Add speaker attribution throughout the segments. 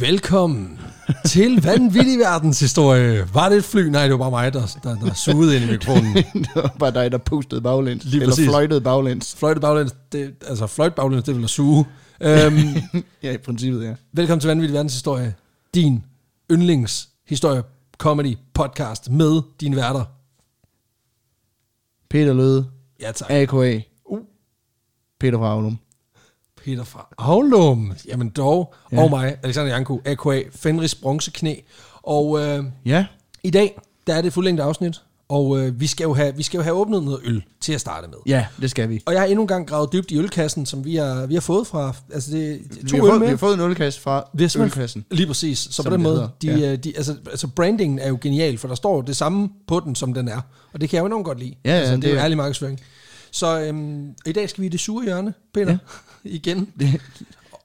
Speaker 1: Velkommen til vanvittig verdenshistorie. Var det et fly? Nej, det var bare mig, der, der, der sugede ind i mikrofonen.
Speaker 2: det var bare dig, der postede baglæns.
Speaker 1: Lige
Speaker 2: eller
Speaker 1: præcis.
Speaker 2: fløjtede baglæns.
Speaker 1: Fløjte baglæns, det, altså fløjte baglæns, det vil at suge. Øhm,
Speaker 2: Ja, i princippet, ja.
Speaker 1: velkommen til vanvittig verdenshistorie. Din yndlingshistorie comedy podcast med dine værter.
Speaker 2: Peter Løde,
Speaker 1: Ja tak.
Speaker 2: A.K.A.
Speaker 1: Uh.
Speaker 2: Peter Fraglum.
Speaker 1: Peter fra Havlum. Jamen dog. Ja.
Speaker 2: Ja.
Speaker 1: Og mig, Alexander Janku, A.K.A. Fenris Bronzeknæ. Og øh,
Speaker 2: Ja,
Speaker 1: i dag, der er det fuldlængde afsnit. Og øh, vi, skal jo have, vi skal jo have åbnet noget øl til at starte med.
Speaker 2: ja, det skal vi.
Speaker 1: Og jeg har endnu en gang gravet dybt i ølkassen, som vi har, vi har fået fra... Altså, det, to
Speaker 2: vi, har
Speaker 1: øl
Speaker 2: fået, vi
Speaker 1: med.
Speaker 2: har fået en ølkasse fra
Speaker 1: Vi har simpelthen-
Speaker 2: ølkassen.
Speaker 1: Lige præcis. Så på
Speaker 2: Som
Speaker 1: den
Speaker 2: det
Speaker 1: måde, de,
Speaker 2: hedder,
Speaker 1: ja. de, altså, altså brandingen er jo genial, for der står jo det samme på den, som den er. Og det kan jeg jo enormt godt lide.
Speaker 2: Ja, ja,
Speaker 1: altså, det, det er jo
Speaker 2: det-
Speaker 1: ærlig markedsføring. Så øhm, i dag skal vi i det sure hjørne, Peter. Ja. Igen.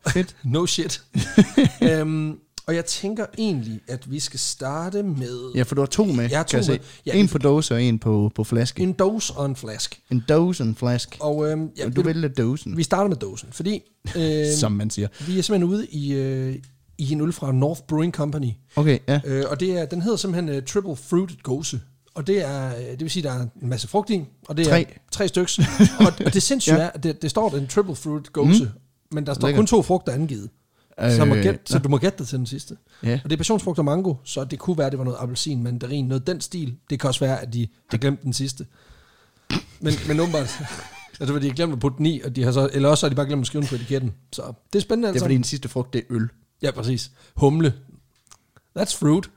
Speaker 2: Fedt.
Speaker 1: No shit. øhm, og jeg tænker egentlig, at vi skal starte med ja.
Speaker 2: Ja, for du har to med,
Speaker 1: Jeg har to
Speaker 2: kan
Speaker 1: med.
Speaker 2: jeg se.
Speaker 1: Ja,
Speaker 2: en
Speaker 1: det-
Speaker 2: på dåse og en på, på flaske. En,
Speaker 1: en dose og en flaske.
Speaker 2: dose og en flaske.
Speaker 1: Og øhm, ja,
Speaker 2: Ja, du vælger dosen,
Speaker 1: vi starter med dosen, fordi øh,
Speaker 2: som man siger.
Speaker 1: vi er simpelthen ude i, øh, i en øl fra North Brewing Company.
Speaker 2: Okay, ja.
Speaker 1: Øh, og det er, den hedder simpelthen uh, Triple Fruited Gose. Og det er, øh, det vil sige, der er en masse frugt i, og det er
Speaker 2: Tre.
Speaker 1: tre styks. og det sindssyge
Speaker 2: Ja.
Speaker 1: er, at det, det står den Triple Fruited Gose, mm. men der står
Speaker 2: Lækkert.
Speaker 1: kun to frugter angivet. Øh, så, må
Speaker 2: Øh,
Speaker 1: gæt, så
Speaker 2: nå.
Speaker 1: du må gætte dig til den sidste.
Speaker 2: Ja.
Speaker 1: Og det er passionsfrugt og mango, så det kunne være, det var noget appelsin, mandarin, noget den stil. Det kan også være, at de har glemt den sidste. Men, men åbenbart, altså de har glemt at putte den i, og de har så, eller også har de bare glemt at skrive den på etiketten. Så det er spændende
Speaker 2: Det er
Speaker 1: altså.
Speaker 2: fordi den sidste frugt, det er øl.
Speaker 1: Ja, præcis. Humle. That's fruit.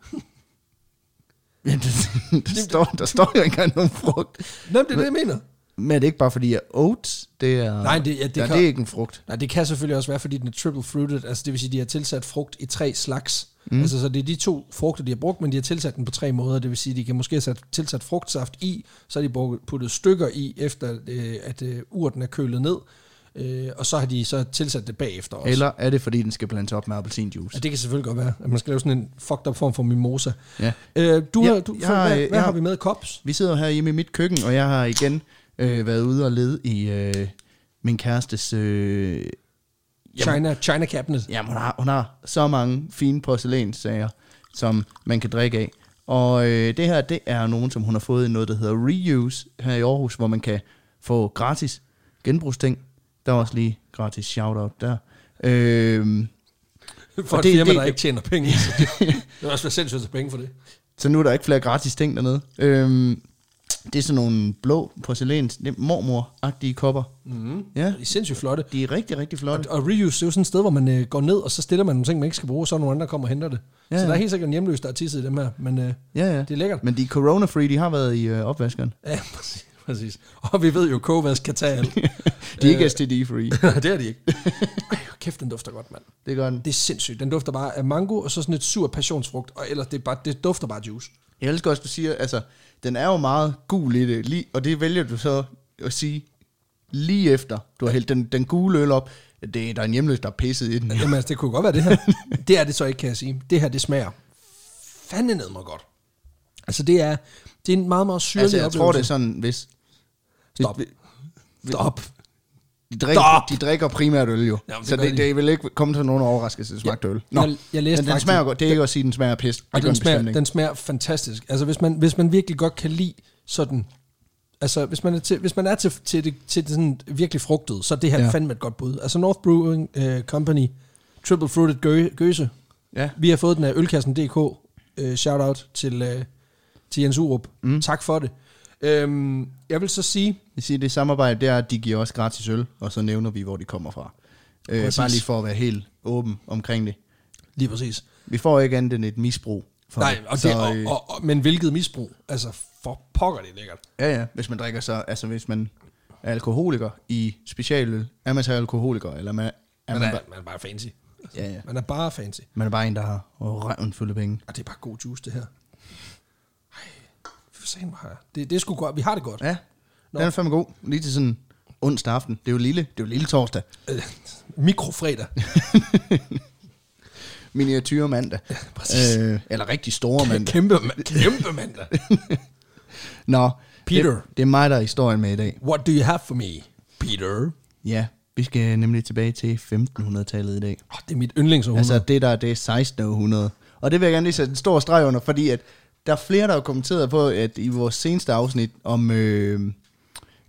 Speaker 2: Ja, det, der, står, der står jo ikke engang nogen frugt.
Speaker 1: Nå, men det er det, jeg mener.
Speaker 2: Men er det ikke bare fordi, at oats, det er...
Speaker 1: Nej, det- ja, det
Speaker 2: ja,
Speaker 1: kan-
Speaker 2: det er ikke en frugt.
Speaker 1: Nej, det kan selvfølgelig også være, fordi den er triple fruited, altså det vil sige, de har tilsat frugt i tre slags. Mm. Altså så det er de to frugter, de har brugt, men de har tilsat den på tre måder, det vil sige, de kan måske have sat, tilsat frugtsaft i, så har de brugt- puttet stykker i, efter øh, at øh, urten er kølet ned, øh, og så har de så tilsat det bagefter også.
Speaker 2: Eller er det fordi, den skal blandes op med appelsinjuice?
Speaker 1: Ja, det kan selvfølgelig godt være, at man skal lave sådan en fucked up form for mimosa.
Speaker 2: Ja.
Speaker 1: Øh, du,
Speaker 2: Ja,
Speaker 1: har, du,
Speaker 2: jeg
Speaker 1: for,
Speaker 2: har,
Speaker 1: hvad, hvad
Speaker 2: øh, jeg
Speaker 1: har
Speaker 2: har-
Speaker 1: vi med? Kops?
Speaker 2: Vi sidder jo her hjemme i mit køkken, og jeg har igen øh, været ude og lede i øh, min kærestes... Øh, jamen,
Speaker 1: China, China Cabinet?
Speaker 2: jamen hun, har, hun har så mange fine porcelænssager, som man kan drikke af. Og øh, det her, det er nogen, som hun har fået i noget, der hedder Reuse her i Aarhus, hvor man kan få gratis genbrugsting. Der er også lige gratis shout-out der. Øh,
Speaker 1: For
Speaker 2: og
Speaker 1: et
Speaker 2: det-
Speaker 1: firma,
Speaker 2: det-
Speaker 1: der ikke tjener penge. det er også være sindssygt at tage penge for det.
Speaker 2: Så nu er der ikke flere gratis ting dernede. Øhm, det er sådan nogle blå porcelæns, lidt mormor-agtige kopper. Mm. Ja,
Speaker 1: De er sindssygt flotte.
Speaker 2: de er rigtig, rigtig flotte.
Speaker 1: Mhm. Og reuse, det er jo sådan et sted, hvor man øh, går ned, og så stiller man nogle ting, man ikke skal bruge, og så er nogle andre, der kommer og henter det. Ja,
Speaker 2: Ja,
Speaker 1: så
Speaker 2: ja.
Speaker 1: der er helt sikkert en hjemløs, der er tisset i dem her, men øh,
Speaker 2: Ja, ja.
Speaker 1: det er lækkert.
Speaker 2: Men de er corona-free, de har været i øh, opvaskeren.
Speaker 1: Ja, præcis, præcis. Og vi ved jo, at kogevask kan tage alt.
Speaker 2: De er ikke
Speaker 1: Øh.
Speaker 2: STD-free.
Speaker 1: Nej, det er de ikke. Ej, kæft, den dufter godt, mand.
Speaker 2: Det gør den.
Speaker 1: Det er sindssygt. Den dufter bare af mango, og så sådan et sur passionsfrugt, og ellers det, er bare, det dufter bare af juice.
Speaker 2: Jeg elsker også, du siger, altså, den er jo meget gul i det, lige, og det vælger du så at sige lige efter, du har hældt den, den gule øl op. Det, der er en hjemløs, der er pisset i den.
Speaker 1: Jamen altså, det kunne godt være det her. Det er det så ikke, kan jeg sige. Det her, det smager fandme ned mig godt. Altså, det er, det er en meget, meget syrlig
Speaker 2: Altså, jeg tror, det er
Speaker 1: oplevelse.
Speaker 2: sådan, hvis... hvis
Speaker 1: Stop. Stop.
Speaker 2: De drikker,
Speaker 1: Stop!
Speaker 2: de drikker primært øl jo.
Speaker 1: Jamen,
Speaker 2: Jamen,
Speaker 1: det
Speaker 2: så
Speaker 1: gør
Speaker 2: det,
Speaker 1: de.
Speaker 2: det vil ikke komme til nogen overraskelse, at det smagte øl. Nå,
Speaker 1: Jeg- jeg læste
Speaker 2: men den
Speaker 1: faktisk-
Speaker 2: smager godt. Det er ikke at sige, at den smager af pis. Det
Speaker 1: Og
Speaker 2: gør
Speaker 1: den smager,
Speaker 2: bestemt ikke.
Speaker 1: den smager fantastisk. Altså hvis man, hvis man virkelig godt kan lide sådan... Altså hvis man er til, hvis man er til, til, det, til det sådan virkelig frugtet, så er det her ja.
Speaker 2: Ja.
Speaker 1: fandme et godt bud. Altså North Brewing uh, Company, Triple Fruited gø, Gøse.
Speaker 2: Ja.
Speaker 1: Vi har fået den af Ølkassen.dk. Uh, shout out til, uh, til Jens Urup. Mm. Tak for det. Øhm, jeg vil så sige,
Speaker 2: Jeg siger, det samarbejde, det er, at de giver os gratis øl, og så nævner vi, hvor de kommer fra. Øh,
Speaker 1: Præcis.
Speaker 2: bare lige for at være helt åben omkring det.
Speaker 1: lige præcis.
Speaker 2: Vi får ikke andet end et misbrug. For
Speaker 1: Nej,
Speaker 2: det.
Speaker 1: og
Speaker 2: så,
Speaker 1: det, og,
Speaker 2: øh,
Speaker 1: og, og, men hvilket misbrug. Altså for pokker det er lækkert.
Speaker 2: Ja, ja. Hvis man drikker så... Altså, hvis man er alkoholiker i specialøl, er man så alkoholiker, eller man, er man,
Speaker 1: Man er,
Speaker 2: bare...
Speaker 1: man er bare fancy.
Speaker 2: Ja, ja.
Speaker 1: Man er bare fancy.
Speaker 2: Man er bare en, der har røven fuld af penge.
Speaker 1: Og det er bare god juice, det her. Ej, for satan, hvor har jeg. Det, det er sgu godt. Vi har det godt.
Speaker 2: Ja,
Speaker 1: Nå.
Speaker 2: Nå. den er fandme god. Lige til sådan onsdag aften. Det er jo lille, det er jo lille torsdag.
Speaker 1: Øh, mikrofredag.
Speaker 2: Miniatyre mandag.
Speaker 1: præcis.
Speaker 2: Øh, eller rigtig store mandag.
Speaker 1: Kæmpe, ma- kæmpe mandag.
Speaker 2: Nå,
Speaker 1: Peter.
Speaker 2: Det, det er mig, der er historien med i dag.
Speaker 1: What do you have for me, Peter?
Speaker 2: Ja, Vi skal nemlig tilbage til 1500-tallet i dag.
Speaker 1: Oh, det er mit yndlingsårhundrede.
Speaker 2: Altså
Speaker 1: Altså,
Speaker 2: det der, det er 1600. Og det vil jeg gerne lige sætte en stor streg under, fordi at der er flere, der har kommenteret på, at i vores seneste afsnit om, øh,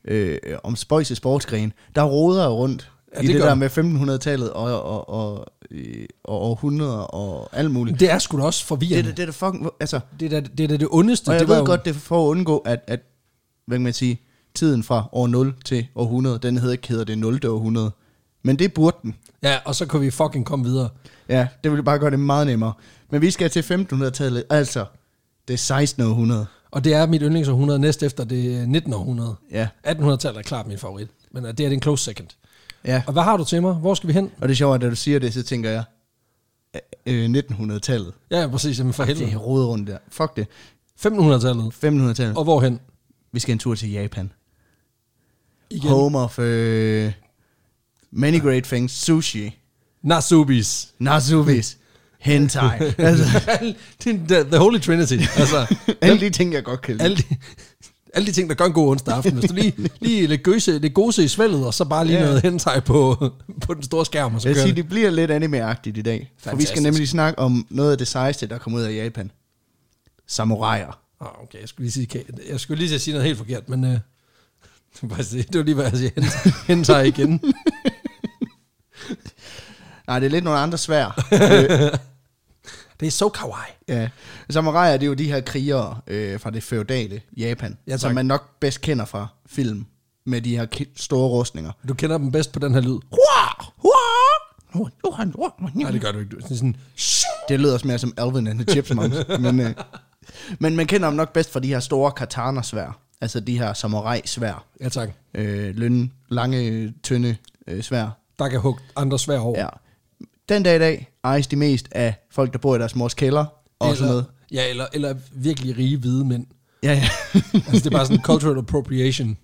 Speaker 2: øh, om spøjs i sportsgren, der roder jeg rundt ja,
Speaker 1: Ja, det
Speaker 2: i det, det
Speaker 1: gør
Speaker 2: der
Speaker 1: du.
Speaker 2: med 1500-tallet og, og, og, øh, og århundreder og alt muligt.
Speaker 1: det er sgu da også
Speaker 2: Det,
Speaker 1: forvirrende.
Speaker 2: det, det er da fucking... Altså,
Speaker 1: Det, er da- det, er da det ondeste.
Speaker 2: og jeg
Speaker 1: det
Speaker 2: ved
Speaker 1: jo-
Speaker 2: godt, det er for at undgå, at, at hvad kan man sige, tiden fra år 0 til år 100, den hedder ikke hedder det 0. århundrede. Men det burde den.
Speaker 1: Ja, og så kan vi fucking komme videre.
Speaker 2: Ja, det ville bare gøre det meget nemmere. Men vi skal til 1500-tallet, altså det 16. århundrede.
Speaker 1: Og det er mit yndlingsårhundrede næst efter det øh, 19. århundrede.
Speaker 2: Ja,
Speaker 1: 1800-tallet er klart min favorit, men øh, det er en close second.
Speaker 2: ja.
Speaker 1: Og hvad har du til mig? Hvor skal vi hen?
Speaker 2: Og det sjove er, at da du siger det, så tænker jeg, øh, 1900-tallet.
Speaker 1: Ja, ja, præcis. Jamen for
Speaker 2: Det
Speaker 1: helvede.
Speaker 2: er rodet rundt der. Fuck det.
Speaker 1: 1500-tallet.
Speaker 2: 500-tallet.
Speaker 1: Og hvorhen?
Speaker 2: Vi skal en tur til Japan.
Speaker 1: Igen.
Speaker 2: Home of øh, many great things. Sushi.
Speaker 1: Nasubis.
Speaker 2: Nazubis. Hentai. altså,
Speaker 1: the, the Holy Trinity. Altså,
Speaker 2: alle de ting, jeg godt kan lide.
Speaker 1: alle de, alle de ting, der gør en god onsdag aften. Hvis du lige, lige lidt, gøse, lidt gose i svældet, og så bare lige
Speaker 2: Ja.
Speaker 1: yeah. noget hentai på, på den store skærm, og så
Speaker 2: Jeg vil
Speaker 1: kører
Speaker 2: sige,
Speaker 1: det.
Speaker 2: det bliver lidt anime-agtigt i dag. For vi skal
Speaker 1: Fantastisk.
Speaker 2: nemlig snakke om noget af det sejeste, der kom ud af Japan. Samuraier.
Speaker 1: Ah, okay, jeg skulle lige sige, jeg skulle lige til at sige noget helt forkert, men øh, det var bare- det var lige, hvad jeg siger, hentai- hentai igen.
Speaker 2: Nej, det er lidt nogle andre svær. øh,
Speaker 1: Det er så kawaii.
Speaker 2: ja. Samuraier, det er jo de her krigere øh, fra det feudale Japan,
Speaker 1: Ja, tak.
Speaker 2: som man nok bedst kender fra film, med de her ki- store rustninger.
Speaker 1: Du kender dem bedst på den her lyd. Nej, det gør du ikke. Du er sådan,
Speaker 2: Det lyder også mere som Alvin and the Chipmunks. men, øh, men man kender dem nok bedst fra de her store katana-svær, altså de her samurai-svær.
Speaker 1: ja tak.
Speaker 2: Øh, lønne, lange, tynde øh, svær.
Speaker 1: Der kan hugge andre svær over.
Speaker 2: Ja. Den dag i dag ejes de mest af folk, der bor i deres mors kælder og sådan noget.
Speaker 1: eller, ja, eller, eller virkelig rige hvide mænd.
Speaker 2: Ja, ja.
Speaker 1: Altså, det er bare sådan cultural appropriation.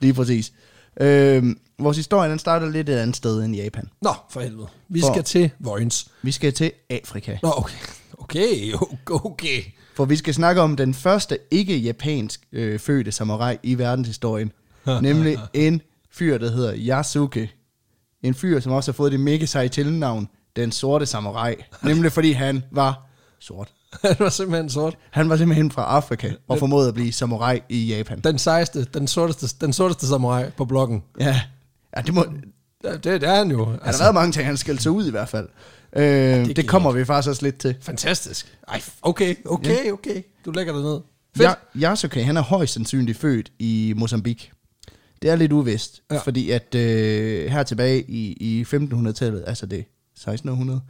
Speaker 2: Lige præcis. Øhm, vores historie den starter lidt et andet sted end Japan.
Speaker 1: Nå, for helvede. Vi
Speaker 2: For-
Speaker 1: skal til Vojens.
Speaker 2: Vi skal til Afrika,
Speaker 1: Nå, okay. Okay, okay, okay.
Speaker 2: for vi skal snakke om den første ikke-japansk øh, fødte samurai i verdenshistorien. nemlig en fyr, der hedder Yasuke. En fyr, som også har fået det mega seje tilnavn, den sorte samurai. Nemlig fordi han var sort.
Speaker 1: Han var simpelthen sort.
Speaker 2: Han var simpelthen fra Afrika og formåede at blive samurai i Japan.
Speaker 1: Den sejeste, den sorteste, den sorteste samurai på bloggen.
Speaker 2: Ja, ja det må,
Speaker 1: Ja, Det, det er han jo.
Speaker 2: Altså, der har været mange ting, han skal se ud i hvert fald. Øh, det,
Speaker 1: giver
Speaker 2: det kommer vi faktisk også lidt til.
Speaker 1: fantastisk. Ej, okay, okay, okay. Du lægger dig ned. Fedt.
Speaker 2: Ja, Yasuke, han er højst sandsynligt født i Mozambique. Det er lidt uvist, ja.
Speaker 1: Ja.
Speaker 2: fordi at øh, her tilbage i, i 1500-tallet, altså det 1600,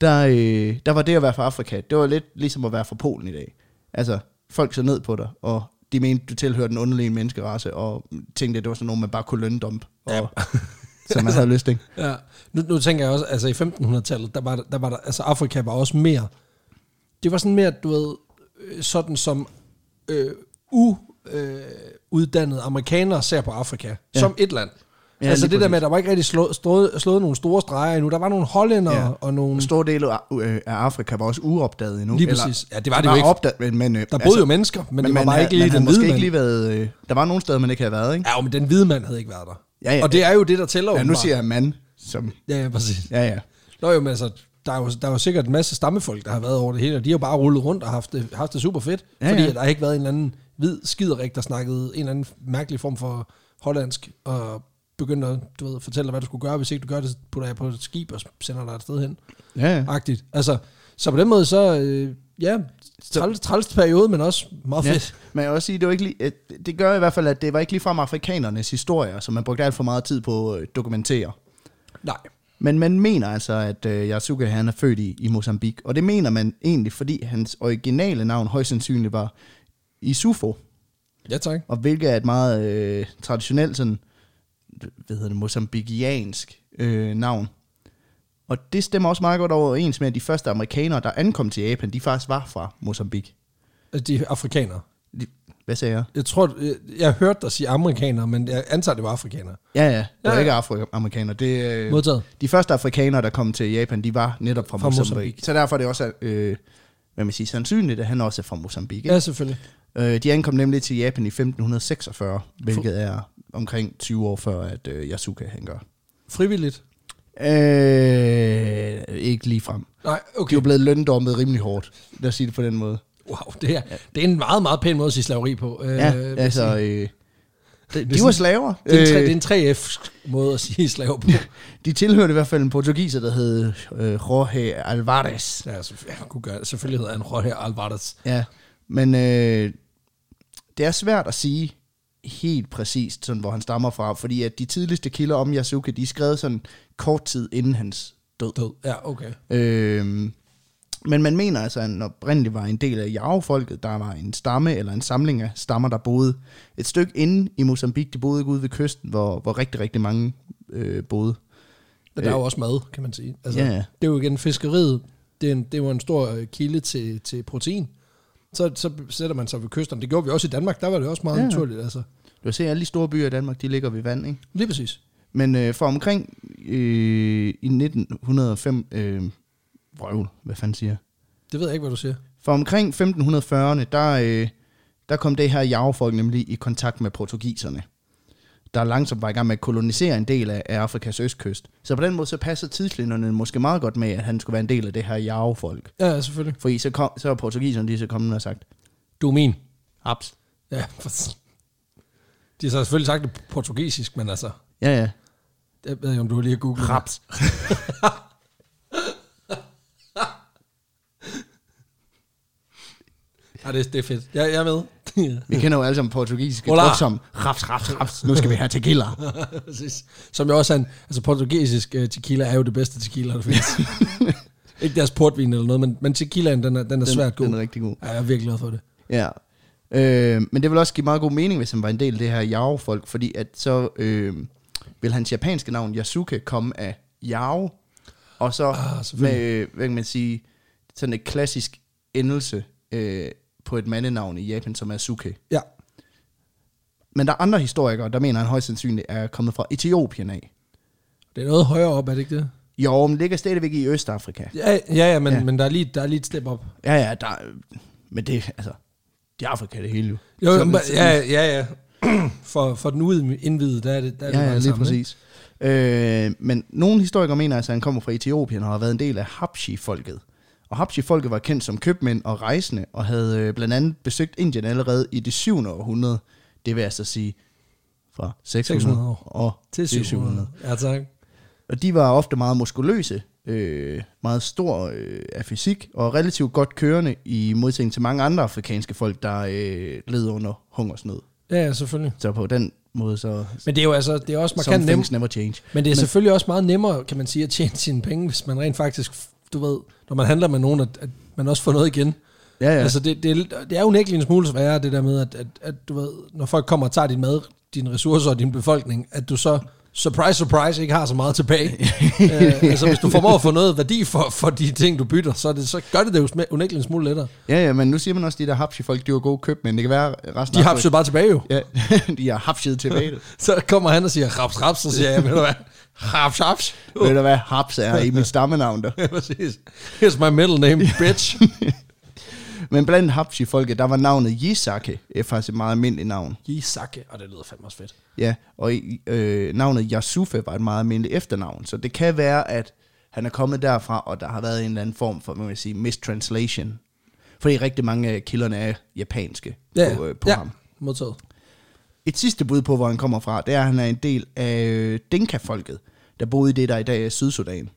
Speaker 2: der, øh, der var det at være fra Afrika, det var lidt ligesom at være fra Polen i dag. Altså, folk så ned på dig, og de mente, du tilhørte en underlig menneskerace, og tænkte, at det var sådan nogen, man bare kunne løndump, og, ja. som man havde lyst til.
Speaker 1: Ja. Nu, nu tænker jeg også, altså i 1500-tallet, der var, der- der var der, altså Afrika var også mere, det var sådan mere, du ved, øh, sådan som øh, uuddannede øh, amerikanere ser på Afrika,
Speaker 2: Ja.
Speaker 1: ja. som et land.
Speaker 2: Ja,
Speaker 1: Ja, altså
Speaker 2: lige
Speaker 1: det der
Speaker 2: præcis.
Speaker 1: med, at der var ikke rigtig slået, slået, slået nogle store streger endnu. Der var nogle hollænder
Speaker 2: Ja.
Speaker 1: ja. og nogle...
Speaker 2: En stor del af, øh, af Afrika var også uopdaget endnu.
Speaker 1: Mm. Lige præcis. Ja, det var det jo ikke.
Speaker 2: Opdaget, men, men, øh,
Speaker 1: Der boede jo mennesker, men, det var bare ikke lige
Speaker 2: man havde
Speaker 1: den
Speaker 2: måske
Speaker 1: hvide
Speaker 2: ikke
Speaker 1: mand.
Speaker 2: lige været... Øh, der var nogle steder, man ikke havde været, ikke?
Speaker 1: Ja, jo, men den hvide mand havde ikke været der.
Speaker 2: Ja, ja.
Speaker 1: og det er jo det, der tæller
Speaker 2: Ja, nu
Speaker 1: åbenbart.
Speaker 2: siger jeg mand, som...
Speaker 1: Ja, ja, præcis.
Speaker 2: Ja, ja.
Speaker 1: Nå jo, men altså, der er jo, der er jo sikkert en masse stammefolk, der har været over det hele, og de har jo bare rullet rundt og haft det, haft det super fedt,
Speaker 2: Ja,
Speaker 1: ja, fordi
Speaker 2: ja.
Speaker 1: ja. der har ikke været en eller anden hvid skiderik, der snakkede en eller anden mærkelig form for hollandsk, og begyndte at du ved, fortælle dig, hvad du skulle gøre, hvis ikke du gør det, så putter jeg på et skib og sender dig et sted hen.
Speaker 2: Ja, ja.
Speaker 1: Agtigt. Altså, så på den måde, så øh, ja, træls, træls periode, men også meget
Speaker 2: ja.
Speaker 1: fedt.
Speaker 2: Men jeg vil også sige, det, var ikke lige, at det gør i hvert fald, at det var ikke ligefrem afrikanernes historier, som man brugte alt for meget tid på at øh, dokumentere.
Speaker 1: Nej.
Speaker 2: Men man mener altså, at øh, Yasuke han er født i, i Mozambique, og det mener man egentlig, fordi hans originale navn højst sandsynligt var Isufo.
Speaker 1: Ja, tak.
Speaker 2: og hvilket er et meget øh, traditionelt sådan, hvad hedder det, mozambikiansk øh, navn. Og det stemmer også meget godt overens med, at de første amerikanere, der ankom til Japan, de faktisk var fra Mozambique.
Speaker 1: Altså, De er afrikanere.
Speaker 2: De, hvad sagde jeg?
Speaker 1: Jeg tror, øh, jeg hørte dig sige amerikanere, men jeg antager, det var afrikanere.
Speaker 2: Ja, ja, det var
Speaker 1: Ja, ja.
Speaker 2: ja, ja. ikke afroamerikanere. Det, øh,
Speaker 1: Modtaget.
Speaker 2: de første afrikanere, der kom til Japan, de var netop fra, fra
Speaker 1: Fra
Speaker 2: Mozambique.
Speaker 1: Mozambique.
Speaker 2: Så derfor er det også, øh, hvad man siger, sandsynligt, at han også er fra Mozambique.
Speaker 1: Ja, selvfølgelig.
Speaker 2: Øh, de ankom nemlig til Japan i 1546, hvilket er omkring 20 år før, at øh, Yasuke han gør.
Speaker 1: Frivilligt?
Speaker 2: Øh, ikke lige frem.
Speaker 1: Nej,
Speaker 2: De
Speaker 1: okay.
Speaker 2: er jo blevet løndommet rimelig hårdt, lad os sige det på den måde.
Speaker 1: Wow, det er, det er en meget, meget pæn måde at sige slaveri på. Øh,
Speaker 2: Ja,
Speaker 1: vil
Speaker 2: øh,
Speaker 1: jeg sige.
Speaker 2: altså... Øh, de, de
Speaker 1: sådan-
Speaker 2: var slaver.
Speaker 1: Det er,
Speaker 2: Øh,
Speaker 1: en, tre- det er en 3F-måde at sige slave på.
Speaker 2: de tilhørte i hvert fald en portugiser, der hed øh, Jorge Alvarez.
Speaker 1: Ja, selvfø- jeg kunne gøre det. Selvfølgelig hedder han Jorge Alvarez.
Speaker 2: Ja, men øh, det er svært at sige helt præcist, sådan, hvor han stammer fra, fordi at de tidligste kilder om Yasuke, de er skrevet sådan kort tid inden hans død.
Speaker 1: Død. Ja, okay.
Speaker 2: Øh, men man mener altså, at han oprindeligt var en del af Jao-folket, der var en stamme eller en samling af stammer, der boede et stykke inde i Mozambique. De boede ikke ude ved kysten, hvor, hvor rigtig, rigtig mange øh, boede.
Speaker 1: Men der er jo også mad, kan man sige. Altså,
Speaker 2: Øh. Ja,
Speaker 1: ja,
Speaker 2: ja.
Speaker 1: Det er jo igen fiskeriet. Det er, en, det er jo en stor øh, kilde til, til protein. Så, så sætter man sig ved kysterne. Det gjorde vi også i Danmark. Der var det også meget
Speaker 2: Ja,
Speaker 1: ja.
Speaker 2: ja.
Speaker 1: naturligt. Altså.
Speaker 2: Du kan se, at alle de store byer i Danmark, de ligger ved vand, ikke?
Speaker 1: Lige præcis.
Speaker 2: Men øh, for omkring øh, i 1905... Øh, vrøvl, hvad fanden siger jeg?
Speaker 1: Det ved jeg ikke, hvad du siger.
Speaker 2: For omkring 1540'erne, der, øh, der kom det her jagefolk nemlig i kontakt med portugiserne, der langsomt var i gang med at kolonisere en del af, af Afrikas østkyst. Så på den måde, så passer tidslinjerne måske meget godt med, at han skulle være en del af det her jagefolk.
Speaker 1: Ja, ja, selvfølgelig.
Speaker 2: For så, kom, så er portugiserne lige så kommet og sagt,
Speaker 1: Du er min.
Speaker 2: Abs.
Speaker 1: Ja, for, de har så selvfølgelig sagt det på portugisisk, men altså...
Speaker 2: Ja, ja.
Speaker 1: Jeg ved ikke, om du lige har googlet. det.
Speaker 2: Raps.
Speaker 1: Ja, det, det er fedt. Jeg, jeg er med.
Speaker 2: Vi kender jo alle sammen portugisiske
Speaker 1: Hola.
Speaker 2: druk som raps, raps, raps. Nu skal vi have tequila.
Speaker 1: Præcis. Som jo også er en, altså portugisisk uh, tequila er jo det bedste tequila, der findes. ikke deres portvin eller noget, men, men tequilaen, den er, den er svært god.
Speaker 2: Den er rigtig god.
Speaker 1: Ja, jeg er virkelig glad for det.
Speaker 2: Ja. Øh, men det vil også give meget god mening, hvis han var en del af det her Yao-folk, fordi at så øh, vil hans japanske navn Yasuke komme af Yao, og så
Speaker 1: Ah,
Speaker 2: ah, med,
Speaker 1: selvfølgelig.
Speaker 2: øh, hvad kan man sige, sådan et klassisk endelse øh, på et mandenavn i Japan, som er Suke.
Speaker 1: Ja,
Speaker 2: Men der er andre historikere, der mener, at han højst sandsynligt er kommet fra Etiopien af.
Speaker 1: det er noget højere op, er det ikke det?
Speaker 2: Jo, men ligger stadigvæk i Østafrika.
Speaker 1: Ja, ja, ja, men,
Speaker 2: Ja.
Speaker 1: ja. men der, er lige, der er lige et step op.
Speaker 2: Ja, ja, der, men det, altså, det er Afrika det hele jo.
Speaker 1: Jo,
Speaker 2: Så-
Speaker 1: jo, men- ja, ja, ja. For, for den ude indvidede, der er det, der er det
Speaker 2: Ja,
Speaker 1: bare
Speaker 2: ja
Speaker 1: det
Speaker 2: lige
Speaker 1: samme, ikke?
Speaker 2: præcis. Øh, men nogle historikere mener altså, at han kommer fra Etiopien og har været en del af Habshi-folket. Og Habshi-folket var kendt som købmænd og rejsende, og havde øh, blandt andet besøgt Indien allerede i det 7. århundrede. Det vil altså sige fra 600,
Speaker 1: 600 år.
Speaker 2: og
Speaker 1: Til 700. Ja, tak.
Speaker 2: Og de var ofte meget muskuløse, øh, meget stor øh, af fysik, og relativt godt kørende i modsætning til mange andre afrikanske folk, der øh, led under hungersnød.
Speaker 1: Ja, ja, selvfølgelig.
Speaker 2: Så på den måde så...
Speaker 1: Men det er jo altså, det er også
Speaker 2: Some
Speaker 1: markant nemt.
Speaker 2: things never change.
Speaker 1: Men det er
Speaker 2: Men-
Speaker 1: men, selvfølgelig også meget nemmere, kan man sige, at tjene sine penge, hvis man rent faktisk, du ved, når man handler med nogen, at, at man også får noget igen.
Speaker 2: Ja,
Speaker 1: Ja.
Speaker 2: ja.
Speaker 1: Altså, det, det, er- det er jo nægtelig en smule sværere, det der med, at, at, at du ved, når folk kommer og tager din mad, dine ressourcer og din befolkning, at du så, surprise, surprise, ikke har så meget tilbage. øh, altså, hvis du formår at få noget værdi for, for de ting, du bytter, så, er det, så gør det det jo sma- unægtelig en smule lettere.
Speaker 2: Ja, ja, men nu siger man også, at de der hapsi-folk, de var gode køb, men det kan være at resten
Speaker 1: De har jo bare tilbage jo.
Speaker 2: Ja, de har hapsiet tilbage.
Speaker 1: Så kommer han og siger, raps, raps, så siger jeg, ved du hvad, raps, raps.
Speaker 2: Ved du hvad haps er i mit stammenavn der?
Speaker 1: Ja, præcis. Here's my middle name, bitch.
Speaker 2: Men blandt hapsi-folket, der var navnet Yisake er faktisk et meget almindeligt navn.
Speaker 1: Isake, og det lyder fandme også fedt.
Speaker 2: Ja, og i- øh, navnet Yasufa var et meget almindeligt efternavn, så det kan være, at han er kommet derfra, og der har været en eller anden form for, hvad man vil sige, mistranslation. Fordi rigtig mange af kilderne er japanske på, øh, på
Speaker 1: ja.
Speaker 2: ham.
Speaker 1: modtaget.
Speaker 2: Et sidste bud på, hvor han kommer fra, det er, at han er en del af øh, Dinka-folket, der boede i det, der i dag er Sydsudan.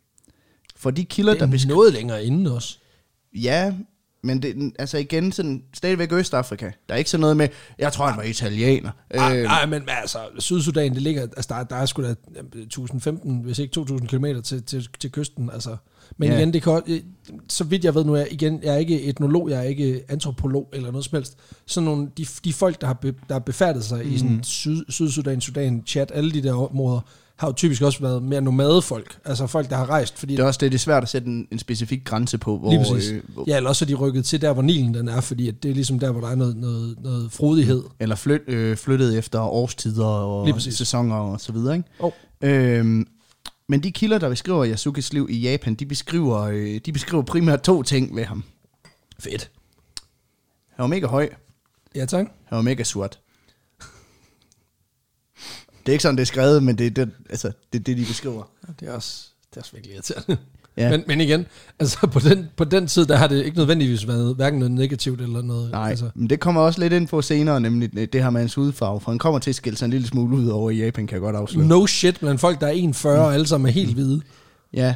Speaker 2: For de kilder,
Speaker 1: Det
Speaker 2: der
Speaker 1: er
Speaker 2: beskriver...
Speaker 1: noget længere inden også.
Speaker 2: Ja, men det, altså igen, sådan, stadigvæk Østafrika. Der er ikke sådan noget med, jeg tror, han var italiener.
Speaker 1: Nej,
Speaker 2: Øh,
Speaker 1: øh. men altså, Sydsudan, det ligger, altså, der, der er sgu da jamen, 1015, hvis ikke 2000 km til, til, til kysten, altså. Men
Speaker 2: Ja.
Speaker 1: ja. igen, det kan, også- øh, så vidt jeg ved nu, er, igen, jeg er ikke etnolog, jeg er ikke antropolog eller noget som helst. Sådan nogle, de, de folk, der har, be, der har befærdet sig mm. i sådan syd, Sydsudan, Sudan, Chad, alle de der områder, har jo typisk også været mere nomadefolk. Altså folk, der har rejst, fordi
Speaker 2: det er også det, det er svært at sætte en, en specifik grænse på, hvor...
Speaker 1: Lige præcis.
Speaker 2: Øh, hvor
Speaker 1: Ja, eller også er de rykket til der, hvor Nilen den er, fordi at det er ligesom der, hvor der er noget, noget, noget frodighed.
Speaker 2: eller flyt, øh, flyttet efter årstider
Speaker 1: Lige
Speaker 2: og
Speaker 1: præcis.
Speaker 2: sæsoner og så videre, ikke?
Speaker 1: Oh.
Speaker 2: Øhm, men de kilder, der beskriver Yasukes liv i Japan, de beskriver, øh, de beskriver primært to ting ved ham.
Speaker 1: Fedt.
Speaker 2: Han var mega høj,
Speaker 1: Ja, tak.
Speaker 2: Han var mega sort. Det er ikke sådan, det er skrevet, men det er det, altså, det, er det de beskriver.
Speaker 1: Det er også, det er også virkelig irriterende.
Speaker 2: Ja.
Speaker 1: Ja. Men, men igen, altså på den, på den tid, der har det ikke nødvendigvis været hverken noget negativt eller noget...
Speaker 2: Nej,
Speaker 1: Altså,
Speaker 2: altså. men det kommer også lidt ind på senere, nemlig øh, det her med hans hudfarve, for han kommer til at skille sig en lille smule ud over i Japan, kan jeg godt afsløre.
Speaker 1: no shit blandt folk, der er 1,40 og alle sammen er helt hvide.
Speaker 2: Ja.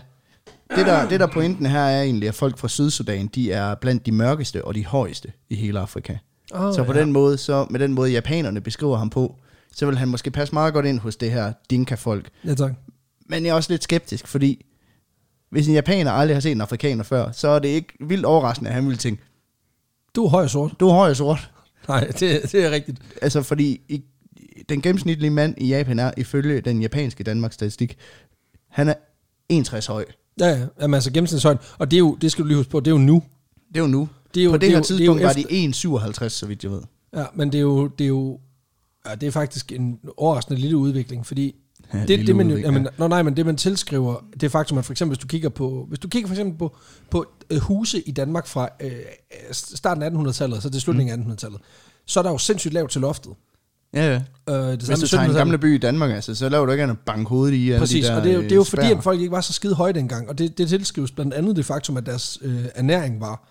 Speaker 2: Det der, det der pointen her er egentlig, at folk fra Sydsudan, de er blandt de mørkeste og de højeste i hele Afrika.
Speaker 1: Oh,
Speaker 2: så på ja. den måde, så med den måde japanerne beskriver ham på, så vil han måske passe meget godt ind hos det her dinka-folk.
Speaker 1: Ja, tak.
Speaker 2: Men jeg er også lidt skeptisk, fordi hvis en japaner aldrig har set en afrikaner før, så er det ikke vildt overraskende, at han ville tænke,
Speaker 1: Du er høj og sort.
Speaker 2: du er høj og sort.
Speaker 1: Nej, det, det er rigtigt.
Speaker 2: Altså fordi i, den gennemsnitlige mand i Japan er, ifølge den japanske Danmarks statistik, han er 61 høj.
Speaker 1: Ja, ja. Jamen, altså gennemsnitshøjden. Og det, er jo, det skal du lige huske på, det er jo nu.
Speaker 2: Det er jo nu.
Speaker 1: Det er jo,
Speaker 2: På det
Speaker 1: er
Speaker 2: her
Speaker 1: jo-
Speaker 2: tidspunkt
Speaker 1: er jo
Speaker 2: var de 1,57, så vidt jeg ved.
Speaker 1: Ja, men det er jo... Det er jo ja, det er faktisk en overraskende lille udvikling, fordi
Speaker 2: Ja,
Speaker 1: det, det, man, jo,
Speaker 2: jamen,
Speaker 1: jamen, nå, nej, men det man tilskriver, det er faktum, at for eksempel, hvis du kigger på, hvis du kigger for eksempel på, på øh, huse i Danmark fra øh, starten af 1800-tallet, så til
Speaker 2: Mm.
Speaker 1: slutningen af 1800-tallet, så er der jo sindssygt lavt til loftet.
Speaker 2: ja, ja.
Speaker 1: Øh, det
Speaker 2: Hvis du tager en gamle by i Danmark, altså, så laver du ikke andet at banke hovedet i alle
Speaker 1: Præcis,
Speaker 2: de der
Speaker 1: og det er jo,
Speaker 2: øh,
Speaker 1: det er jo
Speaker 2: spær.
Speaker 1: fordi, at folk ikke var så skide høje dengang, og det, det tilskrives blandt andet det faktum, at deres øh, ernæring var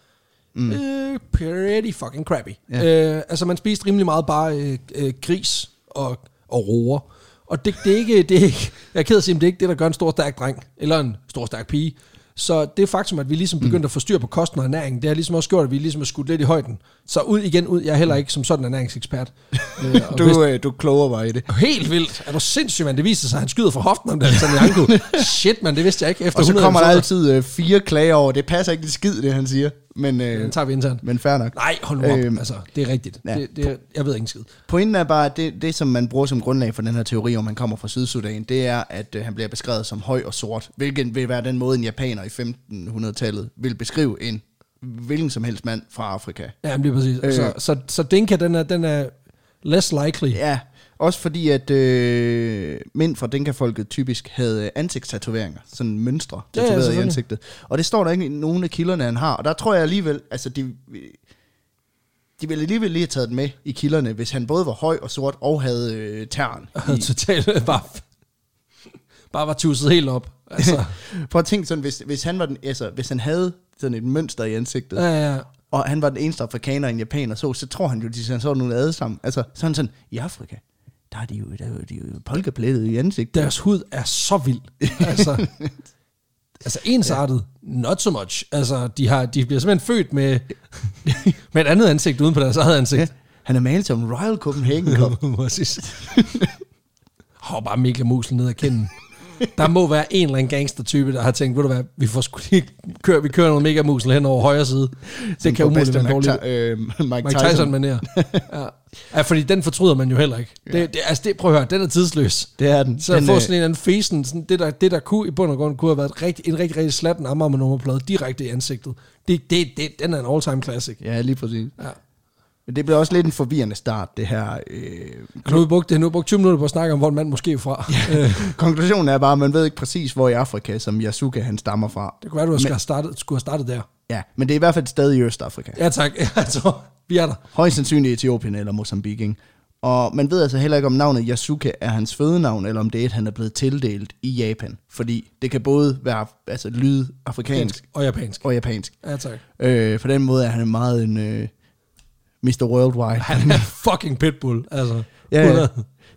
Speaker 1: mm. øh, pretty fucking crappy. Yeah. Øh, altså, man spiste rimelig meget bare øh, øh, gris og, og roer, og det, det, er ikke, det er ikke, jeg er ked af at sige, men det er ikke det, der gør en stor stærk dreng, eller en stor stærk pige. Så det faktum, at vi ligesom begyndte mm. at få styr på kosten og ernæringen, det har ligesom også gjort, at vi ligesom er skudt lidt i højden. Så ud igen, ud. Jeg er heller ikke som sådan en ernæringsekspert. Øh, og hvis-
Speaker 2: Mm. Du, øh, du kloger mig i det.
Speaker 1: Helt vildt. Er du sindssyg, mand? Det viser sig, at han skyder for hoften om den Sanyanko. Shit, mand, det vidste jeg ikke. Efter
Speaker 2: Og så
Speaker 1: 100
Speaker 2: kommer der
Speaker 1: episoder.
Speaker 2: altid øh, fire klager over, det passer ikke en skid, det han siger. Men, øh,
Speaker 1: Den tager vi internt.
Speaker 2: men fair nok.
Speaker 1: Nej, hold nu op.
Speaker 2: Øhm,
Speaker 1: altså, det er rigtigt.
Speaker 2: ja.
Speaker 1: Ja. Det, det, er- jeg ved ikke en skid.
Speaker 2: Pointen er bare, at det, det, som man bruger som grundlag for den her teori, om han kommer fra Sydsudan, det er, at øh, han bliver beskrevet som høj og sort, hvilket vil være den måde, en japaner i 1500-tallet vil beskrive en hvilken som helst mand fra Afrika.
Speaker 1: Ja, men lige præcis.
Speaker 2: Øh.
Speaker 1: Øh. Så, så, så Dinka, den er, den er less likely. Ja.
Speaker 2: Ja, også fordi, at øh, mænd fra Dinka-folket typisk havde øh, ansigtstatoveringer, sådan mønstre
Speaker 1: Ja, ja,
Speaker 2: tatoveret ja, i
Speaker 1: selvfølgelig.
Speaker 2: ansigtet. Og det står der ikke i nogen af kilderne, han har. Og der tror jeg alligevel, altså de, de ville alligevel lige have taget det med i kilderne, hvis han både var høj og sort og havde øh, tern.
Speaker 1: Og totalt bare, bare var tuset helt op. Altså,
Speaker 2: Prøv at tænke sådan, hvis, hvis, han var den, altså, hvis han havde sådan et mønster i ansigtet, ja.
Speaker 1: ja, ja.
Speaker 2: og han var den eneste afrikaner, en japaner så, så tror han jo, de sådan så nogle ad sammen. Altså sådan sådan, i Afrika, der er de jo, der er jo, de er jo polkaplettet i ansigtet.
Speaker 1: Deres hud er så vild. Altså, altså ensartet, not so much. Altså, de, har, de bliver simpelthen født med, med et andet ansigt uden på deres eget ansigt.
Speaker 2: Ja. Han er malet som Royal Copenhagen Cup.
Speaker 1: Præcis. Hov, bare Mikkel Musel ned ad kinden. Der må være en eller anden gangstertype, der har tænkt, ved du hvad, vi får sgu lige køre, vi kører noget mega musel hen over højre side. Det kan umuligt være en dårlig
Speaker 2: Mike, øh, Mike,
Speaker 1: Mike Tyson manér. Ja. ja. fordi den fortryder man jo heller ikke. Det, det, altså det, prøv at høre, den er tidsløs.
Speaker 2: Det er den.
Speaker 1: Så at
Speaker 2: den,
Speaker 1: få
Speaker 2: øh,
Speaker 1: sådan en eller anden fesen, sådan det, der, det der kunne i bund og grund kunne have været et rigtig, en rigtig, rigtig slatten ammer med nummerplade direkte i ansigtet. Det, det, det, den er en all-time classic.
Speaker 2: Ja, lige præcis.
Speaker 1: Ja.
Speaker 2: Men det bliver også lidt en forvirrende start, det her. Øh,
Speaker 1: Nu har vi brugt, nu har vi brugt 20 minutter på at snakke om, hvor en mand måske er fra. Øh,
Speaker 2: konklusionen er bare, at man ved ikke præcis, hvor i Afrika, som Yasuka han stammer fra.
Speaker 1: Det kunne være, du skulle have startet, skulle have startet der.
Speaker 2: Ja, men det er i hvert fald stadig i Østafrika.
Speaker 1: Ja tak, altså, vi er der.
Speaker 2: Højst sandsynligt Etiopien eller Mozambique. ikke? Og man ved altså heller ikke, om navnet Yasuka er hans fødenavn, eller om det er et, han er blevet tildelt i Japan. Fordi det kan både være altså, lyde afrikansk
Speaker 1: Og japansk.
Speaker 2: og japansk.
Speaker 1: Ja tak.
Speaker 2: Øh, på den måde er han meget en øh, Mr. Worldwide.
Speaker 1: Han er fucking pitbull, altså.
Speaker 2: Ja, ja.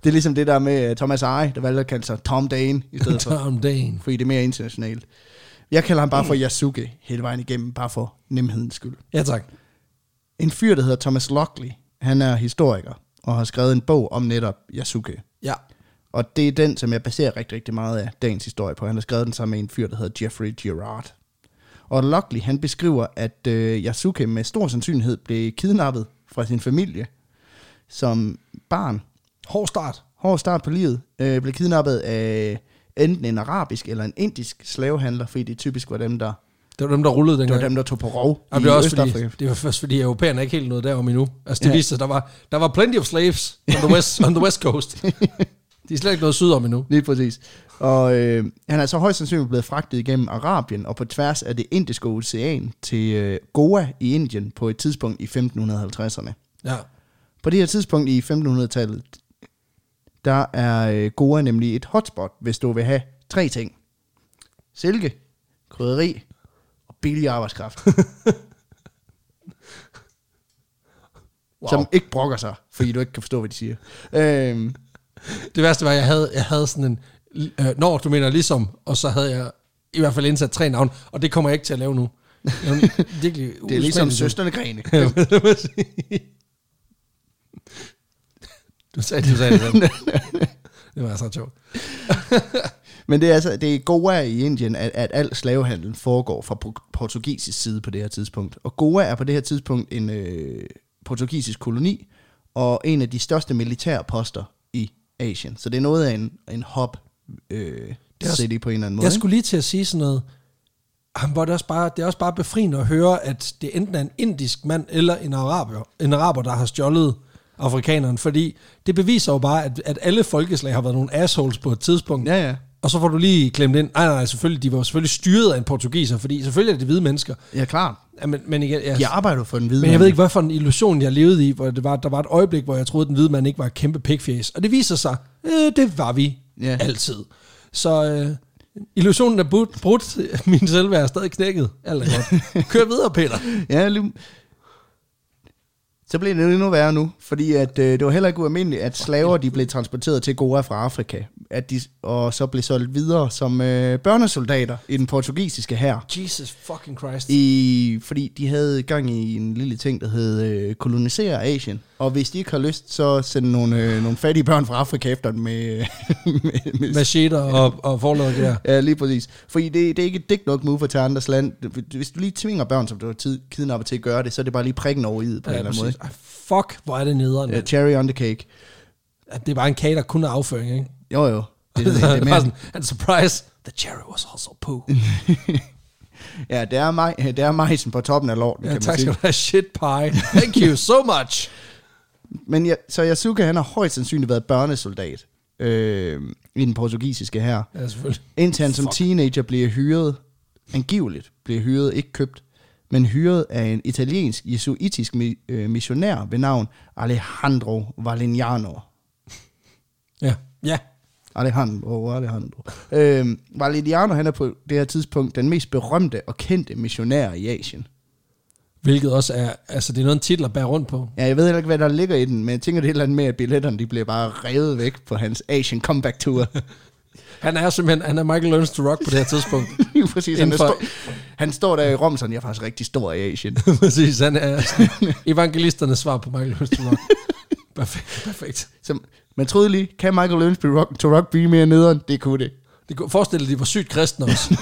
Speaker 2: Det er ligesom det der med øh, Thomas Eje, der valgte at kalde sig Tom Dane i stedet for,
Speaker 1: Tom Dane.
Speaker 2: fordi det er mere internationalt. Jeg kalder ham bare for Yasuke hele vejen igennem, bare for nemhedens skyld.
Speaker 1: Ja tak.
Speaker 2: En fyr, der hedder Thomas Lockley, han er historiker og har skrevet en bog om netop Yasuke.
Speaker 1: Ja.
Speaker 2: Og det er den, som jeg baserer rigtig, rigtig meget af dagens historie på. Han har skrevet den sammen med en fyr, der hedder Jeffrey Girard. Og Lockley, han beskriver, at øh, Yasuke med stor sandsynlighed blev kidnappet fra sin familie som barn.
Speaker 1: Hård start.
Speaker 2: Hård start på livet. Øh, blev kidnappet af enten en arabisk eller en indisk slavehandler, fordi det typisk var dem, der,
Speaker 1: Det var dem, der rullede
Speaker 2: det var
Speaker 1: dengang.
Speaker 2: dem, der tog på rov
Speaker 1: Og
Speaker 2: i
Speaker 1: det var også
Speaker 2: Østafrika.
Speaker 1: fordi, det var først fordi, europæerne ikke helt nåede derom endnu. Altså det
Speaker 2: Ja.
Speaker 1: ja. viste sig, der var, der var plenty of slaves on the west, on the west coast. De er slet ikke nået sydom endnu.
Speaker 2: Lige præcis. Og øh, han er så højst sandsynligt blevet fragtet igennem Arabien og på tværs af det indiske ocean til øh, Goa i Indien på et tidspunkt i 1550'erne.
Speaker 1: Ja.
Speaker 2: På det her tidspunkt i 1500-tallet, der er øh, Goa nemlig et hotspot, hvis du vil have tre ting. Silke, krydderi og billig arbejdskraft, wow.
Speaker 1: Wow.
Speaker 2: som ikke brokker sig, fordi du ikke kan forstå, hvad de siger. Øhm,
Speaker 1: Det værste var, at jeg havde, jeg havde sådan en... Øh, når du mener ligesom, og så havde jeg i hvert fald indsat tre navne, og det kommer jeg ikke til at lave nu. Det er jo virkelig
Speaker 2: det er ligesom søsterne Grene.
Speaker 1: du sagde, du sagde det selv. Det var så sjovt.
Speaker 2: Men det er altså, det er i Goa i Indien, at, at al slavehandel foregår fra por- portugisisk side på det her tidspunkt. Og Goa er på det her tidspunkt en øh, portugisisk koloni, og en af de største militære poster i Asien. Så det er noget af en, en hop øh,
Speaker 1: Det er også-
Speaker 2: city på en eller anden måde.
Speaker 1: Jeg
Speaker 2: ikke?
Speaker 1: skulle lige til at sige sådan noget. Han var det, også bare, det er også bare befriende at høre, at det enten er en indisk mand eller en araber, en araber der har stjålet afrikaneren, fordi det beviser jo bare, at, at alle folkeslag har været nogle assholes på et tidspunkt.
Speaker 2: Ja, ja.
Speaker 1: Og så får du lige klemt ind, nej, nej, nej, selvfølgelig, de var jo selvfølgelig styret af en portugiser, fordi selvfølgelig er det hvide mennesker.
Speaker 2: Ja, klart.
Speaker 1: Ja, men, men, igen, jeg,
Speaker 2: De arbejder for den hvide
Speaker 1: Altså- men jeg
Speaker 2: mand.
Speaker 1: ved ikke, hvad for en illusion jeg levede i, hvor det var, der var et øjeblik, hvor jeg troede, at den hvide mand ikke var et kæmpe pigfjæs. Og det viser sig, øh, det var vi
Speaker 2: Ja.
Speaker 1: ja. altid. Så øh, illusionen er brudt, brudt, min selvværd er stadig knækket. Alt er godt. Kør videre, Peter.
Speaker 2: Ja, lige... Så blev det endnu værre nu, fordi at, øh, det var heller ikke ualmindeligt, at slaver de blev transporteret til Goa fra Afrika, at de, og så blev solgt videre som øh, børnesoldater i den portugisiske hær.
Speaker 1: Jesus fucking Christ.
Speaker 2: I, fordi de havde gang i en lille ting, der hed øh, kolonisere Asien. Og hvis de ikke har lyst, så sende nogle, øh, nogle fattige børn fra Afrika efter dem med, med, med,
Speaker 1: Macheter og, og forlaget der.
Speaker 2: Ja, lige præcis. Fordi det, det er ikke et dick nok move at tage andres land. Hvis du lige tvinger børn, som du har tid- kidnappet til at gøre det, så er det bare lige prikken over i det på ja, en
Speaker 1: Ja,
Speaker 2: eller
Speaker 1: præcis.
Speaker 2: anden måde.
Speaker 1: Ej, fuck, hvor er det nederen.
Speaker 2: Ja,
Speaker 1: Ja.
Speaker 2: cherry on the cake.
Speaker 1: Det er bare en kage, der kun er afføring, ikke?
Speaker 2: Jo, jo.
Speaker 1: Det,
Speaker 2: Det,
Speaker 1: det,
Speaker 2: er
Speaker 1: det,
Speaker 2: mere,
Speaker 1: sådan, and surprise, the cherry was also poo.
Speaker 2: ja, det er, maj, det er majsen på toppen af lorten, ja,
Speaker 1: ja,
Speaker 2: kan man
Speaker 1: tak skal
Speaker 2: sige.
Speaker 1: du have, shit pie. Thank you so much.
Speaker 2: Men ja, så Yasuka, han har højst sandsynligt været børnesoldat øh, i den portugisiske her.
Speaker 1: Ja, selvfølgelig.
Speaker 2: Indtil han som teenager bliver hyret, angiveligt bliver hyret, ikke købt, men hyret af en italiensk jesuitisk mi- øh, missionær ved navn Alejandro Valignano.
Speaker 1: Ja, ja.
Speaker 2: Alejandro, Alejandro. Øhm, Valeriano, han er på det her tidspunkt den mest berømte og kendte missionær i Asien.
Speaker 1: Hvilket også er, altså det er noget en titel at bære rundt på.
Speaker 2: Ja, jeg ved heller ikke, hvad der ligger i den, men jeg tænker det er et eller andet med, at billetterne de bliver bare revet væk på hans Asian Comeback Tour.
Speaker 1: Han er simpelthen, han er Michael Learns to Rock på det her tidspunkt.
Speaker 2: Lige præcis, han, er
Speaker 1: Inden for-
Speaker 2: stor, han står der i Rom, sådan, jeg er faktisk rigtig stor i Asien.
Speaker 1: Præcis, han er evangelisternes svar på Michael Learns to Rock. Perfekt, perfekt.
Speaker 2: Så man troede lige, kan Michael Learns rock, to rock blive mere nederen? Det kunne det.
Speaker 1: Det kunne forestille dig, de var sygt kristne også.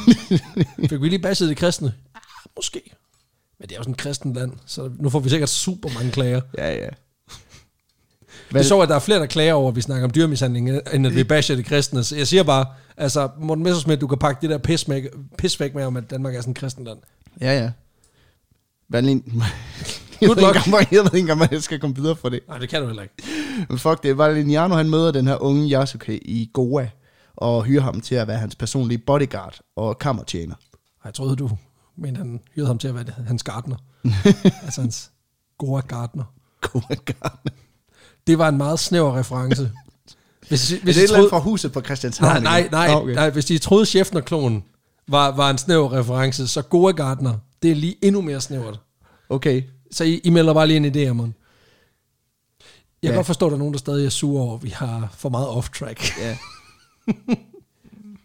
Speaker 1: Fik vi lige basset det kristne? Ah, måske. Men det er jo sådan et kristent land, så nu får vi sikkert super mange klager.
Speaker 2: Ja, ja.
Speaker 1: Hvad?
Speaker 2: Hvad,
Speaker 1: Det er sjovt, at der er flere, der klager over, at vi snakker om dyrmishandling, end at vi basher det kristne. Så jeg siger bare, altså, Morten Messersmith, du kan pakke det der pis, med, pis væk med, om at Danmark er sådan et kristent land.
Speaker 2: ja, ja. Valin... Jeg ved,
Speaker 1: Good
Speaker 2: ikke
Speaker 1: luck.
Speaker 2: engang, hvor- jeg ved ikke engang, hvordan jeg skal komme videre for det.
Speaker 1: Nej, det kan du heller ikke.
Speaker 2: Men fuck det, Valiniano han møder den her unge Yasuke i Goa, og hyrer ham til at være hans personlige bodyguard og kammertjener.
Speaker 1: Ej, jeg troede, du mente, han hyrede ham til at være det- hans gartner. altså hans gode gartner.
Speaker 2: Goa garden.
Speaker 1: Det var en meget snæver reference. Hvis, I-
Speaker 2: Hvis
Speaker 1: hvis
Speaker 2: det er
Speaker 1: I
Speaker 2: et eller andet
Speaker 1: troede,
Speaker 2: fra huset på Christianshavn.
Speaker 1: nej, nej,
Speaker 2: ikke?
Speaker 1: nej,
Speaker 2: Ah,
Speaker 1: okay. nej, hvis de troede, chefen og klonen var, var en snæver reference, så gode gartner, det er lige endnu mere snævert.
Speaker 2: Okay.
Speaker 1: Så I, I melder bare lige en idé om Jeg kan
Speaker 2: Ja.
Speaker 1: godt forstå, at der er nogen, der stadig er sure over, at vi har for meget off-track.
Speaker 2: Ja.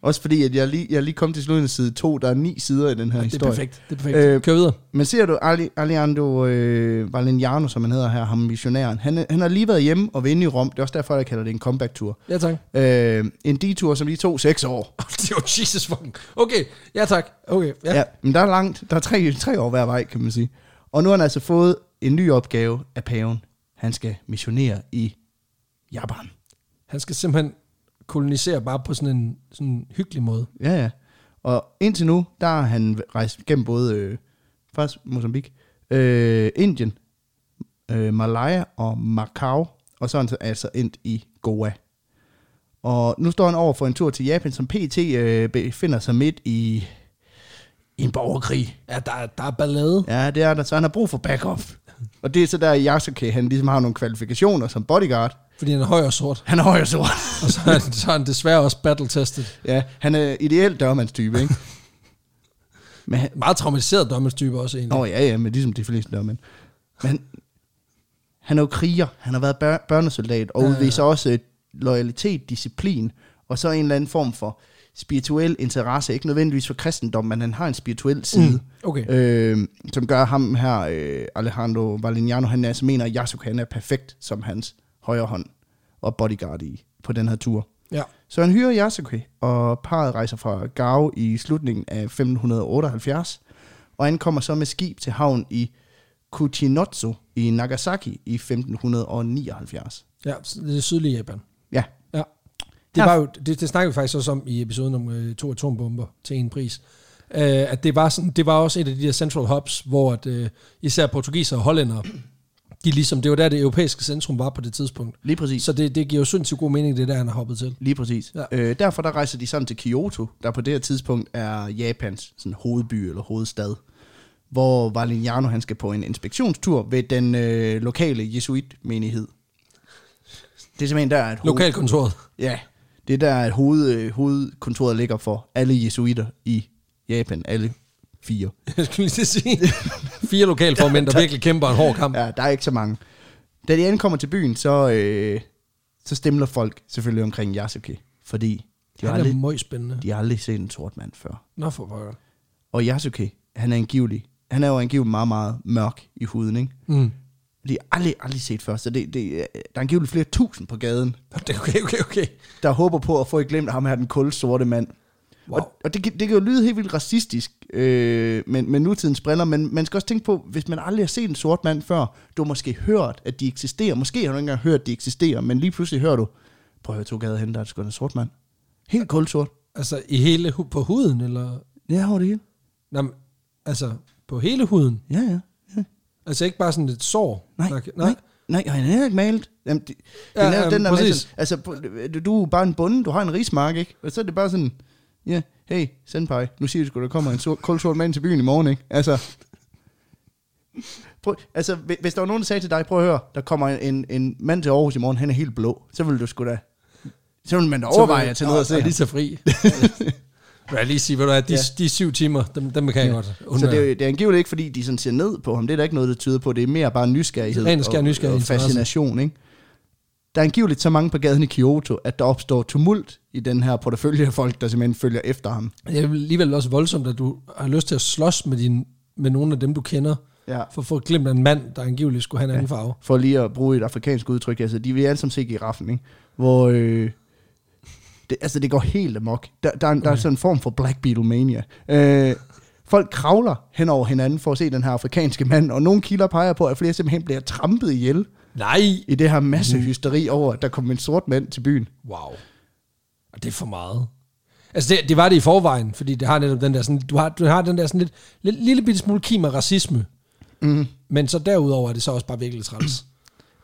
Speaker 2: Også fordi, at jeg lige, jeg lige kom til slutningen af side 2, der er ni sider i den her
Speaker 1: Det er
Speaker 2: historie.
Speaker 1: perfekt. Det er perfekt. Øh,
Speaker 2: Øh,
Speaker 1: Kør videre.
Speaker 2: Men ser du Ali, Alejandro øh, Valeniano, som han hedder her, ham missionæren, han, han har lige været hjemme og vinde i Rom. Det er også derfor, jeg kalder det en comeback-tur.
Speaker 1: Ja, tak.
Speaker 2: Øh, en detur, som lige tog seks år.
Speaker 1: Det var Jesus fucking. Okay, ja tak. Okay, ja.
Speaker 2: Ja. ja. men der er langt. Der er tre, tre år hver vej, kan man sige. Og nu har han altså fået en ny opgave af paven. Han skal missionere i Japan.
Speaker 1: Han skal simpelthen kolonisere bare på sådan en sådan hyggelig måde.
Speaker 2: Ja, ja. Og indtil nu, der har han rejst gennem både, øh, faktisk Mozambique, øh, Indien, øh, Malaya og Macau, og så er han så altså endt i Goa. Og nu står han over for en tur til Japan, som PT øh, befinder sig midt i, i en borgerkrig.
Speaker 1: Ja, der, er- der er ballade.
Speaker 2: Ja, det er der, så han har brug for backup. Og det er så der, Yasuke, han ligesom har nogle kvalifikationer som bodyguard,
Speaker 1: Fordi han er høj og sort.
Speaker 2: Han er høj og sort.
Speaker 1: Og så er han, så er han desværre også battle-testet.
Speaker 2: ja, han er ideelt dørmandstype, ikke? Men han,
Speaker 1: Meget traumatiseret dommerstype også egentlig.
Speaker 2: Nå ja, ja, men ligesom de fleste dørmænd. Men han er jo kriger, han har været bør- børnesoldat, og
Speaker 1: Ja, ja, ja.
Speaker 2: udviser også øh, loyalitet, disciplin, og så en eller anden form for spirituel interesse. Ikke nødvendigvis for kristendom, men han har en spirituel side,
Speaker 1: Okay.
Speaker 2: mm. øh, som gør ham her, øh, Alejandro Valignano, han altså mener, at Yasuke han er perfekt som hans højre hånd og bodyguard i, på den her tur.
Speaker 1: Ja.
Speaker 2: Så han hyrer Yasuke, og parret rejser fra Gao i slutningen af 1578, og ankommer så med skib til havn i Kuchinotsu i Nagasaki i 1579.
Speaker 1: Ja, så det er sydlige Japan.
Speaker 2: Ja,
Speaker 1: Ja.
Speaker 2: Ja.
Speaker 1: Det, var jo, det, det snakkede vi faktisk også om i episoden om øh, to atombomber til en pris. Øh, at det var, sådan, det var også et af de der central hubs, hvor at, øh, især portugiser og hollændere, de ligesom, det var der det europæiske centrum var på det tidspunkt.
Speaker 2: lige præcis.
Speaker 1: Så det, det giver jo sindssygt god mening, det der han har hoppet til.
Speaker 2: Lige præcis.
Speaker 1: Ja.
Speaker 2: Ja. Øh, derfor der rejser de sammen til Kyoto, der på det her tidspunkt er Japans sådan, hovedby eller hovedstad, hvor Valignano han skal på en inspektionstur ved den øh, lokale jesuitmenighed. Det er simpelthen der, at hoved-
Speaker 1: Lokalkontoret.
Speaker 2: Ja, det er der, at hoved, øh, hovedkontoret ligger for alle jesuiter i Japan, alle fire.
Speaker 1: Jeg skulle lige til at sige. Fire lokalformænd, der virkelig kæmper en hård kamp.
Speaker 2: Ja, der er ikke så mange. Da de ankommer til byen, så, øh, så stemler folk selvfølgelig omkring Yasuke, fordi de har,
Speaker 1: Han er
Speaker 2: aldrig,
Speaker 1: møgspændende.
Speaker 2: de har aldrig set en sort mand før.
Speaker 1: Nå for pokker.
Speaker 2: Og Yasuke, han er angivelig, han er jo angiveligt meget, meget mørk i huden, ikke?
Speaker 1: Mm.
Speaker 2: De har aldrig, aldrig set før, så det, det, er- der er angiveligt flere tusind på gaden,
Speaker 1: Nå, det er Okay, okay, okay.
Speaker 2: der håber på at få et glemt af ham her, den kolde sorte mand.
Speaker 1: Wow.
Speaker 2: Og, og det, kan- det kan jo lyde helt vildt racistisk øh, med, med nutidens briller, men man skal også tænke på, hvis man aldrig har set en sort mand før, du har måske hørt, at de eksisterer. Måske har du ikke engang hørt, at de eksisterer, men lige pludselig hører du, prøv at høre to gader hen, der er sgu da en sort mand. Helt kulsort.
Speaker 1: Altså i hele hu- på huden, eller?
Speaker 2: Ja, over det hele.
Speaker 1: Nå, men, altså på hele huden?
Speaker 2: Ja, ja. ja.
Speaker 1: Altså ikke bare sådan et sår?
Speaker 2: Nej,
Speaker 1: Der
Speaker 2: nej,
Speaker 1: kan-
Speaker 2: nej. Nej, og han er ikke malet. Jamen, det,
Speaker 1: Ja,
Speaker 2: ja, den er,
Speaker 1: jamen,
Speaker 2: den der med
Speaker 1: præcis.
Speaker 2: sådan, altså, på- du, du er bare en bonde, du har en rismark, ikke? Og så er det bare sådan, ja, yeah, hey, senpai, nu siger du sgu, der kommer en sort, kold sort mand til byen i morgen, ikke? Altså, prøv, altså, hvis- hvis der var nogen, der sagde til dig, prøv at høre, der kommer en, en mand til Aarhus i morgen, han er helt blå, så ville du sgu da, så ville man da overveje at tage ned og se
Speaker 1: Jeg lige
Speaker 2: ham.
Speaker 1: tage fri. Vil jeg lige sige, ved du hvad, de,
Speaker 2: Ja.
Speaker 1: de syv timer, dem, dem kan jeg godt
Speaker 2: Så
Speaker 1: undvære.
Speaker 2: det er, jo- det er angiveligt ikke, fordi de sådan ser ned på ham. Det er der ikke noget, der tyder på. Det er mere bare nysgerrighed
Speaker 1: Ren og skær nysgerrighed,
Speaker 2: og
Speaker 1: interesse.
Speaker 2: fascination. Ikke? Der er angiveligt så mange på gaden i Kyoto, at der opstår tumult i den her portefølje af folk, der simpelthen følger efter ham.
Speaker 1: Det er alligevel også voldsomt, at du har lyst til at slås med, din, med nogle af dem, du kender,
Speaker 2: Ja.
Speaker 1: for at få glemt af en mand, der angiveligt skulle have en anden farve.
Speaker 2: For lige at bruge et afrikansk udtryk, altså, de vil alle sammen se giraffen, ikke? hvor øh, det, altså, det går helt amok. Der, der, er, en- der er sådan en form for Black Beetle Mania. Øh, folk kravler hen over hinanden for at se den her afrikanske mand, og nogle kilder peger på, at flere simpelthen bliver trampet ihjel.
Speaker 1: Nej!
Speaker 2: i det her masse hysteri over, at der kom en sort mand til byen.
Speaker 1: Wow. Og det er for meget. Altså, det, det var det i forvejen, fordi det har netop den der sådan, du har, du har den der sådan lidt, lidt lille bitte smule kim af racisme,
Speaker 2: Mm.
Speaker 1: men så derudover er det så også bare virkelig træls,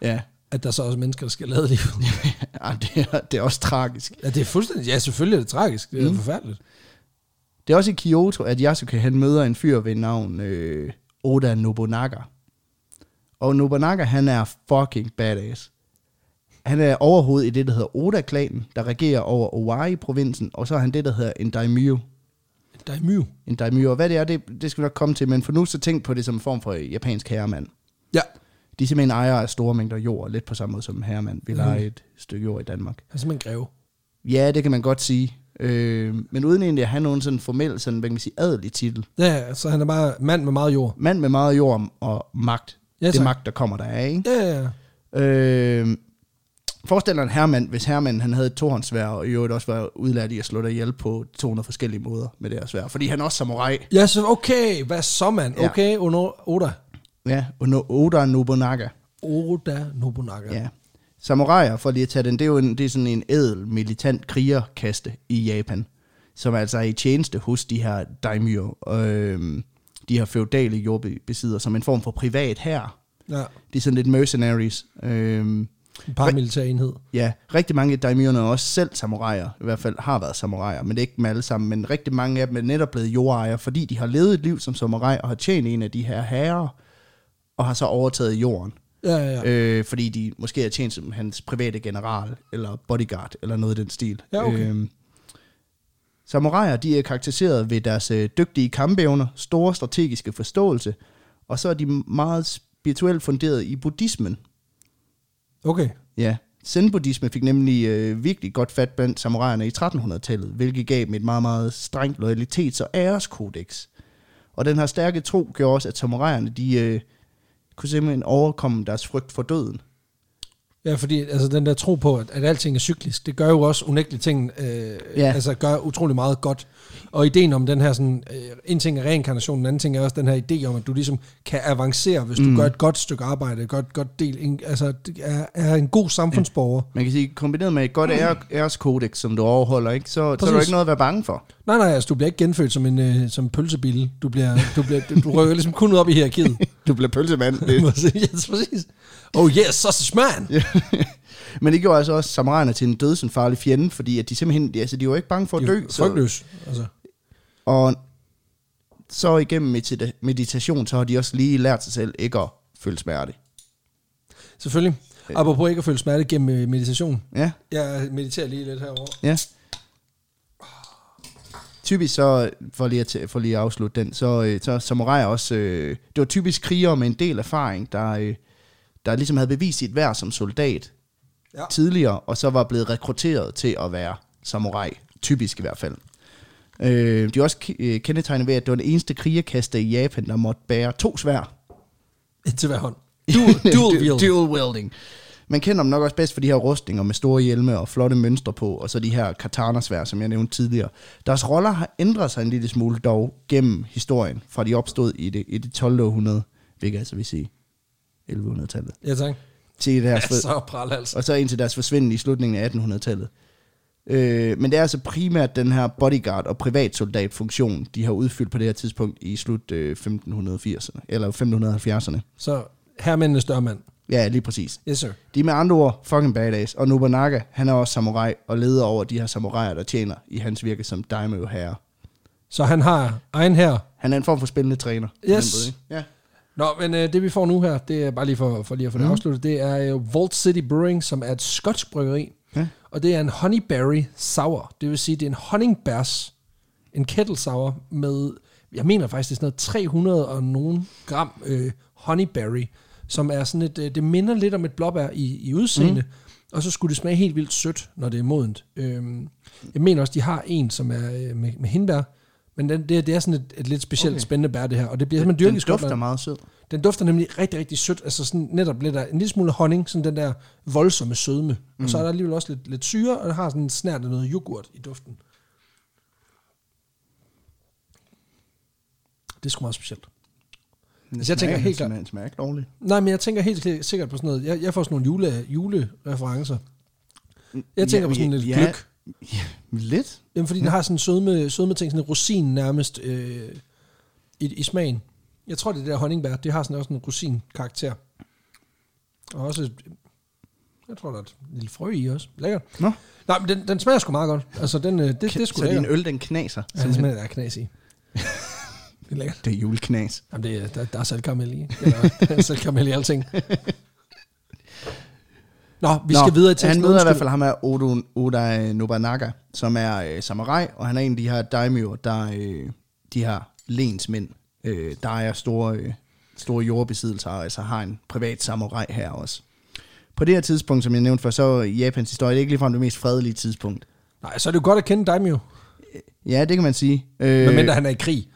Speaker 2: Ja,
Speaker 1: at der så også er mennesker, der skal lade livet.
Speaker 2: Ej, det er, det er også tragisk.
Speaker 1: Ja, det er fuldstændig, ja, selvfølgelig er det tragisk, det er mm. forfærdeligt.
Speaker 2: Det er også i Kyoto, at Yasuke han møder en fyr ved navn øh, Oda Nobunaga. Og Nobunaga, han er fucking badass. Han er overhoved i det, der hedder Oda-klanen, der regerer over Owari-provinsen, og så er han det, der hedder en daimyo.
Speaker 1: Der er myv.
Speaker 2: En daimyo, og hvad det er, det, det skal vi nok komme til, men for nu så tænk på det som en form for øh, japansk herremand.
Speaker 1: Ja.
Speaker 2: De er simpelthen ejere af store mængder jord, lidt på samme måde som herremand vil eje et stykke jord i Danmark.
Speaker 1: Han er simpelthen greve.
Speaker 2: Ja, det kan man godt sige. Øh, men uden egentlig at have nogen sådan formel, sådan, hvad kan man sige, adelig titel.
Speaker 1: Ja, så han er bare mand med meget jord.
Speaker 2: Mand med meget jord og magt.
Speaker 1: Ja,
Speaker 2: Ja, det er
Speaker 1: tak.
Speaker 2: magt, der kommer der af, ikke?
Speaker 1: Ja, ja, ja.
Speaker 2: Øh, forestil dig en herremand, hvis herremanden han havde et tohåndsvær, og i øvrigt også var udlært i at slå dig ihjel på 200 forskellige måder med det her svær. Fordi han er også samurai.
Speaker 1: Ja, så okay, hvad så mand?
Speaker 2: Ja.
Speaker 1: Okay, Ono- Oda.
Speaker 2: Ja, og no, Oda Nobunaga.
Speaker 1: Oda Nobunaga.
Speaker 2: Ja. Samuraier, for lige at tage den, det er jo en, det er sådan en ædel, militant krigerkaste i Japan, som altså er i tjeneste hos de her daimyo, øh, de her feudale jordbesiddere, som en form for privat her.
Speaker 1: ja.
Speaker 2: De er sådan lidt mercenaries. Øh,
Speaker 1: En paramilitær enhed.
Speaker 2: ja, rigtig mange af daimyoerne er også selv samuraier, i hvert fald har været samuraier, men det er ikke dem alle sammen, men rigtig mange af dem er netop blevet jordejere, fordi de har levet et liv som samurai og har tjent en af de her herrer, og har så overtaget jorden.
Speaker 1: Ja, ja, ja.
Speaker 2: øh, fordi de måske har tjent som hans private general, eller bodyguard, eller noget i den stil.
Speaker 1: Ja, okay.
Speaker 2: Øhm, samuraier, de er karakteriseret ved deres øh, dygtige kampevner, store strategiske forståelse, og så er de meget spirituelt funderet i buddhismen.
Speaker 1: Okay.
Speaker 2: Ja, zen-buddhisme fik nemlig øh, virkelig godt fat blandt samuraierne i 1300-tallet, hvilket gav dem et meget, meget strengt loyalitets- og æreskodex. Og den her stærke tro gjorde også, at samuraierne de, øh, kunne simpelthen overkomme deres frygt for døden.
Speaker 1: Ja, fordi altså, den der tro på, at, at alting er cyklisk, det gør jo også unægteligt ting, øh,
Speaker 2: Ja.
Speaker 1: ja. altså gør utrolig meget godt. Og ideen om den her, sådan, øh, en ting er reinkarnation, en anden ting er også den her idé om, at du ligesom kan avancere, hvis du
Speaker 2: Mm.
Speaker 1: gør et godt stykke arbejde, et godt, godt del, en, altså det er, er en god samfundsborger.
Speaker 2: Man kan sige, kombineret med et godt ære, æreskodex, som du overholder, ikke, så, så er der
Speaker 1: Præcis.
Speaker 2: ikke noget at være bange for.
Speaker 1: Nej, nej, altså du bliver ikke genfødt som en øh, som en pølsebille. Du, bliver, du, bliver, du, du rører ligesom kun op i hierarkiet.
Speaker 2: Du bliver pølsemand. Det.
Speaker 1: yes, præcis. Oh yes, sausage man!
Speaker 2: Men det gjorde altså også samuraierne til en dødsenfarlig fjende, fordi at de simpelthen, altså de var ikke bange for at dø.
Speaker 1: Det er
Speaker 2: så-
Speaker 1: Frygtløs. Altså.
Speaker 2: Og så igennem medita- meditation, så har de også lige lært sig selv ikke at føle smerte.
Speaker 1: Selvfølgelig. Apropos ikke at føle smerte gennem øh, meditation.
Speaker 2: Ja,
Speaker 1: Jeg mediterer lige lidt herovre.
Speaker 2: ja. Typisk så, for lige at, tæ- for lige at afslutte den, så, øh, så samuraier også, øh, det var typisk krigere med en del erfaring, der, øh, der ligesom havde bevist sit værd som soldat
Speaker 1: Ja.
Speaker 2: tidligere, og så var blevet rekrutteret til at være samurai, typisk i hvert fald. Øh, de er også ke- øh, kendetegnet ved, at det var den eneste krigerkaster i Japan, der måtte bære to svær.
Speaker 1: Til hver hånd. Dual, dual wield.
Speaker 2: dual wielding. Man kender dem nok også bedst for de her rustninger med store hjelme og flotte mønstre på, og så de her katanasvær, som jeg nævnte tidligere. Deres roller har ændret sig en lille smule dog gennem historien, fra de opstod i det, i det 12. århundrede, hvilket altså vil sige 1100-tallet,
Speaker 1: Ja, tak.
Speaker 2: til deres,
Speaker 1: Ja, så pral altså.
Speaker 2: og så indtil deres forsvinden i slutningen af 1800-tallet. Øh, men det er altså primært den her bodyguard- og privatsoldatfunktion, de har udfyldt på det her tidspunkt i slut øh, 1580'erne, eller 1570'erne.
Speaker 1: Så herremændenes dørmand.
Speaker 2: Ja, lige præcis.
Speaker 1: Yes, sir.
Speaker 2: De er med andre ord fucking badass, og Nobunaga, han er også samurai og leder over de her samuraier, der tjener i hans virke som daimyo herre.
Speaker 1: Så han har egen her.
Speaker 2: Han er en form for spændende træner. på
Speaker 1: Yes.
Speaker 2: den ikke? Ja.
Speaker 1: Nå, men øh, det vi får nu her, det er bare lige for, for lige at få det mm. afsluttet, det er øh, Vault City Brewing, som er et skotsk bryggeri.
Speaker 2: Ja.
Speaker 1: Og det er en honeyberry sour. Det vil sige, det er en honningbærs, en kettle sour med, jeg mener faktisk, det er sådan noget 300 og nogen gram øh, honeyberry, som er sådan et, øh, det minder lidt om et blåbær i, i udseende, mm. og så skulle det smage helt vildt sødt, når det er modent. Øhm, jeg mener også, de har en, som er øh, med, med hindbær, men den, det, det er sådan et, et lidt specielt okay. spændende bær, det her, og det bliver simpelthen dyrket
Speaker 2: Den
Speaker 1: i Skotland.
Speaker 2: dufter meget sød.
Speaker 1: Den dufter nemlig rigtig, rigtig sødt, altså sådan netop lidt af, en lille smule honning, sådan den der voldsomme sødme. Mm. Og så er der alligevel også lidt, lidt syre, og der har sådan en snært af noget yoghurt i duften. Det er sgu meget specielt.
Speaker 2: Den
Speaker 1: Altså, jeg tænker
Speaker 2: smager-
Speaker 1: helt
Speaker 2: den
Speaker 1: klart-
Speaker 2: smager- smager ikke dårligt.
Speaker 1: Nej, men jeg tænker helt sikkert på sådan noget. Jeg, jeg får sådan nogle jule, julereferencer. Jeg tænker på sådan lidt
Speaker 2: ja,
Speaker 1: gløk.
Speaker 2: Ja, lidt.
Speaker 1: Jamen, fordi den har sådan en sødme, sødme ting, sådan en rosin nærmest øh, i, i smagen. Jeg tror, det er det der honningbær, det har sådan også en rosin-karakter. Og også, et- jeg tror, der er et lille frø i også. Lækkert.
Speaker 2: Nå.
Speaker 1: Nej, men den, den smager sgu meget godt. Altså, den, øh, det, det er sgu
Speaker 2: så din
Speaker 1: lækkert.
Speaker 2: øl, den knaser.
Speaker 1: Ja, den smager, der er knas i. det er lækkert.
Speaker 2: Det er juleknas.
Speaker 1: Jamen, det, er- der, der er saltkaramel i. Eller, der er saltkaramel i alting. Nå, vi Nå, skal videre til
Speaker 2: Han møder i hvert fald ham er Odo, Oda Nobunaga, som er øh, samurai, og han er en af de her daimyo, der øh, de her lensmænd, øh, der er store, øh, store jordbesiddelser, og altså har en privat samurai her også. På det her tidspunkt, som jeg nævnte før, så er Japans historie det er ikke ligefrem det mest fredelige tidspunkt.
Speaker 1: Nej, så er det jo godt at kende Daimyo.
Speaker 2: Ja, det kan man sige. Øh,
Speaker 1: Men mindre han er i krig.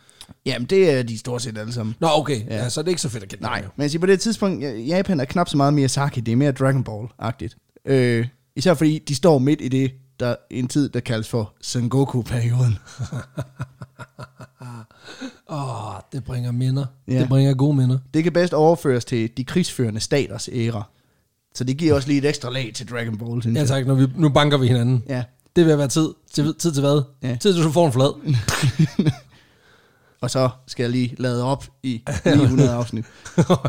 Speaker 2: Jamen, det er de stort set alle sammen.
Speaker 1: Nå, okay. Ja. ja, så er det ikke så fedt at kende
Speaker 2: Nej,
Speaker 1: Daimyo.
Speaker 2: men jeg siger, på det tidspunkt, ja, Japan er knap så meget Miyazaki, det er mere Dragon Ball-agtigt. Øh, især fordi de står midt i det, der en tid, der kaldes for Sengoku-perioden.
Speaker 1: Åh, oh, det bringer minder.
Speaker 2: Ja.
Speaker 1: Ja. Det bringer gode minder.
Speaker 2: Det kan bedst overføres til de krigsførende staters æra. Så det giver også lige et ekstra lag til Dragon Ball, synes
Speaker 1: Ja
Speaker 2: jeg.
Speaker 1: tak, når vi, nu banker vi hinanden. Ja.
Speaker 2: Ja,
Speaker 1: Det vil være tid. Tid, tid til hvad?
Speaker 2: Ja.
Speaker 1: Ja. Tid til, du får en flad.
Speaker 2: og så skal jeg lige lade op i 900 afsnit.
Speaker 1: der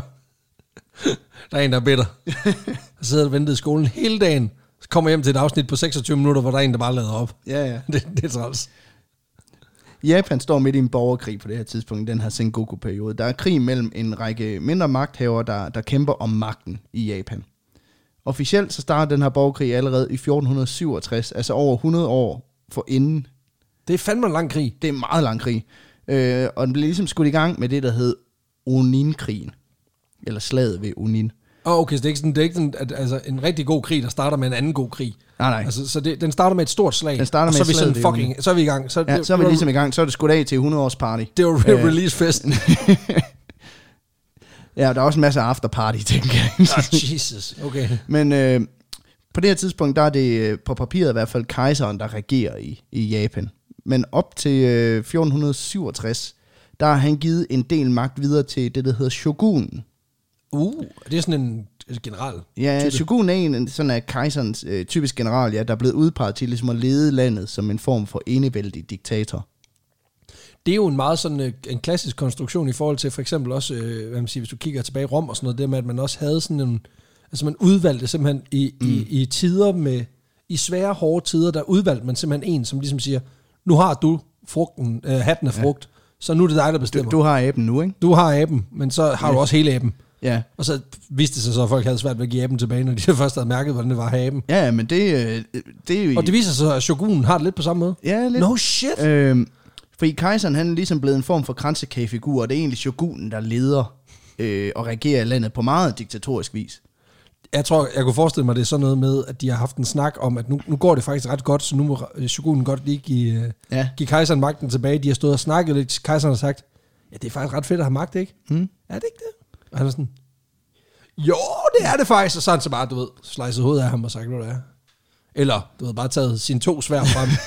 Speaker 1: er en, der er bitter. Jeg sidder og venter i skolen hele dagen. Så kommer jeg hjem til et afsnit på 26 minutter, hvor der er en, der bare lader op.
Speaker 2: Ja, ja.
Speaker 1: Det, det er træls.
Speaker 2: Japan står midt i en borgerkrig på det her tidspunkt, i den her Sengoku-periode. Der er krig mellem en række mindre magthavere, der, der kæmper om magten i Japan. Officielt så starter den her borgerkrig allerede i 1467, altså over 100 år forinden
Speaker 1: Det er fandme en lang krig.
Speaker 2: det er en meget lang krig. Øh, og den blev ligesom skudt i gang med det, der hed Onin-krigen. Eller slaget ved Onin.
Speaker 1: Og okay, så det er ikke sådan, det er ikke sådan at, altså, en rigtig god krig, der starter med en anden god krig.
Speaker 2: Nej, nej.
Speaker 1: Altså, så det, den starter med et stort slag.
Speaker 2: Den starter
Speaker 1: og
Speaker 2: med
Speaker 1: så er
Speaker 2: et
Speaker 1: vi
Speaker 2: slag, det
Speaker 1: sådan
Speaker 2: er jo
Speaker 1: fucking, så er vi i gang. Så,
Speaker 2: Ja, så er vi
Speaker 1: det-
Speaker 2: ligesom i gang. Så er det skudt af til 100-års party.
Speaker 1: Det var re- release-festen.
Speaker 2: Ja, og der er også en masse afterparty, tænker jeg.
Speaker 1: oh, Jesus, okay.
Speaker 2: Men øh, på det her tidspunkt, der er det øh, på papiret i hvert fald kejseren, der regerer i, i Japan. Men op til øh, 1467, der har han givet en del magt videre til det, der hedder shogunen.
Speaker 1: Uh, det er sådan en altså general.
Speaker 2: Ja,
Speaker 1: type.
Speaker 2: Shogun er en, en- sådan er kejserens øh, typisk general, ja, der er blevet udpeget til ligesom at lede landet som en form for enevældig diktator.
Speaker 1: Det er jo en meget sådan øh, en klassisk konstruktion i forhold til for eksempel også, øh, hvad man siger, hvis du kigger tilbage i Rom og sådan noget, det med, at man også havde sådan en, altså man udvalgte simpelthen i, mm. i, i tider med, i svære hårde tider, der udvalgte man simpelthen en, som ligesom siger, nu har du frugten, øh, hatten af frugt, ja. så nu er det dig, der
Speaker 2: Du,
Speaker 1: bestemmer. Du,
Speaker 2: du har aben nu, ikke?
Speaker 1: du, du har aben, men så har ja. du også hele aben.
Speaker 2: Ja.
Speaker 1: Og så viste det sig så, at folk havde svært ved at give aben tilbage, når de først havde mærket, hvordan det var at have aben.
Speaker 2: Ja, men det, øh, det er jo...
Speaker 1: Og det viser sig, så, at shogunen har det lidt på samme måde.
Speaker 2: ja, lidt.
Speaker 1: No shit!
Speaker 2: Øhm, fordi kejseren, han er ligesom blevet en form for kransekagefigur, og det er egentlig shogunen, der leder øh, og regerer landet på meget diktatorisk vis.
Speaker 1: Jeg tror, jeg kunne forestille mig, det er sådan noget med, at de har haft en snak om, at nu, nu går det faktisk ret godt, så nu må øh, shogunen godt lige give, øh,
Speaker 2: Ja.
Speaker 1: give kejseren magten tilbage. De har stået og snakket lidt, kejseren har sagt, ja, det er faktisk ret fedt at have magt, ikke?
Speaker 2: Hmm.
Speaker 1: Er det ikke det? Og han er sådan, jo, det er det faktisk. Og så er han så bare, du ved, slicet hovedet af ham og sagt, hvad det er. Eller, du ved, bare taget sine to svær frem.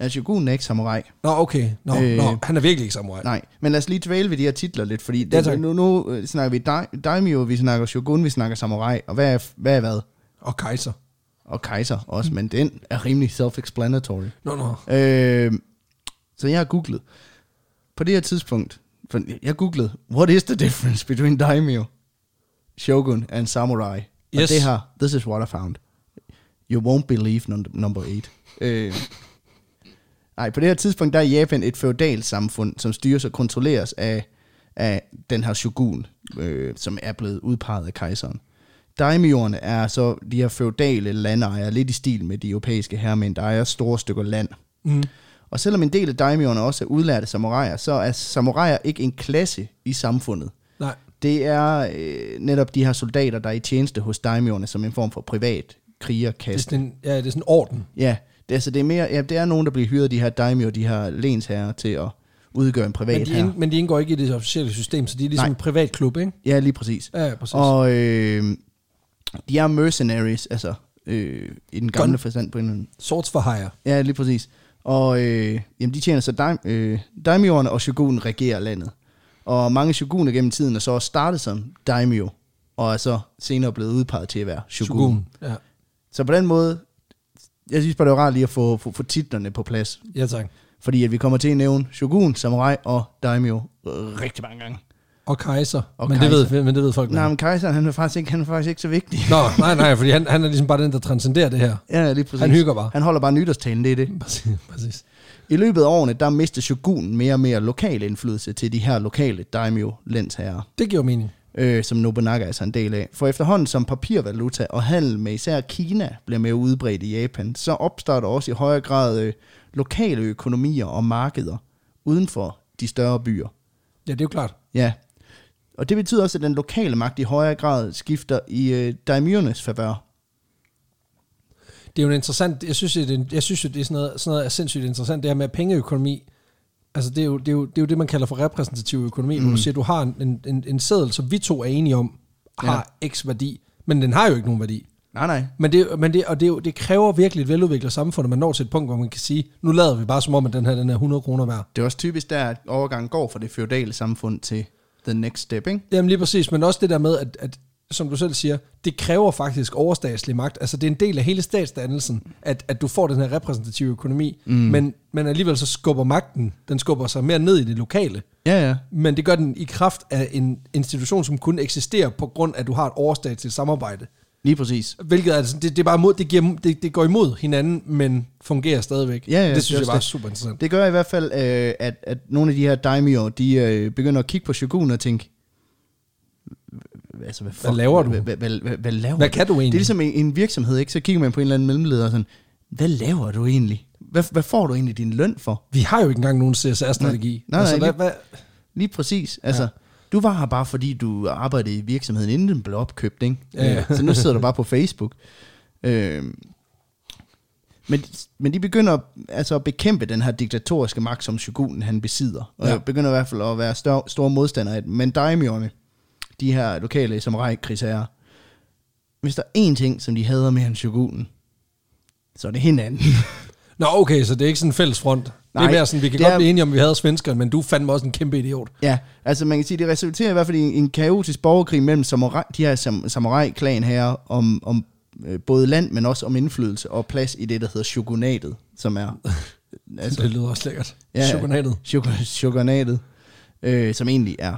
Speaker 2: Ja, shogunen er ikke samurai.
Speaker 1: nå, okay. Nå, øh,
Speaker 2: Øh.
Speaker 1: nå, han er virkelig ikke samurai.
Speaker 2: Nej, men lad os lige dvæle ved de her titler lidt, fordi
Speaker 1: Ja,
Speaker 2: det,
Speaker 1: tak.
Speaker 2: nu, nu øh, snakker vi dai- daimyo, vi snakker shogun, vi snakker samurai, og hvad er, hvad er hvad?
Speaker 1: Og kejser.
Speaker 2: og kejser
Speaker 1: Mm.
Speaker 2: også, men den er rimelig self-explanatory.
Speaker 1: Nå, nå.
Speaker 2: Øh, så jeg har googlet. På det her tidspunkt, for jeg googlede, what is the difference between daimyo, shogun and samurai? Yes.
Speaker 1: Yes.
Speaker 2: Og det her, this is what I found. You won't believe num- number 8. Øh, ej, på det her tidspunkt, der er Japan et feudalt samfund, som styres og kontrolleres af, af den her shogun, øh, som er blevet udpeget af kejseren. Daimyoerne er så de her feudale landejere, lidt i stil med de europæiske herremænd, der ejer store stykker land.
Speaker 1: Mm.
Speaker 2: Og selvom en del af daimyoerne også er udlærte samuraier, så er samuraier ikke en klasse i samfundet.
Speaker 1: Nej.
Speaker 2: Det er øh, netop de her soldater, der er i tjeneste hos daimyoerne som en form for privat
Speaker 1: Det er
Speaker 2: krigerkaste.
Speaker 1: sådan en, ja, det er sådan en orden.
Speaker 2: Ja, det, altså det er mere, ja, det er nogen, der bliver hyret, de her daimyo, de her lensherrer, til at udgøre en
Speaker 1: Men
Speaker 2: privat
Speaker 1: de, ind,
Speaker 2: her.
Speaker 1: men de indgår ikke i det officielle system, så de er ligesom
Speaker 2: Nej.
Speaker 1: en privat klub, ikke?
Speaker 2: Ja, lige præcis.
Speaker 1: Ja, ja, præcis.
Speaker 2: Og øh, de er mercenaries, altså øh, i den gamle
Speaker 1: Gun-
Speaker 2: forstand på en eller anden.
Speaker 1: Sorts for hire.
Speaker 2: Ja, lige præcis. Og øh, jamen, de tjener så daim, øh, daimyoerne, og shogunen regerer landet. Og mange shoguner gennem tiden er så også startet som daimyo, og er så senere blevet udpeget til at være shogun. shogun.
Speaker 1: Shogun. Ja.
Speaker 2: Så på den måde, jeg synes bare, det var rart lige at få, få, få titlerne på plads.
Speaker 1: ja, tak.
Speaker 2: Fordi at vi kommer til at nævne shogun, samurai og daimyo øh, rigtig mange gange.
Speaker 1: Og kejser.
Speaker 2: Og
Speaker 1: men, Det
Speaker 2: kejser.
Speaker 1: ved, men det ved folk
Speaker 2: Nej,
Speaker 1: ikke.
Speaker 2: men kejseren, han er faktisk ikke, han er faktisk ikke så vigtig.
Speaker 1: Nå, nej, nej, fordi han, han er ligesom bare den, der transcenderer det her.
Speaker 2: Ja, lige præcis.
Speaker 1: Han hygger bare.
Speaker 2: Han holder bare nytårstalen, det er det.
Speaker 1: Præcis. præcis.
Speaker 2: I løbet af årene, der mister shogunen mere og mere lokal indflydelse til de her lokale daimyo-lensherrer.
Speaker 1: Det giver mening.
Speaker 2: øh, som Nobunaga er altså en del af. For efterhånden som papirvaluta og handel med især Kina bliver mere udbredt i Japan, så opstår der også i højere grad øh, lokale økonomier og markeder uden for de større byer.
Speaker 1: Ja, det er jo klart.
Speaker 2: Ja. Og det betyder også, at den lokale magt i højere grad skifter i øh, daimyonernes favør.
Speaker 1: Det er jo en interessant... Jeg synes, det er, en- jeg synes jo, det er sådan noget, sådan noget er sindssygt interessant, det her med pengeøkonomi. Altså, det er, jo, det, er jo, det er jo det, man kalder for repræsentativ økonomi, mm. hvor du siger, du har en, en, en, en seddel, som vi to er enige om, har ja. x værdi, men den har jo ikke nogen værdi.
Speaker 2: Nej, nej.
Speaker 1: Men, det, men det, og det, er jo- det kræver virkelig et veludviklet samfund, at man når til et punkt, hvor man kan sige, nu lader vi bare som om, at den her den er 100 kroner værd.
Speaker 2: Det er også typisk der, at overgangen går fra det feudale samfund til the next step, ikke?
Speaker 1: Jamen lige præcis, men også det der med, at, at som du selv siger, det kræver faktisk overstatslig magt. Altså det er en del af hele statsdannelsen, at, at du får den her repræsentative økonomi, mm. men, men alligevel så skubber magten, den skubber sig mere ned i det lokale.
Speaker 2: Ja, ja.
Speaker 1: Men det gør den i kraft af en institution, som kun eksisterer på grund af, at du har et overstatsligt samarbejde.
Speaker 2: Lige præcis.
Speaker 1: Hvilket er, sådan- det, det, er bare mod, det, giver, det, det går imod hinanden, men fungerer stadigvæk.
Speaker 2: Ja, ja,
Speaker 1: det
Speaker 2: det er
Speaker 1: synes jeg
Speaker 2: også
Speaker 1: bare er
Speaker 2: det.
Speaker 1: super interessant.
Speaker 2: Det gør i hvert fald, øh, at, at nogle af de her daimyoer, de øh, begynder at kigge på shogun og tænke, "Hva- altså, hvad, fuck,
Speaker 1: laver du?
Speaker 2: Hvad, hvad, hvad, hvad, hvad laver
Speaker 1: Hvad
Speaker 2: du?
Speaker 1: kan du
Speaker 2: Det er
Speaker 1: egentlig?
Speaker 2: ligesom en, en virksomhed, ikke? så kigger man på en eller anden mellemleder og sådan, hvad laver du egentlig? Hvad, hvad får du egentlig din løn for?
Speaker 1: Vi har jo ikke engang nogen CSR-strategi.
Speaker 2: Nej, nej,
Speaker 1: altså,
Speaker 2: lige-
Speaker 1: hvad, hvad,
Speaker 2: Lige præcis. Altså,
Speaker 1: Ja.
Speaker 2: ja. du var her bare, fordi du arbejdede i virksomheden, inden den blev opkøbt, ikke?
Speaker 1: Ja, ja.
Speaker 2: Øh, Så nu sidder du bare på Facebook. Øh, men, men de begynder at- altså at bekæmpe den her diktatoriske magt, som Shogunen han besidder. Og
Speaker 1: Ja.
Speaker 2: ja. begynder i hvert fald at være stør, store modstandere af den. Men daimyoerne, de her lokale samurai-krigsherrer, hvis der er én ting, som de hader mere end Shogunen, så er det hinanden.
Speaker 1: Nå, okay, så det er ikke sådan en fælles front. Nej, det er
Speaker 2: Nej,
Speaker 1: mere sådan, vi kan
Speaker 2: det
Speaker 1: godt
Speaker 2: er-
Speaker 1: blive enige om, at vi havde svenskerne, men du fandt mig også en kæmpe idiot.
Speaker 2: Ja, altså man kan sige, det resulterer i hvert fald i en, en kaotisk borgerkrig mellem samurai, de her sam, samurai-klan her om, om øh, både land, men også om indflydelse og plads i det, der hedder shogunatet, som er
Speaker 1: Altså, det lyder også lækkert.
Speaker 2: Ja,
Speaker 1: Ja,
Speaker 2: ja.
Speaker 1: Chokonatet.
Speaker 2: shogun- shogunatet, øh, som egentlig er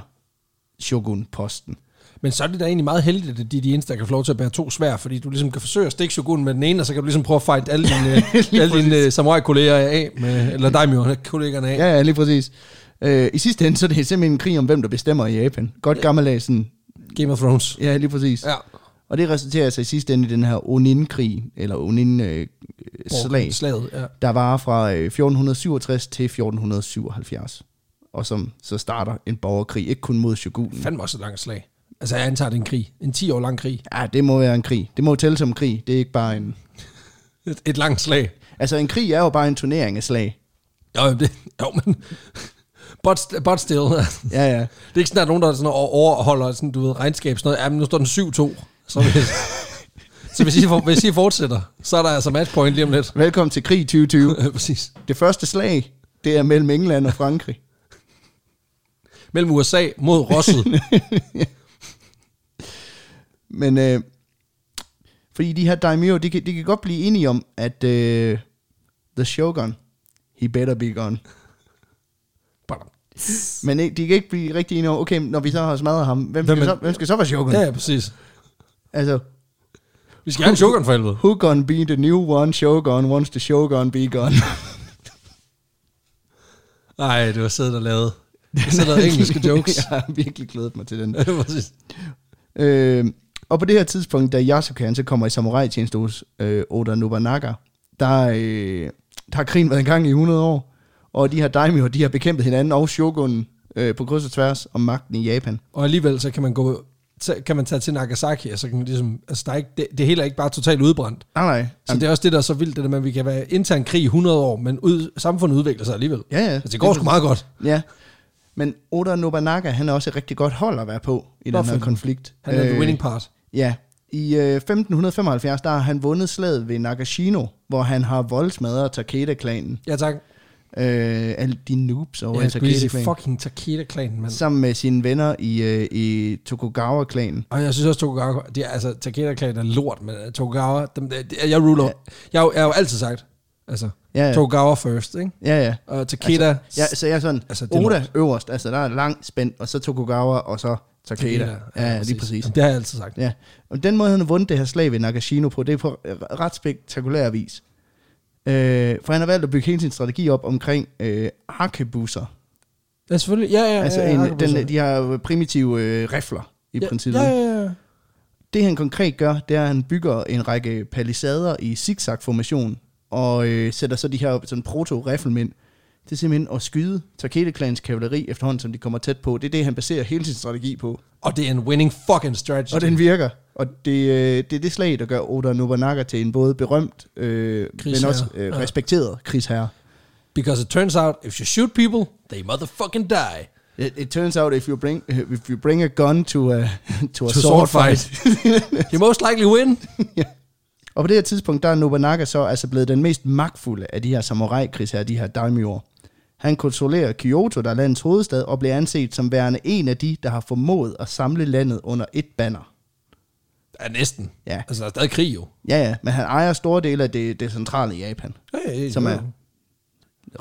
Speaker 2: shogun-posten.
Speaker 1: Men så er det da egentlig meget heldigt, at de er de eneste, der kan få lov til at bære to svær, fordi du ligesom kan forsøge at stikke shogunen med den ene, og så kan du ligesom prøve at fight alle dine, øh, alle dine øh, samurai-kolleger af, med, eller dig, Mjørn, kollegerne af. Ja.
Speaker 2: Ja, ja, lige præcis. Øh, I sidste ende, så er det simpelthen en krig om, hvem der bestemmer i Japan. Godt gammeldags sådan.
Speaker 1: Game of Thrones.
Speaker 2: Ja, lige præcis.
Speaker 1: Ja.
Speaker 2: Og det resulterer sig i sidste ende i den her Onin-krig, eller øh, Onin-slag,
Speaker 1: Slaget, ja.
Speaker 2: der varer fra øh, 1467 til 1477, og som så starter en borgerkrig, ikke kun mod Shogunen.
Speaker 1: Fandt mig også et langt slag. Altså, jeg antager, det er en krig. En 10 år lang krig.
Speaker 2: Ja, det må være en krig. Det må tælle som en krig, det er ikke bare en...
Speaker 1: Et, et langt slag.
Speaker 2: Altså, en krig er jo bare en turnering af slag.
Speaker 1: Jo, jo, det, jo men... But, st- but still. det
Speaker 2: Ja, ja.
Speaker 1: er ikke sådan, at nogen, der sådan over- overholder sådan, du ved, regnskab. Sådan noget. Jamen, nu står den 7-2. Så hvis, så hvis I, for- hvis I fortsætter, så er der altså matchpoint lige om lidt.
Speaker 2: Velkommen til krig 2020.
Speaker 1: Ja, Præcis.
Speaker 2: Det første slag, det er mellem England og Frankrig.
Speaker 1: Mellem USA mod Rosset.
Speaker 2: Men, øh, fordi de her daimyo, de kan, de kan godt blive enige om, at øh, the shogun, he better be gone.
Speaker 1: Badam.
Speaker 2: Men ikke- de kan ikke blive rigtig enige om, okay, når vi så har smadret ham, hvem,
Speaker 1: Hvem
Speaker 2: hvem, skal,
Speaker 1: er-
Speaker 2: så, hvem skal så være shogun?
Speaker 1: ja,
Speaker 2: Ja.
Speaker 1: ja, præcis.
Speaker 2: Altså,
Speaker 1: Vi skal have en joker for helvede.
Speaker 2: Who gonna be the new one Shogun once the Shogun be gone?
Speaker 1: Nej, det var siddet og lavet. Så der engelske jokes.
Speaker 2: jeg har virkelig glædet mig til den.
Speaker 1: Ja, præcis.
Speaker 2: Øh, og på det her tidspunkt, da Yasuke han så kommer i samurai-tjeneste hos øh, Oda Nobunaga, der, øh, der har krigen været i gang i 100 år, og de her daimyo, de har bekæmpet hinanden og shogunen øh, på kryds og tværs om magten i Japan.
Speaker 1: Og alligevel, så kan man gå så kan man tage til Nagasaki, og så kan man ligesom, altså der er ikke, det, det hele er ikke bare totalt udbrændt.
Speaker 2: Nej, nej.
Speaker 1: Så det er også det, der er så vildt, det der med, at vi kan være intern krig i 100 år, men ud, samfundet udvikler sig alligevel.
Speaker 2: Ja, ja.
Speaker 1: Altså, det går sgu meget godt.
Speaker 2: Ja. Men Oda Nobunaga, han er også et rigtig godt hold at være på i
Speaker 1: Nå,
Speaker 2: den her
Speaker 1: for-
Speaker 2: konflikt. Øh,
Speaker 1: Han er the winning part.
Speaker 2: Ja, i øh, 1575, der har han vundet slaget ved Nagashino, hvor han har voldsmadret Takeda-klanen.
Speaker 1: Ja, tak.
Speaker 2: Øh, alle de noobs over
Speaker 1: jeg
Speaker 2: i
Speaker 1: skulle lige sige
Speaker 2: Takeda-klanen.
Speaker 1: fucking Takeda-klanen, mand.
Speaker 2: Sammen med sine venner i, øh, i Tokugawa-klanen.
Speaker 1: Og jeg synes også, Tokugawa, det er, altså, Takeda-klanen er lort, men øh, Tokugawa, dem, det, det- jeg ruler. Ja. Jeg, har jo- jeg har jo altid sagt, altså,
Speaker 2: Ja, ja.
Speaker 1: Tokugawa first, ikke?
Speaker 2: Ja, ja.
Speaker 1: Og Takeda,
Speaker 2: Altså, ja, så jeg er sådan,
Speaker 1: Altså,
Speaker 2: altså,
Speaker 1: det er
Speaker 2: Oda øverst, altså der er langt spændt, og så Tokugawa, og så Takeda. Ja, ja, lige præcis.
Speaker 1: Jamen, det har jeg altid sagt.
Speaker 2: Ja. Og den måde, han har vundet det her slag ved Nagashino på, det er på øh, ret spektakulær vis. Øh, for han har valgt at bygge hele sin strategi op omkring øh, arkebusser.
Speaker 1: Ja, selvfølgelig. Ja, ja, ja.
Speaker 2: Altså
Speaker 1: ja,
Speaker 2: en,
Speaker 1: Hakkebøsser.
Speaker 2: den, de har jo primitive øh, rifler i ja, princippet.
Speaker 1: Ja,
Speaker 2: Ja, ja.
Speaker 1: ja, ja.
Speaker 2: Det han konkret gør, det er, at han bygger en række palisader i zigzag-formation, og øh, sætter så de her sådan proto-riffelmænd til simpelthen at skyde Takeda-klans kavaleri efterhånden, som de kommer tæt på. Det er det, han baserer hele sin strategi på.
Speaker 1: Og det er en winning fucking strategy.
Speaker 2: Og den virker. Og det, øh, det er det slag, der gør Oda Nobunaga til en både berømt, øh, men
Speaker 1: Krigsherre.
Speaker 2: også øh,
Speaker 1: Ja.
Speaker 2: respekteret krigsherre.
Speaker 1: Because it turns out, if you shoot people, they motherfucking die.
Speaker 2: It, it turns out, if you bring, if you bring a gun to a, to
Speaker 1: To
Speaker 2: a sword
Speaker 1: sword
Speaker 2: fight,
Speaker 1: fight. you most likely win.
Speaker 2: Og på det her tidspunkt, der er Nobunaga så altså blevet den mest magtfulde af de her samurai-krigsherrer, de her daimyoer. Han kontrollerer Kyoto, der er landets hovedstad, og bliver anset som værende en af de, der har formået at samle landet under et banner.
Speaker 1: Ja, næsten.
Speaker 2: Ja.
Speaker 1: Altså, der er stadig krig jo.
Speaker 2: Ja, ja, men han ejer store dele af det, det centrale Japan.
Speaker 1: Hey,
Speaker 2: Som er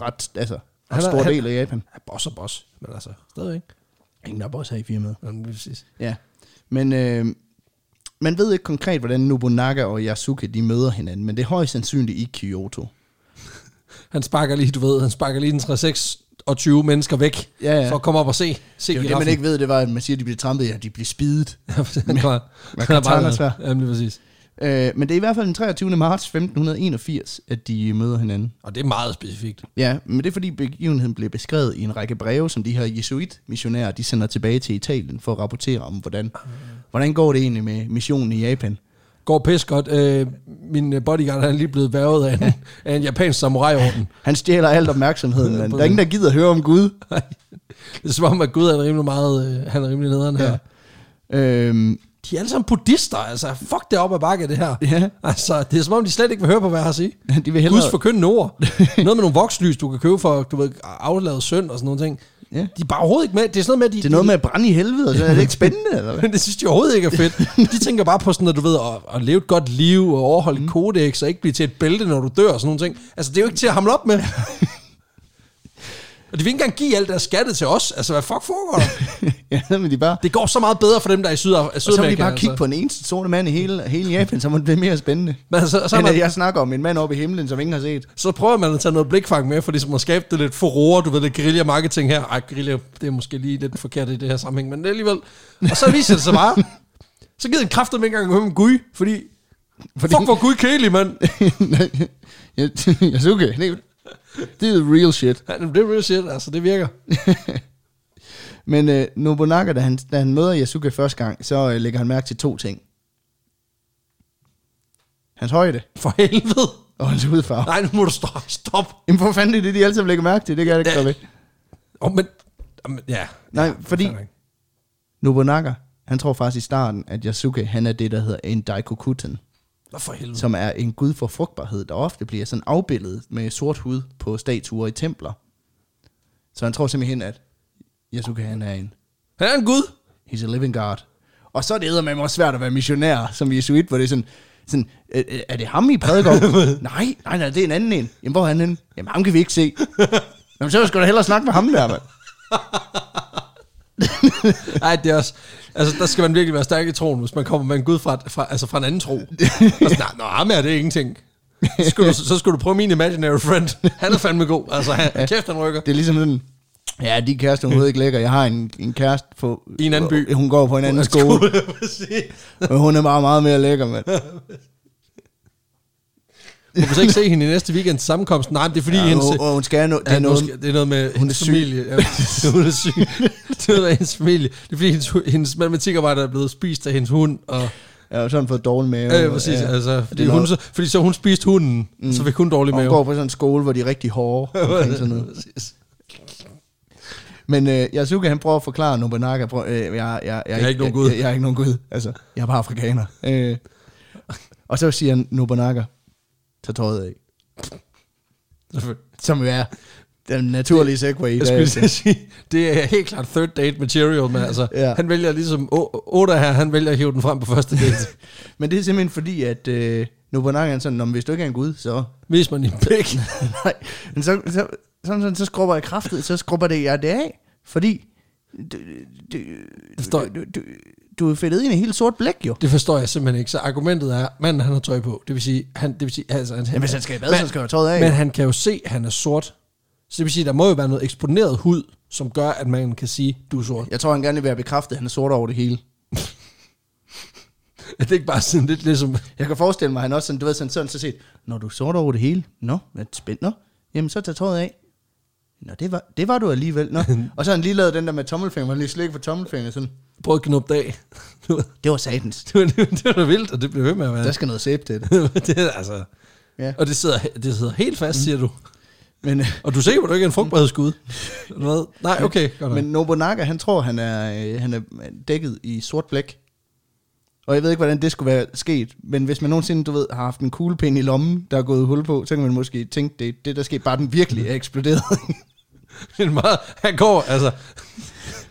Speaker 2: ret, altså,
Speaker 1: Han er-
Speaker 2: ret stor
Speaker 1: han-
Speaker 2: del af Japan.
Speaker 1: Ja, boss og boss. Men altså, stadig ikke.
Speaker 2: Ingen der også her i firmaet.
Speaker 1: Men, præcis.
Speaker 2: Ja, men øh, man ved ikke konkret, hvordan Nobunaga og Yasuke de møder hinanden, men det er højst sandsynligt i Kyoto.
Speaker 1: Han sparker lige, du ved, han sparker lige den 36 og 20 mennesker væk,
Speaker 2: Ja, ja.
Speaker 1: for at komme op og se. se
Speaker 2: Det er jo det, man ikke ved, det var, at man siger, at de bliver trampet, ja, de bliver spidet.
Speaker 1: han var,
Speaker 2: med
Speaker 1: han er
Speaker 2: katanasværd.
Speaker 1: bare, jamen, lige præcis.
Speaker 2: Øh, men det er i hvert fald den 23. marts 1581, at de møder hinanden.
Speaker 1: Og det er meget specifikt.
Speaker 2: Ja, men det er fordi begivenheden blev beskrevet i en række breve, som de her jesuit-missionærer, de sender tilbage til Italien for at rapportere om, hvordan, hvordan går det egentlig med missionen i Japan.
Speaker 1: Går pis godt. Øh, min øh, bodyguard han er lige blevet værvet af en, af en japansk samurai-orden.
Speaker 2: Han stjæler alt opmærksomheden, men der er ingen, der gider høre om Gud.
Speaker 1: Det er som om, at Gud er rimelig meget, øh, han er rimelig nederen her.
Speaker 2: Ja. Øhm,
Speaker 1: De er alle sammen buddhister, altså. Fuck det op ad bakke, det her.
Speaker 2: ja,
Speaker 1: Altså, det er som om, de slet ikke vil høre på, hvad jeg har at sige.
Speaker 2: de vil hellere...
Speaker 1: Guds forkyndende ord. Noget med nogle vokslys, du kan købe for, du ved, afladet søn og sådan nogle ting.
Speaker 2: Ja.
Speaker 1: De er bare overhovedet ikke med. Det er sådan noget med, at de,
Speaker 2: Det er noget med at brænde i helvede, og så er det ikke spændende, eller hvad?
Speaker 1: Men det synes de overhovedet ikke er fedt. De tænker bare på sådan, at du ved, at, at leve et godt liv, og overholde mm. kodex, og ikke blive til et bælte, når du dør, og sådan nogle ting. Altså, det er jo ikke til at hamle op med. og de vil ikke engang give alt deres skatte til os. Altså, hvad fuck foregår der?
Speaker 2: ja, men de bare...
Speaker 1: Det går så meget bedre for dem, der er i Sydaf-
Speaker 2: Og så vil
Speaker 1: Sydamerika. altså.
Speaker 2: de bare kigge på en eneste sorte mand i hele, hele Japan, så må det blive mere spændende.
Speaker 1: Men altså, så,
Speaker 2: Så
Speaker 1: er
Speaker 2: man...
Speaker 1: man,
Speaker 2: øh, Jeg snakker om en mand oppe i himlen, som ingen har set.
Speaker 1: så prøver man at tage noget blikfang med, for ligesom at skabe det lidt furore, du ved, det guerilla-marketing her. Ej, guerilla, det er måske lige lidt forkert i det her sammenhæng, men alligevel. Og så viser det sig bare, så gider en kraftet ikke engang høre med Gud, fordi, fordi... Fuck, hvor Gud kedelig, mand.
Speaker 2: Yasuke, det, er- det er real shit.
Speaker 1: Ja, det er real shit, altså det virker.
Speaker 2: Men øh, Nobunaga, da han, da han møder Yasuke første gang, så øh, lægger han mærke til to ting. Hans højde
Speaker 1: For helvede.
Speaker 2: og hans hudfarve.
Speaker 1: Nej, nu må du stop. Stop.
Speaker 2: Jamen, hvor fanden er det, de alle sammen lægger mærke til? Det kan jeg ikke gøre ved.
Speaker 1: Oh, men, jamen, ja.
Speaker 2: Nej, fordi
Speaker 1: Fair nok.
Speaker 2: Nobunaga, han tror faktisk i starten, at Yasuke, han er det, der hedder en daikokuten.
Speaker 1: Nå, for helvede.
Speaker 2: Mm. som er en gud for frugtbarhed, der ofte bliver sådan afbildet med sort hud på statuer i templer. Så han tror simpelthen, at Yasuke han er en.
Speaker 1: Han er en gud.
Speaker 2: He's a living god. Og så er det med også svært at være missionær som jesuit, hvor det er sådan, sådan "Øh, øh, er det ham, I prædiker om? nej, nej, nej, det er en anden en. Jamen, hvor er han henne? Jamen, ham kan vi ikke se. Jamen, så skal du hellere snakke med ham der, mand.
Speaker 1: Nej, det er også... Altså, der skal man virkelig være stærk i troen, hvis man kommer med en gud fra, fra, altså fra en anden tro. altså, nej, nå, ham er det er ingenting. Så skulle, du, så skulle du prøve min imaginary friend. Han er fandme god. Altså, han, kæft, han rykker.
Speaker 2: Det er ligesom sådan, ja, de kæreste, hun ved ikke lækker. Jeg har en, en kæreste på...
Speaker 1: I en anden by.
Speaker 2: Hun går på en anden skole,
Speaker 1: Præcis.
Speaker 2: men hun er meget, meget mere lækker, mand.
Speaker 1: Må vi så ikke se hende i næste weekend sammenkomst? Nej, men det er fordi, ja,
Speaker 2: Ja,
Speaker 1: hendes,
Speaker 2: og, og hun skal have no, det
Speaker 1: Ja,
Speaker 2: er noget,
Speaker 1: det er noget med
Speaker 2: Hun
Speaker 1: hun
Speaker 2: er
Speaker 1: er
Speaker 2: syg.
Speaker 1: familie. Ja, hun er syg. Det er noget med hendes familie. Det er fordi, hendes, hu- hendes matematikarbejder er blevet spist af hendes hund. Og,
Speaker 2: Ja, og så har han fået dårlig mave.
Speaker 1: øh, præcis, ja, altså, fordi,
Speaker 2: er
Speaker 1: hun,
Speaker 2: noget-
Speaker 1: så, fordi så hun spiste hunden, mm. så fik hun dårlig
Speaker 2: og hun
Speaker 1: mave.
Speaker 2: går på sådan en skole, hvor de er rigtig hårde. omkring sådan noget.
Speaker 1: Præcis.
Speaker 2: Men øh, Yasuke, han prøver at forklare Nobunaga, prøv, øh, jeg, jeg, jeg, jeg,
Speaker 1: er ikke nogen gud.
Speaker 2: Jeg, jeg, er ikke nogen gud. Altså, jeg er bare afrikaner. Øh. Og så siger han, Nobunaga, tag tøjet af.
Speaker 1: Selvfølgelig.
Speaker 2: Som jo er den naturlige segway.
Speaker 1: Jeg skulle lige sige, det er helt klart third date material, men altså,
Speaker 2: Ja.
Speaker 1: ja. han vælger ligesom, O- Oda her, han vælger at hive den frem på første date.
Speaker 2: Men det er simpelthen fordi, at øh, Nobunaga er sådan, "Nå, men hvis du ikke er en gud, så...
Speaker 1: Vis mig din pik.
Speaker 2: Nej, men så, så, sådan, sådan, så skrubber jeg kraftet, så skrubber det jeg det af, fordi du, du,
Speaker 1: forstår
Speaker 2: du,
Speaker 1: jeg.
Speaker 2: du, du, du er fedtet ind i helt sort blæk, jo.
Speaker 1: Det forstår jeg simpelthen ikke. Så argumentet er, manden han har tøj på. Det vil sige, han, det vil sige altså, han,
Speaker 2: Jamen, hvis han skal i bad, så skal han have tøjet af,
Speaker 1: Men
Speaker 2: jo.
Speaker 1: han kan jo se, at han er sort. Så det vil sige, der må jo være noget eksponeret hud, som gør, at man kan sige, du er sort.
Speaker 2: Jeg tror, han gerne vil have bekræftet, at han er sort over det hele.
Speaker 1: Er det ikke bare sådan lidt ligesom...
Speaker 2: Jeg kan forestille mig, at han også sådan, du ved, sådan, sådan så set, når du er sort over det hele, nå, hvad spændende, jamen så tag tøjet af. Nå, det var, det var du alligevel, nå. Og så har han lige lavet den der med tommelfingeren, hvor han lige slik for tommelfingeren, sådan,
Speaker 1: Prøv at knuppe det af. Det var-
Speaker 2: det var satans.
Speaker 1: det var- det var da vildt, og det blev ved med at være.
Speaker 2: Der skal noget sæbe til det.
Speaker 1: det er altså...
Speaker 2: Ja.
Speaker 1: Og det sidder, det sidder helt fast, siger du.
Speaker 2: Men, øh,
Speaker 1: Og du er sikker på, at du ikke er en frugtbarhedsgud? Eller hvad? Nej, okay. Godt
Speaker 2: men
Speaker 1: men,
Speaker 2: Nobunaga, han tror, han er, øh, han er dækket i sort blæk. Og jeg ved ikke, hvordan det skulle være sket, men hvis man nogensinde, du ved, har haft en kuglepind i lommen, der er gået hul på, så kan man måske tænke, det er det, der skete, bare den virkelig er eksploderet.
Speaker 1: men meget, han går, altså...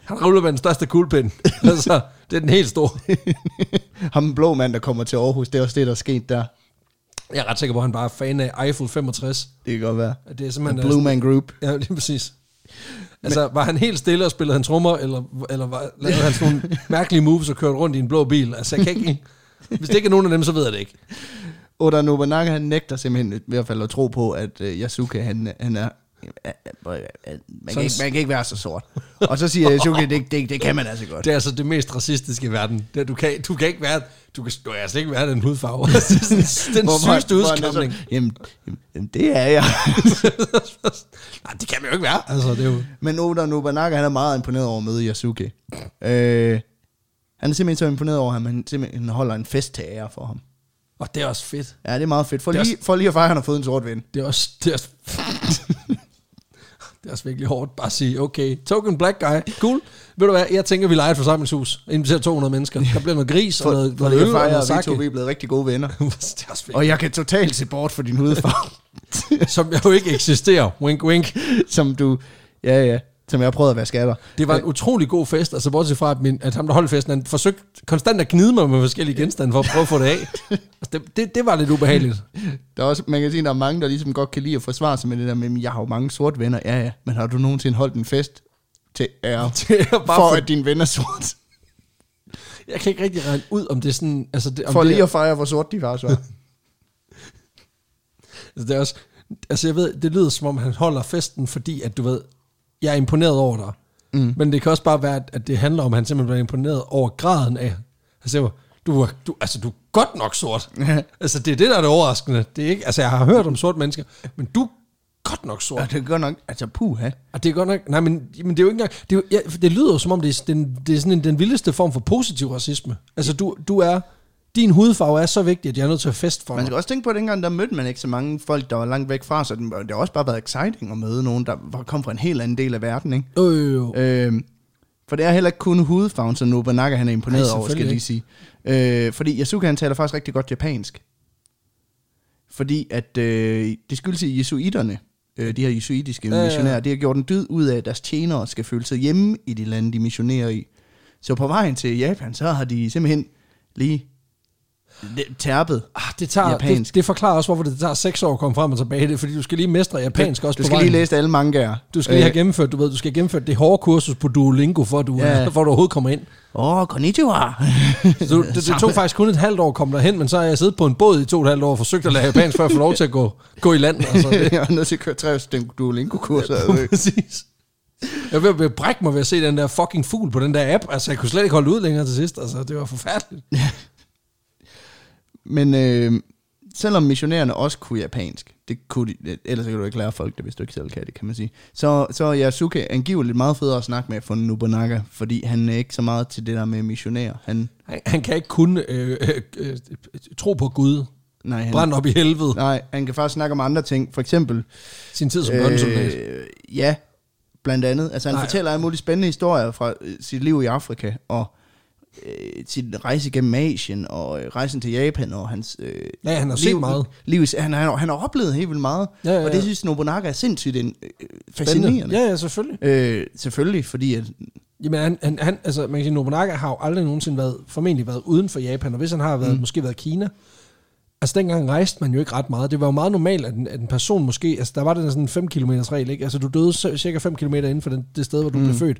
Speaker 1: Han ruller med den største kuglepind. altså, det er den helt store.
Speaker 2: Ham den blå mand, der kommer til Aarhus, det er også det, der er sket der.
Speaker 1: Jeg er ret sikker på, at han bare er fan af Eiffel 65.
Speaker 2: Det kan godt være.
Speaker 1: At Det er simpelthen... altså-
Speaker 2: Blue Man Group.
Speaker 1: Ja, lige præcis. Altså, var han helt stille og spillede han trommer, eller, eller var, lavede han sådan nogle mærkelige moves og kørte rundt i en blå bil? Altså, jeg kan ikke... Hvis det ikke er nogen af dem, så ved jeg det ikke.
Speaker 2: Oda Nobunaga, han nægter simpelthen i hvert fald at tro på, at øh, Yasuke, han, han er... øh, Man kan,
Speaker 1: Sådan-
Speaker 2: ikke, man kan ikke være så sort. Og så siger Yasuke, det, det, det kan man altså godt.
Speaker 1: Det er altså det mest racistiske i verden. Det, er, du, kan, du kan ikke være... Du kan, du kan altså ikke være den hudfarve. det er sådan, den
Speaker 2: Hvor- hvor-
Speaker 1: sygeste
Speaker 2: hvor han er
Speaker 1: udskamning.
Speaker 2: sådan, Jamen, jamen, jamen, det er jeg.
Speaker 1: Nej, det kan man jo ikke være. Altså, det er jo...
Speaker 2: Men Oda Nobunaga, han er meget imponeret over at møde Yasuke. Øh, han er simpelthen så imponeret over ham, at han simpelthen holder en fest til ære for ham.
Speaker 1: Og det er også fedt.
Speaker 2: Ja, det er meget fedt. For,
Speaker 1: Det er
Speaker 2: lige, for lige at fejre, at han har fået en sort ven.
Speaker 1: Det er også... Det er også, det er også virkelig hårdt bare at sige, okay, token black guy, cool. Ved du hvad, jeg tænker, vi leger et forsamlingshus. Inviterer 200 mennesker. Der bliver noget gris
Speaker 2: For,
Speaker 1: og noget,
Speaker 2: for
Speaker 1: noget
Speaker 2: lige
Speaker 1: øl og
Speaker 2: at fejre,
Speaker 1: noget
Speaker 2: at vi
Speaker 1: sake.
Speaker 2: to vi er blevet rigtig gode venner.
Speaker 1: det er også fedt.
Speaker 2: Og jeg kan totalt se bort for din hudfarve,
Speaker 1: Som jeg jo ikke eksisterer. Wink, wink.
Speaker 2: som du... Ja, ja. Som jeg har prøvet at være skatter.
Speaker 1: Det var en utrolig god fest, altså bortset fra, at, min, at ham, der holdt festen, han forsøgte konstant at gnide mig med forskellige genstande for at prøve at få det af. Altså, det, det, det var lidt ubehageligt.
Speaker 2: Der er også, man kan sige, at der er mange, der ligesom godt kan lide at forsvare sig med det der med, "Men jeg har jo mange sorte venner. Ja, ja. Men har du nogensinde holdt en fest til ære?
Speaker 1: Det er bare
Speaker 2: for
Speaker 1: for,
Speaker 2: at dine venner er sort.
Speaker 1: jeg kan ikke rigtig regne ud, om det er sådan... Altså det, om
Speaker 2: For
Speaker 1: det,
Speaker 2: lige at fejre, hvor sort de var så.
Speaker 1: altså, det er også, altså jeg ved, det lyder som om, han holder festen, fordi at du ved, jeg er imponeret over dig. Mm. Men det kan også bare være, at- at det handler om, at han simpelthen bliver imponeret over graden af... Han siger, du, er- du, altså, du er godt nok sort. altså, det er det, der er det overraskende. Det er ikke, altså, jeg har hørt om sorte mennesker, men du er godt nok sort.
Speaker 2: Og det gør nok, altså puha.
Speaker 1: Og det er godt nok... Nej, men, men det er jo ikke engang... Det, er jo, ja, det lyder jo som om, det er, den, det er sådan en, den vildeste form for positiv racisme. Altså, du, du er... Din hudfarve er så vigtig, at jeg er nødt til at feste for
Speaker 2: Man
Speaker 1: dig.
Speaker 2: skal også tænke på, at dengang der mødte man ikke så mange folk, der var langt væk fra, så den- det har også bare været exciting at møde nogen, der var- kom fra en helt anden del af verden, ikke?
Speaker 1: Jo, jo, jo.
Speaker 2: Øh, for det er heller ikke kun hudfarven, som Nobunaga han er imponeret
Speaker 1: Nej,
Speaker 2: over, skal jeg lige sige. Øh, fordi Yasuke han taler faktisk rigtig godt japansk. Fordi at øh, det skyldes at jesuiterne, øh, de her jesuitiske
Speaker 1: Ja, ja,
Speaker 2: ja,
Speaker 1: ja.
Speaker 2: missionærer, de har gjort en dyd ud af, at deres tjenere skal føle sig hjemme i de lande, de missionerer i. Så på vejen til Japan, så har de simpelthen lige lidt tærpet.
Speaker 1: Ah, det, tager,
Speaker 2: Japansk.
Speaker 1: det, det forklarer også, hvorfor det tager seks år at komme frem og tilbage. Det er, fordi du skal lige mestre japansk også
Speaker 2: Du
Speaker 1: på
Speaker 2: skal
Speaker 1: vejen.
Speaker 2: lige læse Øh. alle mangaer.
Speaker 1: Du skal lige have gennemført, du ved, du skal have gennemført det hårde kursus på Duolingo, for at du,
Speaker 2: Ja.
Speaker 1: ja. for at du overhovedet kommer ind.
Speaker 2: Åh, øh, oh, konnichiwa!
Speaker 1: Så du, det, det tog faktisk kun et halvt år at komme derhen, men så har jeg siddet på en båd i to og et halvt år og forsøgt at lære japansk, før jeg får lov til at gå, gå i land. Altså, det,
Speaker 2: jeg er nødt til at køre tre Duolingo-kurser. altså.
Speaker 1: Præcis. Jeg vil, vil brække mig ved at se den der fucking fugl på den der app. Altså, jeg kunne slet ikke holde ud længere til sidst. Altså, det var forfærdeligt.
Speaker 2: Men øh, selvom missionærerne også kunne japansk, det kunne de, øh, ellers kan du ikke lære folk det, hvis du ikke selv kan det, kan man sige. Så, så er Yasuke angiveligt meget federe at snakke med for Nobunaga, fordi han er ikke så meget til det der med missionærer. Han,
Speaker 1: Han, han kan ikke kun øh, øh, øh, tro på Gud.
Speaker 2: nej, han,
Speaker 1: Brænde op i helvede.
Speaker 2: nej, han kan faktisk snakke om andre ting, for eksempel... øh,
Speaker 1: Sin tid som børnesoldat.
Speaker 2: ja, blandt andet. Altså han
Speaker 1: Nej.
Speaker 2: nej. fortæller alle mulige spændende historier fra øh, sit liv i Afrika, og øh, sin rejse gennem Asien, og øh, rejsen til Japan, og hans... Øh,
Speaker 1: Ja, han har set meget.
Speaker 2: Liv, i- han, han, han har oplevet helt vildt meget,
Speaker 1: Ja, ja,
Speaker 2: og det
Speaker 1: ja.
Speaker 2: synes Nobunaga er sindssygt en, øh,
Speaker 1: Spændende.
Speaker 2: fascinerende.
Speaker 1: Ja, ja, selvfølgelig.
Speaker 2: Øh, selvfølgelig, fordi at,
Speaker 1: Jamen, han, han, han, altså, man kan sige, Nobunaga har jo aldrig nogensinde været, formentlig været uden for Japan, og hvis han har været, mm. måske været Kina, altså dengang rejste man jo ikke ret meget. Det var jo meget normalt, at en, at en person måske, altså der var den der sådan 5 km regel, ikke? Altså du døde så- cirka 5 km inden for den, det sted, hvor du mm. blev født.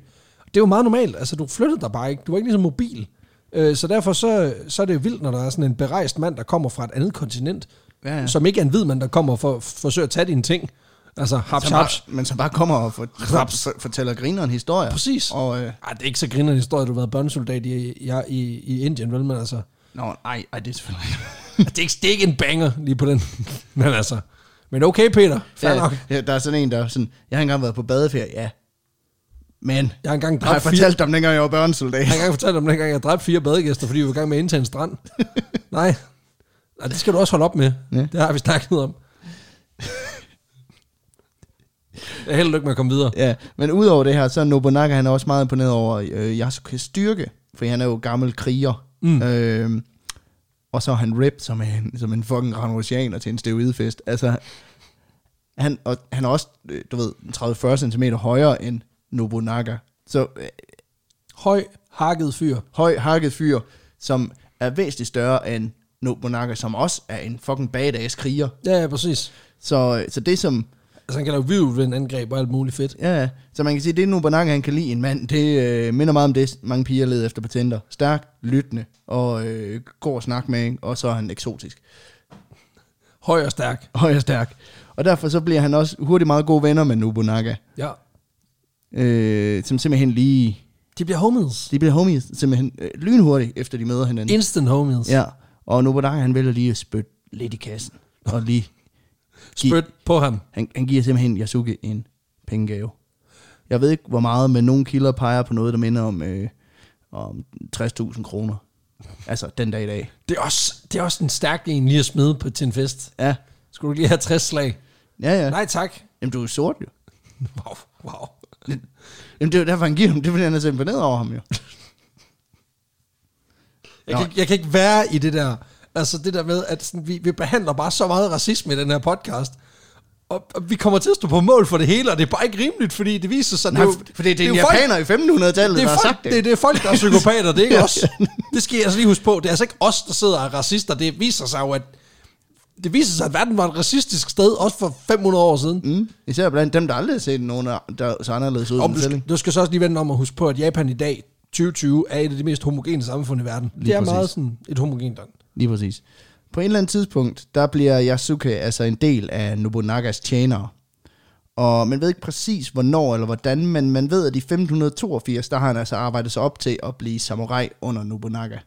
Speaker 1: Det var meget normalt, altså du flyttede dig bare ikke, du var ikke ligesom mobil. Øh, så derfor så, så er det jo vildt, når der er sådan en berejst mand, der kommer fra et andet kontinent,
Speaker 2: Ja, ja.
Speaker 1: som ikke er en hvid mand, der kommer for at forsøge at tage dine ting. Altså haps,
Speaker 2: som bare,
Speaker 1: haps.
Speaker 2: men som bare kommer og for, for, fortæller grineren historier.
Speaker 1: Præcis.
Speaker 2: Og, øh,
Speaker 1: Ej, det er ikke så grinerende historie, at du har været børnesoldat i, i, i, i Indien, vel? Men altså,
Speaker 2: nå, nej, ej, det er selvfølgelig
Speaker 1: det er, ikke, det er ikke en banger lige på den. Men altså, men okay, Peter. Fair ja. nok.
Speaker 2: ja, ja, der er sådan en, der er sådan, jeg har engang været på badeferie, ja. Men,
Speaker 1: Jeg har engang
Speaker 2: har
Speaker 1: dræbt
Speaker 2: jeg
Speaker 1: fire,
Speaker 2: fortalt dem, dengang jeg var børnesoldat?
Speaker 1: jeg har engang fortalt om dengang, jeg dræbte fire badegæster, fordi vi var i gang med at indtage en strand. Nej. Nej, det skal du også holde op med. Ja.
Speaker 2: Ja.
Speaker 1: Det har vi snakket om. Jeg er held og lykke med at komme videre.
Speaker 2: Ja, men udover det her, så er Nobunaga han er også meget imponeret over øh, Yasukes styrke, for han er jo gammel kriger. Mm. Øh, og så er han ripped som en, som en fucking granosianer til en steroidefest. Altså, han, og, han er også, øh, du ved, 30-40 cm højere end Nobunaga. Så øh,
Speaker 1: Høj, hakket fyr.
Speaker 2: høj, hakket fyr, som er væsentligt større end Nobunaga, som også er en fucking badass kriger. øh,
Speaker 1: Ja, ja, præcis.
Speaker 2: Så, så det som
Speaker 1: Altså, han kan lave hvidudvendangreb og alt muligt fedt.
Speaker 2: Ja, ja. Så man kan sige, at det nu Bananga, han kan lide en mand. Det øh, minder meget om det, mange piger leder efter patenter. Stærk, lyttende og øh, god at snakke med, ikke? og så er han eksotisk.
Speaker 1: Høj og stærk.
Speaker 2: Høj og stærk. Og derfor så bliver han også hurtigt meget gode venner med Nobunaga,
Speaker 1: Ja.
Speaker 2: øh, som simpelthen lige...
Speaker 1: De bliver homies.
Speaker 2: De bliver homies simpelthen øh, lynhurtigt, efter de møder hinanden.
Speaker 1: Instant homies.
Speaker 2: Ja, og Nobunaga han vælger lige at spytte lidt i kassen. Og lige... give-
Speaker 1: Spyt på ham.
Speaker 2: Han, han giver simpelthen Yasuke en pengegave. Jeg ved ikke, hvor meget, men nogle kilder peger på noget, der minder om, øh, om 60.000 kroner. Altså, den dag i dag.
Speaker 1: Det er, også, det er også en stærk en lige at smide på til en fest.
Speaker 2: Ja,
Speaker 1: Skulle du lige have 60 slag?
Speaker 2: ja, ja.
Speaker 1: Nej tak.
Speaker 2: Jamen, du er jo sort jo.
Speaker 1: Wow, wow.
Speaker 2: Jamen, det er jo derfor, han giver dem. Det er, fordi han er så imponeret over ham jo.
Speaker 1: Jeg,
Speaker 2: Nå.
Speaker 1: kan, ikke- jeg kan ikke være i det der. Altså det der med, at sådan, vi, vi behandler bare så meget racisme i den her podcast. Og, og vi kommer til at stå på mål for det hele, og det er bare ikke rimeligt, fordi det viser sig...
Speaker 2: Nej,
Speaker 1: det er jo-
Speaker 2: for det, det er en
Speaker 1: jo folk-
Speaker 2: japaner i 1500-tallet,
Speaker 1: det
Speaker 2: der
Speaker 1: er,
Speaker 2: har
Speaker 1: folk,
Speaker 2: sagt det.
Speaker 1: det. Det, det er folk, der er psykopater, det er ikke
Speaker 2: Ja.
Speaker 1: os. Det skal jeg altså lige huske på. Det er altså ikke os, der sidder og er racister. Det viser sig jo, at, det viser sig, at verden var et racistisk sted, også for 500 år siden.
Speaker 2: Mm. Især blandt dem, der aldrig har set nogen, der så anderledes ud
Speaker 1: Om
Speaker 2: end
Speaker 1: du,
Speaker 2: selv.
Speaker 1: skal,
Speaker 2: ikke?
Speaker 1: du skal så også lige vende om og huske på, at Japan i dag, 2020, er et af de mest homogene samfund i verden. Lige det er
Speaker 2: præcis.
Speaker 1: præcis. meget sådan et homogent land.
Speaker 2: Lige præcis. På et eller andet tidspunkt, der bliver Yasuke altså en del af Nobunagas tjenere. Og man ved ikke præcis, hvornår eller hvordan, men man ved, at i 1582, der har han altså arbejdet sig op til at blive samurai under Nobunaga.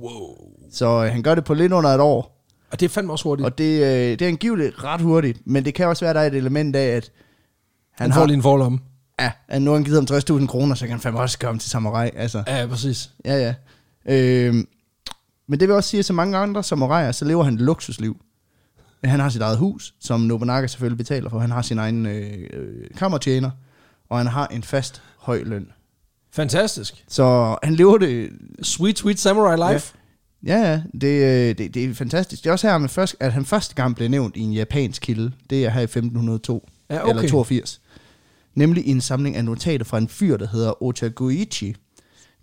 Speaker 1: Wow.
Speaker 2: Så øh, han gør det på lidt under et år,
Speaker 1: Og det er fandme også hurtigt.
Speaker 2: og det, øh, det er angiveligt ret hurtigt, men det kan også være, at der er et element af, at han,
Speaker 1: Han, får
Speaker 2: har,
Speaker 1: lige en forlomme.
Speaker 2: ja, at nu har han givet ham 60.000 kroner, så kan han fandme også komme til samurai. Altså.
Speaker 1: Ja, ja, præcis.
Speaker 2: Ja, ja. Øhm, men det vil også sige, at som mange andre samuraier, så lever han et luksusliv. Han har sit eget hus, som Nobunaga selvfølgelig betaler for. Han har sin egen øh, øh, kammertjener, og han har en fast høj løn.
Speaker 1: Fantastisk.
Speaker 2: Så han lever det...
Speaker 1: Sweet, sweet samurai life.
Speaker 2: Ja, ja, det, øh, det, det er fantastisk. Det er også her, man først, at han første gang blev nævnt i en japansk kilde. Det er her i 1502,
Speaker 1: Ja, okay.
Speaker 2: eller 82. Nemlig i en samling af notater fra en fyr, der hedder Otagoichi,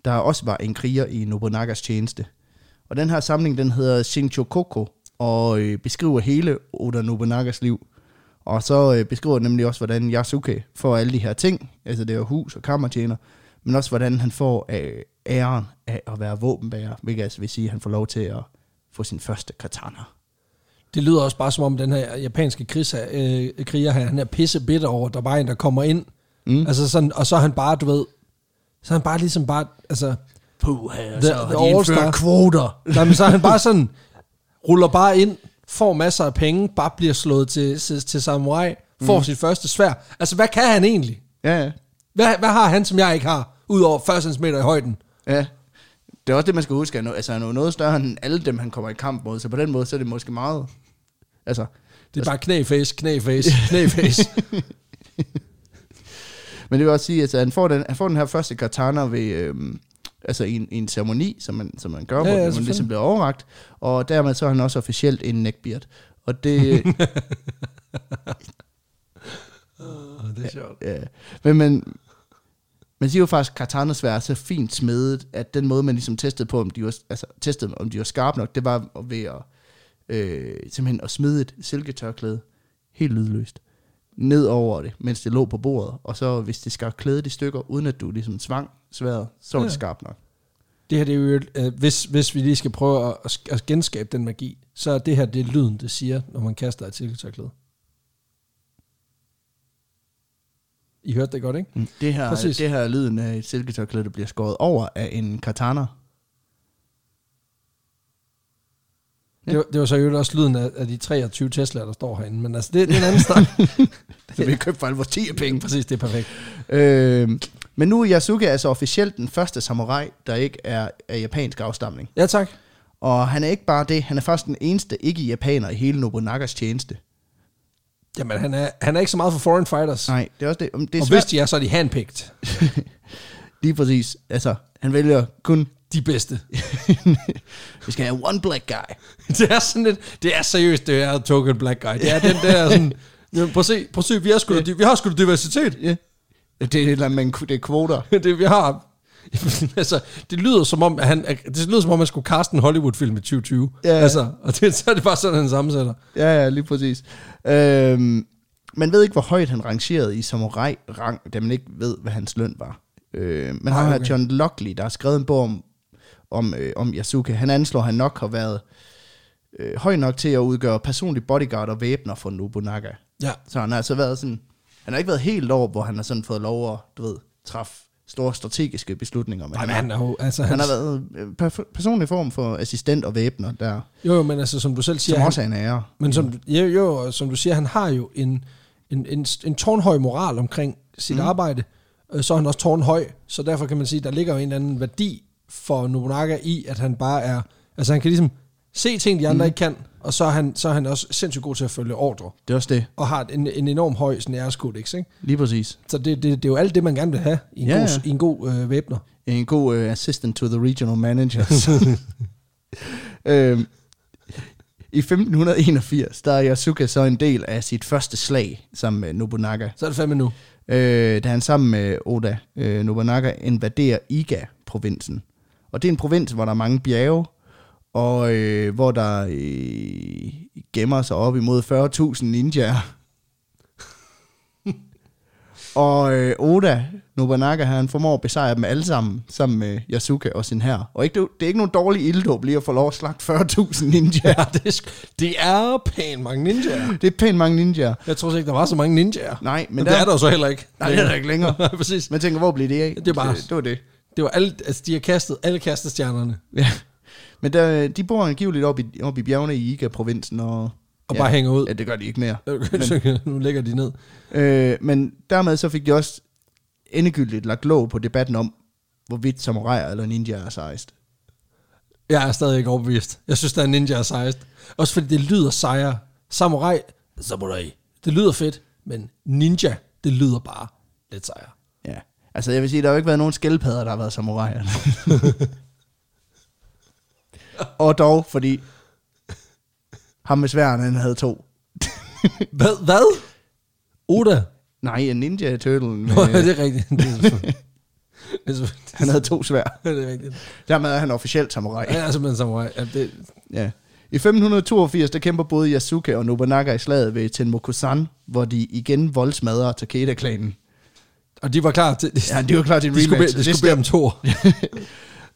Speaker 2: der også var en kriger i Nobunagas tjeneste. Og den her samling, den hedder Shinchokoko, og øh, beskriver hele Oda Nobunagas liv. Og så øh, beskriver den nemlig også, hvordan Yasuke får alle de her ting, altså det er jo hus og kammertjener, men også hvordan han får øh, æren af at være våbenbærer, hvilket altså vil sige, at han får lov til at få sin første katana.
Speaker 1: Det lyder også bare som om den her japanske krigs, øh, kriger her, han er pisse bitter over, at der bare er en, der kommer ind.
Speaker 2: Mm.
Speaker 1: Mm. Altså sådan, og så er han bare, du ved, så er han bare ligesom bare, altså,
Speaker 2: Puh,
Speaker 1: The-
Speaker 2: her,
Speaker 1: the all-star.
Speaker 2: kvoter.
Speaker 1: nej, men så er han bare sådan, ruller bare ind, får masser af penge, bare bliver slået til, til, til samurai, får mm. sit første svær. Altså, hvad kan han egentlig?
Speaker 2: Ja, ja.
Speaker 1: Hvad, hvad har han, som jeg ikke har, udover 40 cm i højden?
Speaker 2: Ja. Det er også det, man skal huske. at no- Altså, han er jo noget større end alle dem, han kommer i kamp mod. Så på den måde, så er det måske meget... Altså,
Speaker 1: Det er bare knæface, knæface, knæface.
Speaker 2: men det vil også sige, at altså, han, får den, han får den her første katana ved... Øhm, altså i en, i en ceremoni, som man, som man gør, ja,
Speaker 1: ja,
Speaker 2: hvor man
Speaker 1: selvfølgelig.
Speaker 2: ligesom bliver overragt. Og dermed så er han også officielt en neckbeard. Og det,
Speaker 1: det er sjovt.
Speaker 2: Ja. Men man, man siger jo faktisk, at katanasvær er så fint smedet, at den måde, man ligesom testede på, om de var, altså, testede, dem, om de var skarpe nok, det var ved at, øh, simpelthen at smide et silketørklæde helt lydløst ned over det, mens det lå på bordet. Og så hvis det skar klædet i stykker, uden at du ligesom svang sværet, så var det
Speaker 1: Ja.
Speaker 2: skarpt nok.
Speaker 1: Det her, det er jo, øh, hvis, hvis vi lige skal prøve at, at, at genskabe den magi, så er det her, det er lyden, det siger, når man kaster et silketørklæde. I hørte det godt, ikke?
Speaker 2: Mm. Det her,
Speaker 1: Præcis.
Speaker 2: det her er lyden af et silketørklæde, der bliver skåret over af en katana. Ja.
Speaker 1: Det, var, det var så jo også lyden af, af de 23 Tesla'er, der står herinde, men altså, det, det er en anden start.
Speaker 2: Så vi købte for alvor 10 penge.
Speaker 1: Præcis, det er perfekt.
Speaker 2: Øh, men nu er Yasuke altså officielt den første samurai, der ikke er af japansk afstamning.
Speaker 1: Ja, tak.
Speaker 2: Og han er ikke bare det, han er faktisk den eneste ikke-japaner i hele Nobunagas tjeneste.
Speaker 1: Jamen, han er, han er ikke så meget for foreign fighters.
Speaker 2: Nej, det er også det. Om Det er
Speaker 1: og
Speaker 2: svært,
Speaker 1: hvis de er, så er de handpicked.
Speaker 2: lige præcis. Altså, han vælger kun...
Speaker 1: De bedste.
Speaker 2: Vi skal have one black guy.
Speaker 1: det er sådan lidt, det er seriøst, det er token black guy. Det er den der sådan, jamen, prøv at se, prøv at se, vi, er sgu, da- vi har sgu da diversitet.
Speaker 2: Ja. Det er et eller andet, man, det er kvoter.
Speaker 1: det vi har. altså, det lyder som om, at han, det lyder som om, man skulle kaste en Hollywood-film i 2020.
Speaker 2: Ja.
Speaker 1: Altså, og det, så er det bare sådan, han sammensætter.
Speaker 2: Ja, ja, lige præcis. Øhm, man ved ikke, hvor højt han rangerede i samurai-rang, da man ikke ved, hvad hans løn var. Øh, men ham
Speaker 1: Nej,
Speaker 2: her,
Speaker 1: okay.
Speaker 2: John Lockley, der har skrevet en bog om, om, øh, om Yasuke, han anslår, at han nok har været øh, høj nok til at udgøre personlig bodyguard og væbner for Nobunaga.
Speaker 1: Ja.
Speaker 2: Så han har altså været sådan, han har ikke været helt over, hvor han har sådan fået lov at, du ved, træffe store strategiske beslutninger. Men
Speaker 1: Nej,
Speaker 2: han,
Speaker 1: men
Speaker 2: har,
Speaker 1: han er jo, altså,
Speaker 2: han har været øh, perf- personlig form for assistent og væbner der,
Speaker 1: Jo, jo, men altså, som du selv siger,
Speaker 2: som
Speaker 1: han,
Speaker 2: også er en ære.
Speaker 1: men som, jo, jo, og som du siger, han har jo en, en, en, en tårnhøj moral omkring sit mm. arbejde, øh, så er han også tårnhøj, så derfor kan man sige, der ligger jo en eller anden værdi for Nobunaga i, at han bare er, altså han kan ligesom se ting, de andre mm. ikke kan, og så er, han, så er han også sindssygt god til at følge ordre,
Speaker 2: Det er også det. ikke?
Speaker 1: og har en, en enorm høj sådan æreskodex, ikke?
Speaker 2: Lige præcis.
Speaker 1: Så det, det, det er jo alt det, man gerne vil have i en
Speaker 2: Ja,
Speaker 1: ja, god, i
Speaker 2: ja.
Speaker 1: en god øh, væbner.
Speaker 2: En god øh, assistant to the regional manager. Så- øhm, I 1581, der er Yasuka så en del af sit første slag som øh, Nobunaga.
Speaker 1: Så er det fandme nu.
Speaker 2: øh, da han sammen med Oda øh, Nobunaga invaderer Iga-provinsen. Og det er en provins, hvor der er mange bjerge, og øh, hvor der øh, gemmer sig op imod 40.000 ninjaer. og øh, Oda Nobunaga, han formår at besejre dem alle sammen, sammen med Yasuke og sin her. Og ikke, det det er ikke nogen dårlig ilddåb lige at få lov at slagte 40.000 ninjaer.
Speaker 1: Ja, det er, sk- det er pænt mange ninjaer.
Speaker 2: Det er pænt mange ninjaer.
Speaker 1: Jeg tror slet ikke, der var så mange ninjaer.
Speaker 2: Nej, men,
Speaker 1: Men det er der jo så heller ikke.
Speaker 2: Nej, det er der ikke længere.
Speaker 1: Nej, præcis.
Speaker 2: Man tænker, hvor bliver det af?
Speaker 1: Det er bare-
Speaker 2: det, det var det.
Speaker 1: Det var alle, altså de har kastet, alle kastestjernerne,
Speaker 2: Ja. Men der, de bor angiveligt oppe i, oppe i bjergene i Iga-provinsen, og...
Speaker 1: og
Speaker 2: ja,
Speaker 1: ja. bare hænger ud.
Speaker 2: Ja, det gør de ikke mere.
Speaker 1: nu lægger de ned.
Speaker 2: Øh, men dermed så fik de også endegyldigt lagt låg på debatten om, hvorvidt samuraier eller ninja er sejst.
Speaker 1: Jeg er stadig ikke overbevist. Jeg synes, der er ninja er sejst. Også fordi det lyder sejere. Samurai, samurai. Det lyder fedt, men ninja, det lyder bare lidt sejere.
Speaker 2: Ja. Altså, jeg vil sige, der har jo ikke været nogen skildpadder, der har været samuraier. og dog, fordi ham med sværen, han havde to.
Speaker 1: Hvad? Hvad? Oda?
Speaker 2: Nej, en ninja turtle, men,
Speaker 1: Nå, ja,
Speaker 2: øh,
Speaker 1: det er rigtigt. Det er selvfølgelig- det er selvfølgelig-
Speaker 2: han havde to svær.
Speaker 1: det er rigtigt.
Speaker 2: Dermed er han officielt samurai.
Speaker 1: Jeg er simpelthen samurai. Ja, det,
Speaker 2: Ja. I 582, der kæmper både Yasuke og Nobunaga i slaget ved Tenmoku-san, hvor de igen voldsmadrer Takeda-klanen.
Speaker 1: og de var klar til...
Speaker 2: Ja, det er jo klart, det er en
Speaker 1: de skulle,
Speaker 2: rematch.
Speaker 1: bede, de
Speaker 2: Det
Speaker 1: skulle bede om to år.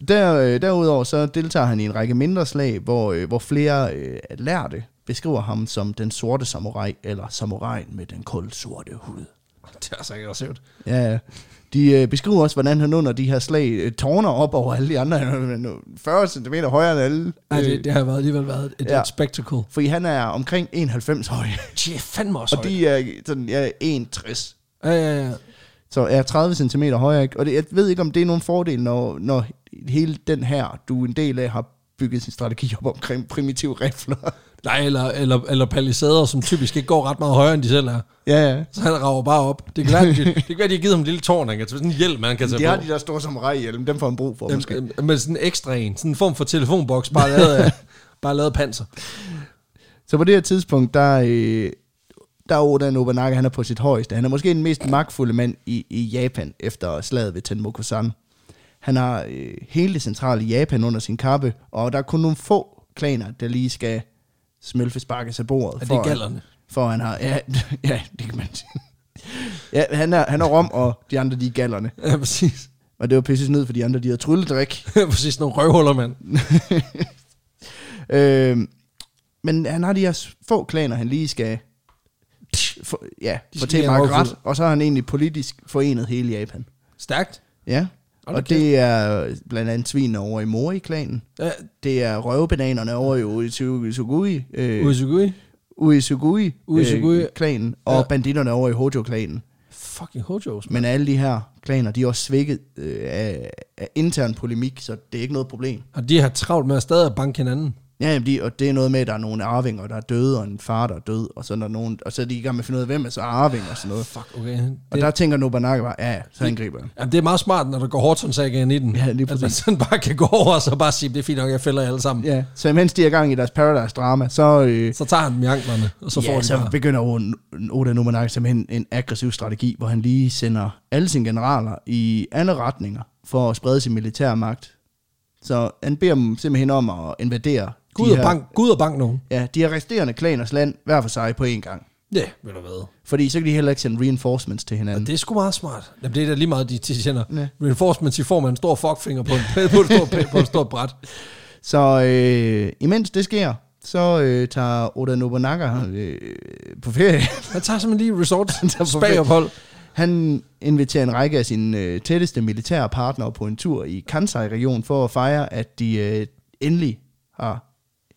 Speaker 2: Der, øh, derudover så deltager han i en række mindre slag, hvor, øh, hvor flere øh, lærte beskriver ham som den sorte samurai, eller samuraien med den kolde sorte hud.
Speaker 1: Det er sikkert også hævet.
Speaker 2: Ja, ja. de øh, beskriver også, hvordan han under de her slag øh, tårner op over alle de andre. Han er 40 cm højere end alle.
Speaker 1: Ej,
Speaker 2: Øh,
Speaker 1: det, det har været alligevel været et,
Speaker 2: Ja.
Speaker 1: ja. et spectacle.
Speaker 2: Fordi han er omkring 91 høj,
Speaker 1: Det er fandme også
Speaker 2: og de er sådan, ja, 61
Speaker 1: Ja, ja, ja.
Speaker 2: Så er 30 cm højere, ikke? Og det, jeg ved ikke, om det er nogen fordel, når, når hele den her, du er en del af, har bygget sin strategi op omkring primitive rifler.
Speaker 1: Nej, eller, eller, eller palisader, som typisk ikke går ret meget højere, end de selv er.
Speaker 2: ja, ja.
Speaker 1: Så han rager bare op. Det kan være, de, det kan være, de har givet ham en lille tårn, han kan tage sådan en hjelm, han kan tage
Speaker 2: Det har
Speaker 1: på.
Speaker 2: de der store samurai hjelm, dem får han brug for,
Speaker 1: Dem-
Speaker 2: måske.
Speaker 1: dem- Med sådan en ekstra en. Sådan en form for telefonboks, bare lavet af, bare lavet af panser.
Speaker 2: Så på det her tidspunkt, der, øh, der er Oda Nobunaga, han er på sit højeste. Han er måske den mest magtfulde mand i, i Japan efter slaget ved Tenmoku-san. Han har øh, hele det centrale Japan under sin kappe, og der er kun nogle få klaner, der lige skal smølfesparkes af bordet.
Speaker 1: Er
Speaker 2: for
Speaker 1: det
Speaker 2: at-
Speaker 1: gallerne?
Speaker 2: For han har... Ja, ja det kan man sige. Ja, han er, han er Rom, og de andre, de er gallerne.
Speaker 1: Ja, præcis.
Speaker 2: Og det var pisse ned, for de andre, de havde trylledrik.
Speaker 1: præcis, nogle røvhuller, mand.
Speaker 2: øhm, men han har de her få klaner, han lige skal... For, ja,
Speaker 1: De
Speaker 2: få
Speaker 1: skal
Speaker 2: til
Speaker 1: lige have
Speaker 2: meget ret,
Speaker 1: overflod.
Speaker 2: og så har han egentlig politisk forenet hele Japan.
Speaker 1: Stærkt.
Speaker 2: Ja,
Speaker 1: Hold
Speaker 2: og
Speaker 1: da kæft.
Speaker 2: det er blandt andet svinene over i Mori-klanen.
Speaker 1: Ja,
Speaker 2: Det er røvebananerne over i Uisugui. Øh,
Speaker 1: Uizugui.
Speaker 2: Uisugui.
Speaker 1: Uesugui.
Speaker 2: Øh, klanen, og
Speaker 1: Ja.
Speaker 2: banditterne over i Hojo-klanen.
Speaker 1: Fucking hojos, mand.
Speaker 2: Men alle de her klaner, de er også svækket øh, af, af intern polemik, så det er ikke noget problem.
Speaker 1: Og de har travlt med at stadig banke hinanden.
Speaker 2: Ja, jamen, de, og det er noget med, at der er nogle arvinger, der er døde, og en far, der er død, og så er, der nogen, og så er de i gang med at finde ud af, hvem er så arving og sådan noget.
Speaker 1: Fuck, okay.
Speaker 2: Og
Speaker 1: Det,
Speaker 2: der tænker Nobunaga bare, ja, ja, så angriber jeg.
Speaker 1: jamen, det er meget smart, når der går Horton-sagen i den.
Speaker 2: Ja, lige
Speaker 1: at man
Speaker 2: præcis.
Speaker 1: sådan bare kan gå over og så bare sige, det er fint nok, jeg fælder jer alle sammen.
Speaker 2: Ja, så imens de er i gang i deres Paradise-drama, så, øh,
Speaker 1: Så tager han dem i anklerne, og så
Speaker 2: så,
Speaker 1: får
Speaker 2: ja,
Speaker 1: de
Speaker 2: så
Speaker 1: bare.
Speaker 2: begynder O- Oda Nobunaga simpelthen en aggressiv strategi, hvor han lige sender alle sine generaler i alle retninger for at sprede sin militære magt. Så han beder dem simpelthen om at invadere
Speaker 1: Gud
Speaker 2: de
Speaker 1: og
Speaker 2: her
Speaker 1: bank, Gud og bank nogen.
Speaker 2: Ja, de arresterende klaners land hver for sig på én gang.
Speaker 1: Ja, ved du hvad.
Speaker 2: Fordi så kan de heller ikke sende reinforcements til hinanden.
Speaker 1: Det er sgu meget smart. Jamen, det er da lige meget, de tjener.
Speaker 2: Ja.
Speaker 1: Reinforcements, de får man en stor fuckfinger på en, på en, stor, på en stor bræt.
Speaker 2: Så øh, imens det sker, så øh, tager Oda Nobunaga øh, på ferie.
Speaker 1: Han tager simpelthen lige resort,
Speaker 2: tager på
Speaker 1: spagophold.
Speaker 2: Han inviterer en række af sine øh, tætteste militære partnere på en tur i Kansai-regionen for at fejre, at de øh, endelig har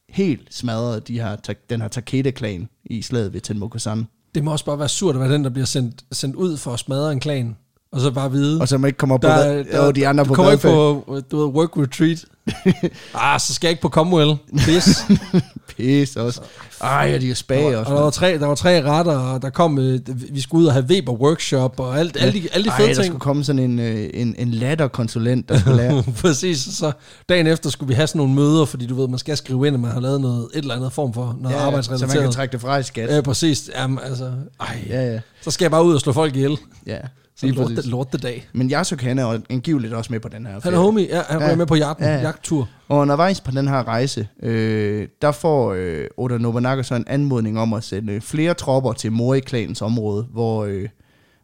Speaker 2: helt smadret de her, ta- den her Takeda-klan i slaget ved Tenmoku-san.
Speaker 1: Det må også bare være surt at være den, der bliver sendt, sendt ud for at smadre en klan. Og så bare vide,
Speaker 2: Og så man ikke kommer op på,
Speaker 1: der,
Speaker 2: der, der, der, de andre
Speaker 1: du
Speaker 2: på
Speaker 1: kommer ikke
Speaker 2: badeferie.
Speaker 1: på du ved, work retreat. ah, så skal jeg ikke på Comwell. Pis.
Speaker 2: Pisse også. Ej, og de er spage
Speaker 1: og
Speaker 2: også.
Speaker 1: der var, tre, der var tre retter, og der kom, øh, vi skulle ud og have Weber workshop, og alt, alle, de, alle de
Speaker 2: Ej,
Speaker 1: fede
Speaker 2: der
Speaker 1: ting.
Speaker 2: skulle komme sådan en, øh, en, en latterkonsulent, der skulle lære.
Speaker 1: Præcis, så dagen efter skulle vi have sådan nogle møder, fordi du ved, man skal skrive ind, at man har lavet noget, et eller andet form for noget ja,
Speaker 2: så man kan
Speaker 1: arbejdsrelateret.
Speaker 2: trække det fra i skat.
Speaker 1: Ja, præcis. Jamen, altså, ej. Ja.
Speaker 2: Ja, ja.
Speaker 1: Så skal jeg bare ud og slå folk ihjel.
Speaker 2: ja.
Speaker 1: Så
Speaker 2: Lige
Speaker 1: lort,
Speaker 2: præcis.
Speaker 1: lort det dag.
Speaker 2: Men Yasuke, han er jo angiveligt også med på den her
Speaker 1: Han er
Speaker 2: ferie.
Speaker 1: homie, ja, han
Speaker 2: Ja.
Speaker 1: ja. med på jagten,
Speaker 2: Ja, ja.
Speaker 1: ja. jagttur.
Speaker 2: Og undervejs på den her rejse, øh, der får øh, Oda Nobunaga så en anmodning om at sende øh, flere tropper til Mori-klanens område, hvor, øh,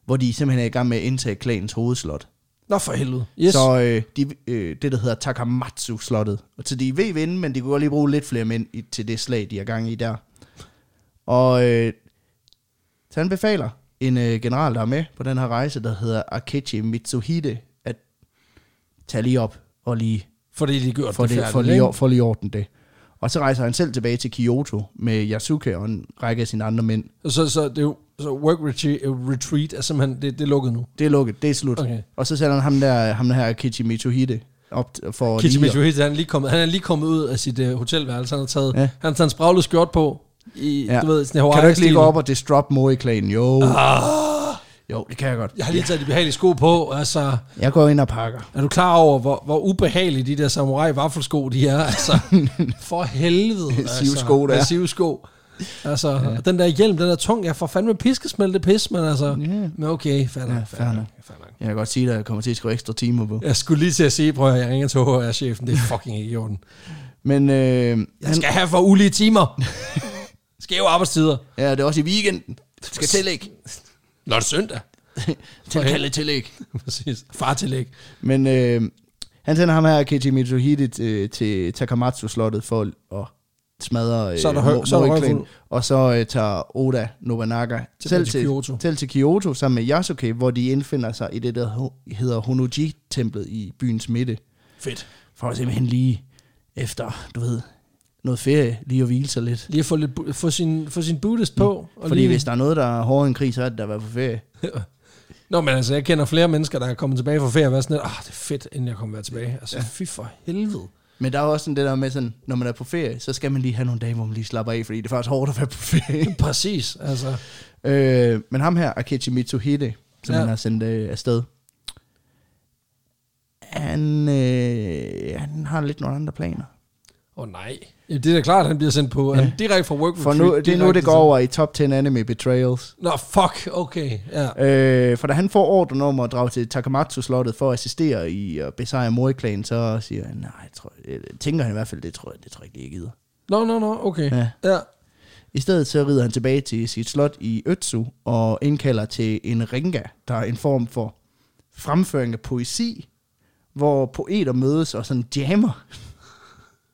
Speaker 2: hvor de simpelthen er i gang med at indtage klanens hovedslot.
Speaker 1: Nå for helvede. Yes. Så.
Speaker 2: Så øh, de, øh, det, der hedder Takamatsu-slottet. Og så de ved vinde, men de kunne godt lige bruge lidt flere mænd i, til det slag, de er gang i der. Og øh, så han befaler en øh, general, der er med på den her rejse, der hedder Akechi Mitsuhide, at tage lige op og lige
Speaker 1: Fordi de gjorde
Speaker 2: for,
Speaker 1: det,
Speaker 2: det,
Speaker 1: færdigt,
Speaker 2: for,
Speaker 1: ikke?
Speaker 2: lige, for lige orden det. Og så rejser han selv tilbage til Kyoto med Yasuke og en række af sine andre mænd.
Speaker 1: Så, så, det er jo, så work retreat, eh, retreat er simpelthen, det, det er lukket nu.
Speaker 2: Det er lukket, det er slut. Okay.
Speaker 1: Okay.
Speaker 2: Og så sender han ham der, ham der her Kichi Mitsuhide op t- for
Speaker 1: Kichi
Speaker 2: lige at-
Speaker 1: Mitsuhita, han er lige kommet, han er lige kommet ud af sit uh, hotelværelse. Han har taget,
Speaker 2: Ja.
Speaker 1: ja. han har taget en spraglet skjort på. I,
Speaker 2: Ja.
Speaker 1: ja. du ved, sådan en
Speaker 2: Kan du ikke lige
Speaker 1: Hawaii-stil.
Speaker 2: gå op og disrupt Mori-klanen? Jo. Ah. Jo, det kan jeg godt.
Speaker 1: Jeg har lige taget de behagelige sko på. Altså,
Speaker 2: Jeg går ind og pakker.
Speaker 1: er du klar over, hvor, hvor ubehagelige de der samurai vaffelsko de er? Altså, for helvede. altså.
Speaker 2: Sivsko, der er.
Speaker 1: Ja, sivsko. Altså, ja. den der hjelm, den er tung. Jeg får fandme piskesmelte pis, men altså...
Speaker 2: Ja.
Speaker 1: Men okay, fair nok.
Speaker 2: Ja, fair nok.
Speaker 1: fair nok.
Speaker 2: Jeg kan godt sige dig, at jeg kommer til at skrive ekstra timer på.
Speaker 1: Jeg skulle lige til at sige, prøv at høre, jeg ringer til HR-chefen, det er fucking ikke i orden.
Speaker 2: Men øh,
Speaker 1: Jeg
Speaker 2: han,
Speaker 1: skal have for ulige timer. Skæve arbejdstider.
Speaker 2: ja, det er også i weekenden. Skal tillæg.
Speaker 1: Når det er søndag.
Speaker 2: Til kalde tillæg.
Speaker 1: Præcis. Fartillæg.
Speaker 2: Men øh, han sender ham her, Kichi Mitsuhide, til, til Takamatsu-slottet for at smadre øh,
Speaker 1: Så er der hø-
Speaker 2: Mo-
Speaker 1: så er der
Speaker 2: Mori-klanen.
Speaker 1: røvfuld.
Speaker 2: Og så øh, tager Oda Nobunaga til, selv,
Speaker 1: til
Speaker 2: til,
Speaker 1: Kyoto.
Speaker 2: selv til Kyoto sammen med Yasuke, hvor de indfinder sig i det, der ho- hedder Honoji-templet i byens midte.
Speaker 1: Fedt.
Speaker 2: For at simpelthen lige efter, du ved, noget ferie, lige at hvile sig lidt.
Speaker 1: Lige at få, lidt, bu- få, sin, få sin buddhist på. Og
Speaker 2: Fordi
Speaker 1: lige...
Speaker 2: hvis der er noget, der er hårdere end krig, så er det der at være på ferie.
Speaker 1: Nå, men altså, jeg kender flere mennesker, der er kommet tilbage fra ferie og været sådan lidt, ah, det er fedt, inden jeg kommer tilbage. Altså, ja. fy for helvede.
Speaker 2: Men der er også sådan det der med sådan, når man er på ferie, så skal man lige have nogle dage, hvor man lige slapper af, fordi det er faktisk hårdt at være på ferie.
Speaker 1: Præcis, altså.
Speaker 2: Øh, men ham her, Akechi Mitsuhide, som ja.
Speaker 1: Ja.
Speaker 2: han har sendt øh, afsted, han, øh, han har lidt nogle andre planer.
Speaker 1: Åh oh, nej. Jamen, det er da klart, at han bliver sendt på ja. han, direkte fra work
Speaker 2: For nu,
Speaker 1: retreat,
Speaker 2: det er nu,
Speaker 1: direkte
Speaker 2: det går
Speaker 1: til-
Speaker 2: over i top 10 anime betrayals.
Speaker 1: Nå, fuck, okay. Ja.
Speaker 2: Øh, for da han får ordren om at drage til Takamatsu-slottet for at assistere i at besejre Mori-klanen, så siger han, nej, jeg tror, jeg tænker han i hvert fald, det tror jeg, det tror jeg ikke, jeg gider.
Speaker 1: Nå, nå, nå, okay.
Speaker 2: Ja.
Speaker 1: Ja. ja.
Speaker 2: I stedet så rider han tilbage til sit slot i Ötsu og indkalder til en ringa, der er en form for fremføring af poesi, hvor poeter mødes og sådan jammer.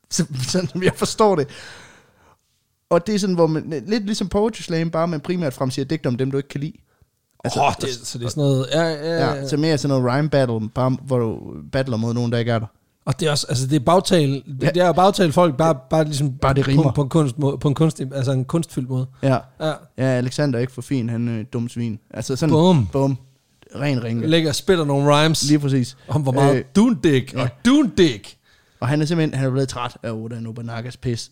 Speaker 2: Som- sådan som jeg forstår det. Og det er sådan, hvor man, lidt ligesom Poetry Slam, bare man primært fremsiger digte om dem, du ikke kan lide.
Speaker 1: Altså, oh, det, så det er sådan noget... Ja, ja, ja.
Speaker 2: Ja, så mere sådan noget rhyme battle, bare, hvor du battler mod nogen, der ikke er der.
Speaker 1: Og det er også, altså det er bagtale, det,
Speaker 2: Ja.
Speaker 1: ja. det er at bagtale folk, bare, bare ligesom
Speaker 2: Bare det rimer.
Speaker 1: på, på, en kunst, måde- på en kunst, altså en kunstfyldt måde.
Speaker 2: Ja,
Speaker 1: Ja.
Speaker 2: ja Alexander er ikke for fin, han er øh, dum svin. Altså sådan,
Speaker 1: Bum.
Speaker 2: bum. Ren ringe.
Speaker 1: Lægger spiller nogle rhymes
Speaker 2: Lige præcis.
Speaker 1: om, hvor meget
Speaker 2: Øh,
Speaker 1: øh, dundik
Speaker 2: ja.
Speaker 1: og dundik.
Speaker 2: Og han er simpelthen han er blevet træt af Oda Nobunagas pis.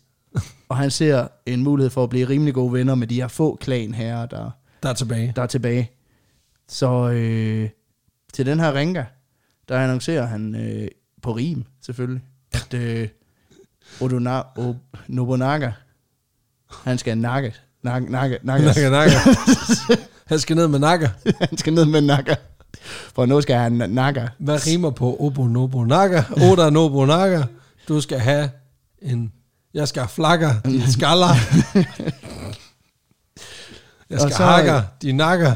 Speaker 2: og han ser en mulighed for at blive rimelig gode venner med de her få klan her, der,
Speaker 1: Der er tilbage.
Speaker 2: der er tilbage. Så øh, til den her ringa, der annoncerer han øh, på rim, selvfølgelig, at øh, Odona, o, Nobunaga, han skal nakke, nakke, nakke,
Speaker 1: Nakker,
Speaker 2: nakke,
Speaker 1: nakker. Han skal ned med nakker.
Speaker 2: han skal ned med nakker. For nu skal han nakker.
Speaker 1: Hvad rimer på obo nobo nakker? Oda nobo nakker. Du skal have en... Jeg skal flakker din skaller. Jeg skal
Speaker 2: Og så-
Speaker 1: så, hakker, de nakker.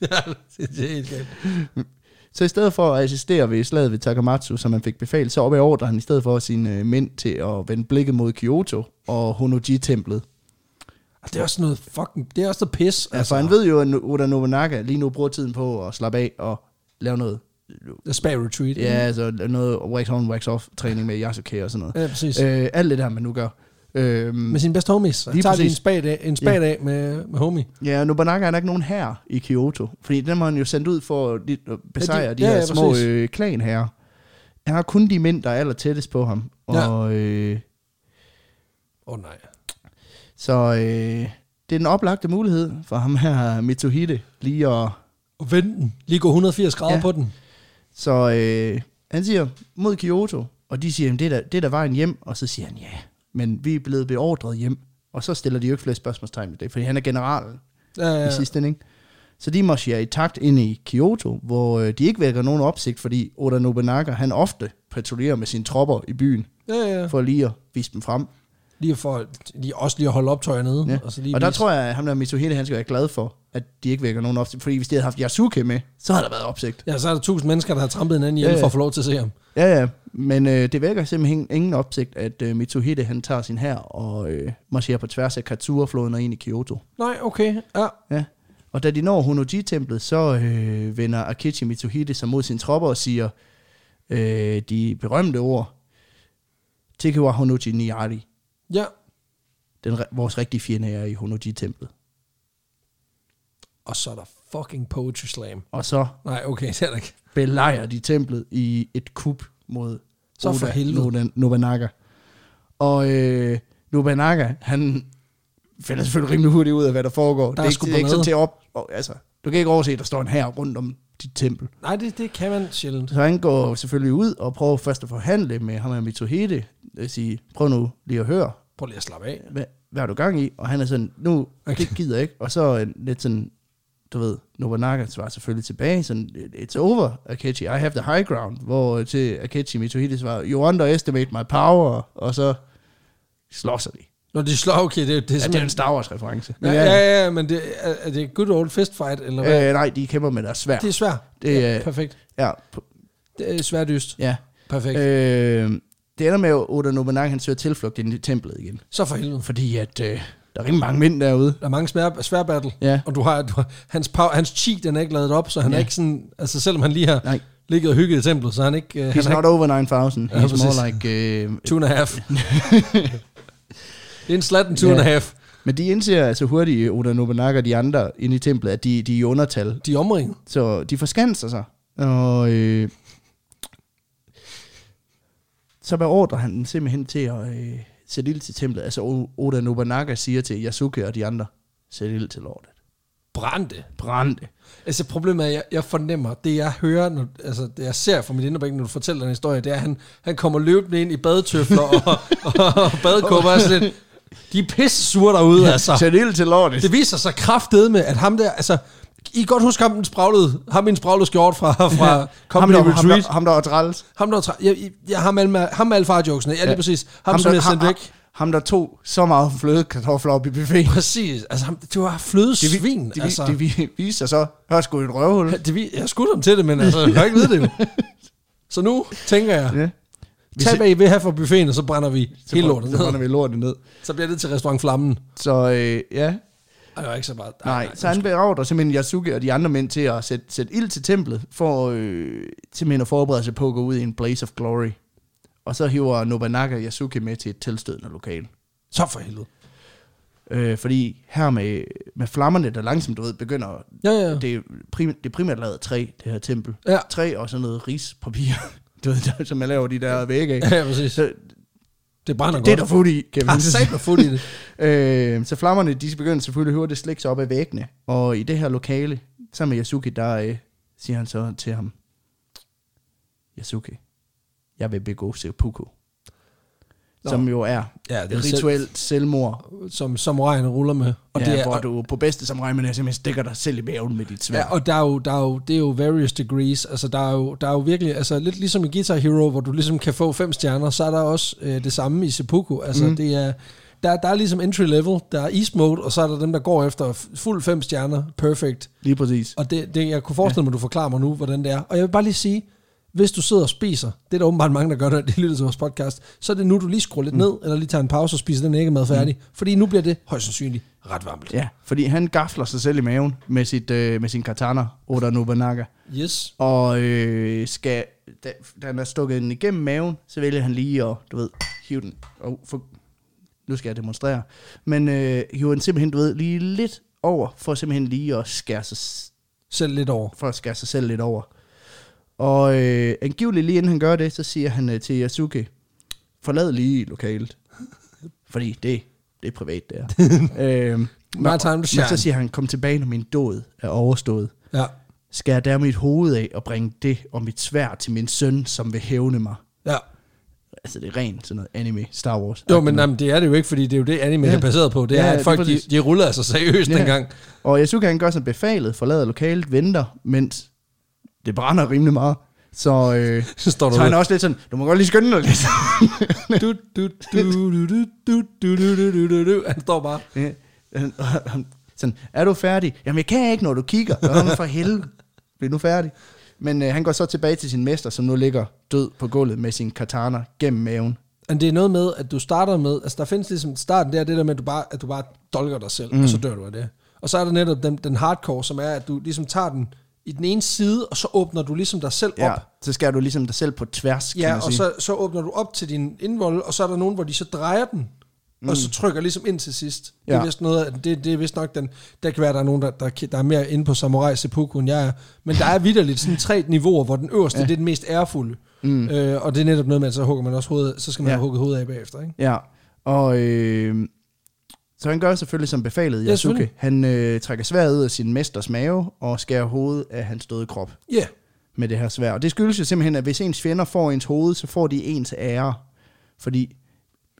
Speaker 1: ja, det er helt galt.
Speaker 2: Så i stedet for at assistere ved slaget ved Takamatsu, som han fik befalet, så opbeordrer han i stedet for sine øh, mænd til at vende blikket mod Kyoto og Honoji-templet.
Speaker 1: Og det er også noget fucking, det er også noget pis. altså.
Speaker 2: Ja, for han ved jo, at Nu- Oda Nobunaga lige nu bruger tiden på at slappe af og lave noget,
Speaker 1: The spa retreat.
Speaker 2: ja, altså noget wax on, wax off træning med Yasuke og sådan noget.
Speaker 1: ja præcis. Øh,
Speaker 2: Øh, alt det der, man nu gør. Øh,
Speaker 1: med sine bedste homies. Så
Speaker 2: Lige
Speaker 1: tager de
Speaker 2: præcis.
Speaker 1: en spa-dag, en spa dag med, med homie.
Speaker 2: Ja, og Nobunaga er der ikke nogen her i Kyoto, fordi den har han jo sendt ud for at li- at besejre ja, de,
Speaker 1: ja,
Speaker 2: her
Speaker 1: ja,
Speaker 2: små
Speaker 1: præcis.
Speaker 2: øh, klan her. Han har kun de mænd, der er aller tættest på ham. Og, ja. øh,
Speaker 1: Åh oh, nej.
Speaker 2: så øh, det er den oplagte mulighed for ham her, Mitsuhide, lige at...
Speaker 1: Og vend den. Lige gå 180 grader
Speaker 2: Ja.
Speaker 1: ja. på den.
Speaker 2: Så øh, han siger, mod Kyoto, og de siger, "Jamen, det er, da, det er da vejen hjem, og så siger han, ja, men vi er blevet beordret hjem. Og så stiller de jo ikke flere spørgsmålstegn ved det, fordi han er generalen.
Speaker 1: Ja,
Speaker 2: i
Speaker 1: ja.
Speaker 2: sidste ende. Ikke? Så de marcherer i takt ind i Kyoto, hvor øh, de ikke vækker nogen opsigt, fordi Oda Nobunaga, han ofte patruljerer med sine tropper i byen,
Speaker 1: ja, ja.
Speaker 2: for lige at vise dem frem.
Speaker 1: Lige for lige, også lige at holde optøjer nede.
Speaker 2: Ja.
Speaker 1: Og, så lige
Speaker 2: Og der
Speaker 1: vise-
Speaker 2: tror jeg, at ham der Mitsuhide, han skal være glad for, at de ikke vækker nogen opsigt, fordi hvis de havde haft Yasuke med, så havde der været opsigt.
Speaker 1: Ja, så er der tusind mennesker, der har trampet hinanden ihjel
Speaker 2: Ja,
Speaker 1: ja,
Speaker 2: ja.
Speaker 1: ja. for at få lov til at se ham.
Speaker 2: Ja, ja, men øh, det vækker simpelthen ingen opsigt, at øh, Mitsuhide, han tager sin her og øh, marcherer på tværs af Katsura-floden og ind i Kyoto.
Speaker 1: Nej, okay. Ja.
Speaker 2: Ja. Og da de når Honoji-templet, så øh, vender Akichi Mitsuhide sig mod sine tropper og siger øh, de berømte ord. Tekewa Honoji Niari.
Speaker 1: ja.
Speaker 2: Den, re- vores rigtige fjende er i Honoji-templet.
Speaker 1: Og så er der fucking poetry slam.
Speaker 2: Og så
Speaker 1: Nej, okay, det er der ikke.
Speaker 2: belejrer de templet i et kup mod
Speaker 1: Så for helvede.
Speaker 2: Oda Nobunaga. Og øh, Nobunaga, han finder selvfølgelig rimelig hurtigt ud af, hvad der foregår.
Speaker 1: Der
Speaker 2: det
Speaker 1: er
Speaker 2: er, ikke,
Speaker 1: sgu
Speaker 2: det er ikke sådan
Speaker 1: ballade.
Speaker 2: til op... Og, altså, du kan ikke overse, at der står en her rundt om dit tempel.
Speaker 1: Nej, det, det kan man sjældent.
Speaker 2: Så han går selvfølgelig ud og prøver først at forhandle med ham her Mitsuhide. Jeg siger, prøv nu lige at høre,
Speaker 1: Prøv lige at slappe af.
Speaker 2: hvad, hvad har du gang i? Og han er sådan, nu, okay. det
Speaker 1: Okay.
Speaker 2: gider jeg ikke. Og så øh, lidt sådan, du ved, Nobunaga svarer selvfølgelig tilbage, sådan, it's over, Akechi, I have the high ground. Hvor øh, til Akechi Mitsuhide svarer, you underestimate my power, og så slår sig de.
Speaker 1: Når de slår, okay, det, det er
Speaker 2: Ja, det er en
Speaker 1: sådan...
Speaker 2: Star Wars reference.
Speaker 1: Ja, ja, ja, ja, men det, er, er det good old fist fight, eller hvad? Øh,
Speaker 2: ja. Øh, nej, de kæmper med deres svær.
Speaker 1: det er svært.
Speaker 2: Det er-
Speaker 1: ja, perfekt.
Speaker 2: Ja, p-
Speaker 1: Det er svært dyst.
Speaker 2: ja.
Speaker 1: Perfekt. Øh,
Speaker 2: Øh, det ender med, at Oda Nobunaga han søger tilflugt ind i templet igen.
Speaker 1: så for helvede.
Speaker 2: Fordi at øh, der er rimelig mange mænd derude.
Speaker 1: Der er mange svær, svær battle.
Speaker 2: Ja.
Speaker 1: Og du har, du har hans, power, hans chi, den er ikke lavet op, så han
Speaker 2: Ja.
Speaker 1: ja. er ikke sådan... Altså, selvom han lige har
Speaker 2: Nej.
Speaker 1: ligget og hygget i templet, så er han ikke... Uh, han
Speaker 2: He's
Speaker 1: er
Speaker 2: not over 9,000.
Speaker 1: Ja,
Speaker 2: He's more
Speaker 1: præcis.
Speaker 2: like... Øh,
Speaker 1: ikke two and a half. det er en slatten two and a
Speaker 2: Ja.
Speaker 1: half.
Speaker 2: men de indser altså hurtigt, Oda Nobunaga og de andre inde i templet, at de, de er i undertal.
Speaker 1: De er omringet.
Speaker 2: Så de forskanser sig. Og øh, så beordrer han dem simpelthen til at øh, sætte ild til templet. Altså O- Oda Nobunaga siger til Yasuke og de andre, sæt ild til lortet.
Speaker 1: Brændte.
Speaker 2: Brænd det.
Speaker 1: Altså problemet er, at jeg, jeg fornemmer, det jeg hører, når, altså det jeg ser fra mit inderbæk, når du fortæller den historie, det er, at han, han kommer løbende ind i badetøfler og, og, og badekåber og sådan lidt. De er pisse sure derude, altså.
Speaker 2: Sæt ild til lortet.
Speaker 1: Det viser sig kraftedet med, at ham der, altså, I kan godt huske ham, den spraglede, ham i en spraglede skjort fra, fra
Speaker 2: ham,
Speaker 1: Comedy
Speaker 2: der, ham,
Speaker 1: Retreat.
Speaker 2: der, ham der var træls.
Speaker 1: Ham der, tra- jeg, jeg, jeg, ham, alma, ham alfar jokesene, ja, lige
Speaker 2: Ja.
Speaker 1: præcis. Ham, ham som
Speaker 2: der,
Speaker 1: jeg sendte
Speaker 2: ham,
Speaker 1: væk.
Speaker 2: ham, der tog så meget flødekartofler op i buffeten.
Speaker 1: Præcis, altså ham, det var fløde
Speaker 2: vi-
Speaker 1: svin,
Speaker 2: Det, vi-
Speaker 1: altså.
Speaker 2: det vi- viser sig så, hør sgu et røvhul.
Speaker 1: Det vi, jeg skudte ham til det, men altså, jeg kan ikke vide det jo. Så nu tænker jeg,
Speaker 2: Ja. Vi
Speaker 1: tag
Speaker 2: se-
Speaker 1: hvad I vil have fra buffeten, og så brænder vi så hele lortet
Speaker 2: Så brænder
Speaker 1: ned.
Speaker 2: vi lortet ned.
Speaker 1: Så bliver det til restaurant Flammen.
Speaker 2: Så øh, ja,
Speaker 1: Ej, det var ikke så bare...
Speaker 2: nej. så han beordrer simpelthen Yasuke og de andre mænd til at sætte, sætte ild til templet, for øh, simpelthen at forberede sig på at gå ud i en blaze of glory. Og så hiver Nobunaga Yasuke med til et tilstødende lokal.
Speaker 1: Så for helvede.
Speaker 2: Øh, fordi her med, med flammerne, der langsomt, du ved, begynder...
Speaker 1: Ja, ja.
Speaker 2: Det, er prim, det er primært lavet af træ, det her tempel.
Speaker 1: Ja.
Speaker 2: Træ og sådan noget rispapir, du ved, der, som man laver de der vægge af.
Speaker 1: Ja, ja, præcis.
Speaker 2: Så
Speaker 1: Det brænder
Speaker 2: det er der
Speaker 1: godt.
Speaker 2: fod i, kan
Speaker 1: Ah,
Speaker 2: man sige.
Speaker 1: sat med fod i det.
Speaker 2: Øh, så flammerne, de begynder selvfølgelig hurtigt at slikke sig op ad væggene. Og i det her lokale, sammen med Yasuki, der øh, siger han så til ham, Yasuki, jeg vil begå seppuku.
Speaker 1: Nå.
Speaker 2: Som jo er
Speaker 1: Ja, det er
Speaker 2: et rituelt selv... selvmord.
Speaker 1: selv- som samuraierne ruller med.
Speaker 2: Og
Speaker 1: Og
Speaker 2: ja,
Speaker 1: det er,
Speaker 2: hvor
Speaker 1: og,
Speaker 2: du på bedste som regner simpelthen stikker dig selv i maven med dit svær.
Speaker 1: ja, og der er jo, der er jo, det er jo various degrees. Altså, der er jo, der er jo virkelig... Altså, lidt ligesom i Guitar Hero, hvor du ligesom kan få fem stjerner, så er der også øh, det samme i Seppuku. Altså, mm. det er... Der, der er ligesom entry level, der er east mode, og så er der dem, der går efter f- fuld fem stjerner, perfect.
Speaker 2: Lige præcis.
Speaker 1: Og det, det jeg kunne forestille mig, at du forklarer mig nu, hvordan det er. Og jeg vil bare lige sige, hvis du sidder og spiser, det er der åbenbart mange, der gør det, de lytter til vores podcast, så er det nu, du lige skruer lidt ned, eller lige tager en pause og spiser den æggemad færdig, fordi nu bliver det højst sandsynligt ret varmt.
Speaker 2: Ja, fordi han gafler sig selv i maven med, sit, øh, med sin katana, Oda Nobunaga.
Speaker 1: Yes.
Speaker 2: Og øh, skal, da, da han er stukket den igennem maven, så vælger han lige at, du ved, hive den. Oh, for, nu skal jeg demonstrere. Men øh, hiver den simpelthen, du ved, lige lidt over, for simpelthen lige at skære sig,
Speaker 1: Selv lidt over.
Speaker 2: for at skære sig selv lidt over. Og øh, angiveligt lige inden han gør det, så siger han øh, til Yasuke, forlad lige lokalet. Fordi det, det er privat, det er. øhm,
Speaker 1: My time to
Speaker 2: men
Speaker 1: shine.
Speaker 2: så siger han, kom tilbage, når min død er overstået
Speaker 1: Ja.
Speaker 2: skal jeg der mit hoved af og bringe det og mit svær til min søn, som vil hævne mig.
Speaker 1: Ja.
Speaker 2: Altså, det er rent sådan noget anime, Star Wars.
Speaker 1: Jo, men jamen, det er det jo ikke, fordi det er jo det, anime
Speaker 2: Ja.
Speaker 1: ja. er baseret på. Det
Speaker 2: Ja,
Speaker 1: er,
Speaker 2: lige
Speaker 1: at folk de,
Speaker 2: præcis.
Speaker 1: de ruller sig seriøst
Speaker 2: Ja.
Speaker 1: ja. dengang.
Speaker 2: Og Yasuke, han gør som befalet, forlader lokalet, venter, mens det brænder rimelig meget. Så, øh,
Speaker 1: Så står der
Speaker 2: så han er
Speaker 1: ude.
Speaker 2: også lidt sådan, du må godt lige skynde dig lidt.
Speaker 1: du, du, du, du, du, du, du, du, du, du, du, du. Han står bare.
Speaker 2: Ja. Han- og han- sådan, er du færdig? Jamen, jeg kan ikke, når du kigger. Jamen, for helvede. Bliv nu færdig. Men øh, han går så tilbage til sin mester, som nu ligger død på gulvet med sin katana gennem maven.
Speaker 1: Men det er noget med, at du starter med, altså der findes ligesom starten der, det der med, at du bare, at du bare dolker dig selv, mm. og så dør du af det. Og så er der netop den, den hardcore, som er, at du ligesom tager den i den ene side, og så åbner du ligesom dig selv
Speaker 2: Ja,
Speaker 1: op.
Speaker 2: så skærer du ligesom dig selv på tværs, kan
Speaker 1: Ja,
Speaker 2: man
Speaker 1: og
Speaker 2: sige.
Speaker 1: så, så åbner du op til din indvold, og så er der nogen, hvor de så drejer den, mm. og så trykker ligesom ind til sidst. Ja. Det
Speaker 2: Ja.
Speaker 1: er vist noget, af- det, det er vist nok den, der kan være, der er nogen, der, der, der er mere inde på Samurai Seppuku, end jeg er. Men der er vidderligt sådan tre niveauer, hvor den øverste, ja. det er den mest ærefulde. Mm. Øh, og det er netop noget med, at så hugger man også hovedet, så skal man
Speaker 2: Ja.
Speaker 1: ja. have hugget hovedet af bagefter, ikke?
Speaker 2: Ja, og øh, så han gør selvfølgelig som befalet
Speaker 1: Ja,
Speaker 2: Yasuke.
Speaker 1: selvfølgelig.
Speaker 2: han øh, trækker sværet ud af sin mesters mave og skærer hovedet af hans døde krop
Speaker 1: Ja. Yeah.
Speaker 2: med det her svær. Og det skyldes jo simpelthen, at hvis ens fjender får ens hoved, så får de ens ære. Fordi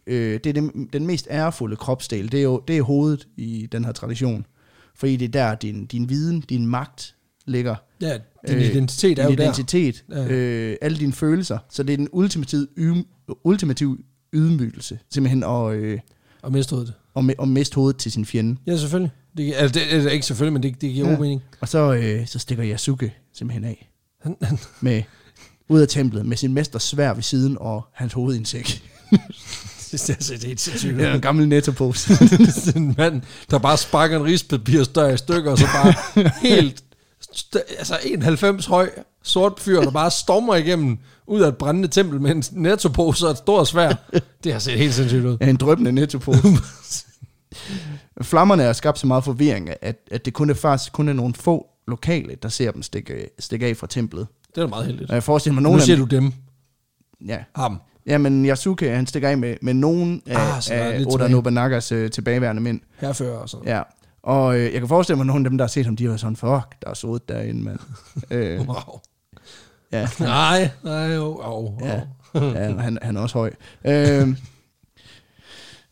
Speaker 2: øh, det er den, den mest ærefulde kropsdel, det er jo det er hovedet i den her tradition. Fordi det er der, din, din viden, din magt ligger.
Speaker 1: Ja, din øh, identitet er jo
Speaker 2: din
Speaker 1: identitet.
Speaker 2: identitet,
Speaker 1: Ja.
Speaker 2: øh, alle dine følelser. Så det er den ultimative, ydm, ultimative ydmygelse, simpelthen at, øh,
Speaker 1: der, og miste hovedet.
Speaker 2: og, mi- og miste hovedet til sin fjende.
Speaker 1: Ja, selvfølgelig. Det, gi- altså, det, altså, ikke selvfølgelig, men det, det giver
Speaker 2: Ja.
Speaker 1: ja. god mening.
Speaker 2: Og så, øh, så stikker Yasuke simpelthen af.
Speaker 1: Han, han,
Speaker 2: Med, ud af templet med sin mesters svær ved siden og hans hoved i en sæk.
Speaker 1: det, er, altså- det er helt sindssygt.
Speaker 2: Det er en gammel nettopose.
Speaker 1: Sådan en mand, der bare sparker en rispapir større i stykker, og så bare helt, st- altså 91 høj, sort fyr, der bare stormer igennem ud af et brændende tempel med en nettopose og et stort svær. Det har set helt sindssygt ud.
Speaker 2: Ja, en drøbende nettopose. Flammerne har skabt så meget forvirring, at, at det kun er faktisk kun er nogle få lokale, der ser dem stikke, stikke af fra templet.
Speaker 1: Det er da meget heldigt.
Speaker 2: Og jeg forestiller mig,
Speaker 1: Nu
Speaker 2: nogle af
Speaker 1: siger
Speaker 2: dem...
Speaker 1: du dem.
Speaker 2: Ja,
Speaker 1: Ham.
Speaker 2: Jamen, Yasuke, han stikker af med, med nogen af,
Speaker 1: Ah, så der er
Speaker 2: af
Speaker 1: lidt
Speaker 2: Oda
Speaker 1: tilbage.
Speaker 2: Nobunagas øh, tilbageværende mænd.
Speaker 1: Herfører og sådan.
Speaker 2: Ja. Og øh, jeg kan forestille mig, at nogle af dem, der har set ham, de var sådan, fuck, der er sodet derinde, mand. øh,
Speaker 1: Wow.
Speaker 2: ja,
Speaker 1: Nej, nej, jo, jo, jo.
Speaker 2: ja, ja han, han er også høj. Øh,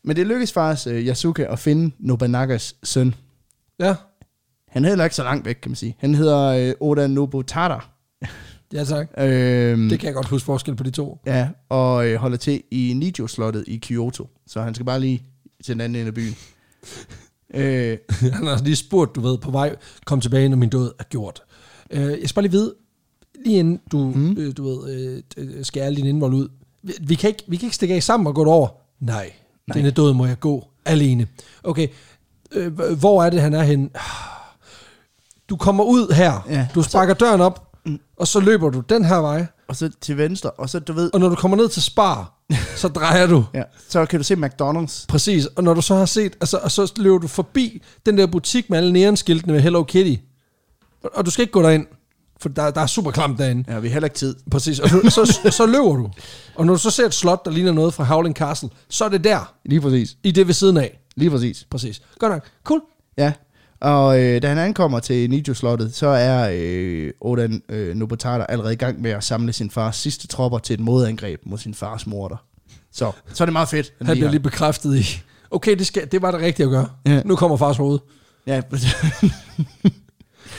Speaker 2: men det lykkedes faktisk øh, Yasuke at finde Nobunagas søn.
Speaker 1: Ja,
Speaker 2: Han er heller ikke så langt væk, kan man sige. Han hedder øh, Oda Nobutada.
Speaker 1: ja tak.
Speaker 2: Øh,
Speaker 1: Det kan jeg godt huske forskel på de to.
Speaker 2: Ja, og øh, holder til i Nijo-slottet i Kyoto. Så han skal bare lige til den anden ende af byen. øh,
Speaker 1: Han har lige spurgt, du ved, på vej, kom tilbage, når min død er gjort. Øh, jeg skal bare lige vide, lige inden du, mm. øh, du ved, øh, øh, skærer din indvold ud. Vi, vi, kan ikke, vi kan ikke stikke af sammen og gå derover. Nej, Nej. denne død må jeg gå alene. Okay, øh, h- hvor er det, han er henne? Du kommer ud her,
Speaker 2: Ja.
Speaker 1: ja. Mm. du sparker døren op, og så løber du den her vej,
Speaker 2: og så til venstre, og så du ved,
Speaker 1: og når du kommer ned til Spar, så drejer du.
Speaker 2: ja, så kan du se McDonald's.
Speaker 1: Præcis, og når du så har set, altså, og så løber du forbi den der butik med alle neonskiltene med Hello Kitty, og, og du skal ikke gå derind, for der, der er super klamt derinde.
Speaker 2: Ja, vi har heller ikke tid.
Speaker 1: Præcis, og du, så, så løber du. Og når du så ser et slot, der ligner noget fra Howling Castle, så er det der,
Speaker 2: Lige præcis.
Speaker 1: i det ved siden af.
Speaker 2: Lige præcis.
Speaker 1: Præcis. Godt nok. Cool.
Speaker 2: Ja, og øh, da han ankommer til Nijo-slottet, så er øh, Odan øh, Nobutata allerede i gang med at samle sin fars sidste tropper til et modangreb mod sin fars morder. Så, så er det meget fedt.
Speaker 1: Han bliver
Speaker 2: har-
Speaker 1: lige bekræftet i, okay, det, skal, det var det rigtige at gøre.
Speaker 2: Ja.
Speaker 1: Ja. Nu kommer fars hoved.
Speaker 2: Ja,
Speaker 1: Du
Speaker 2: er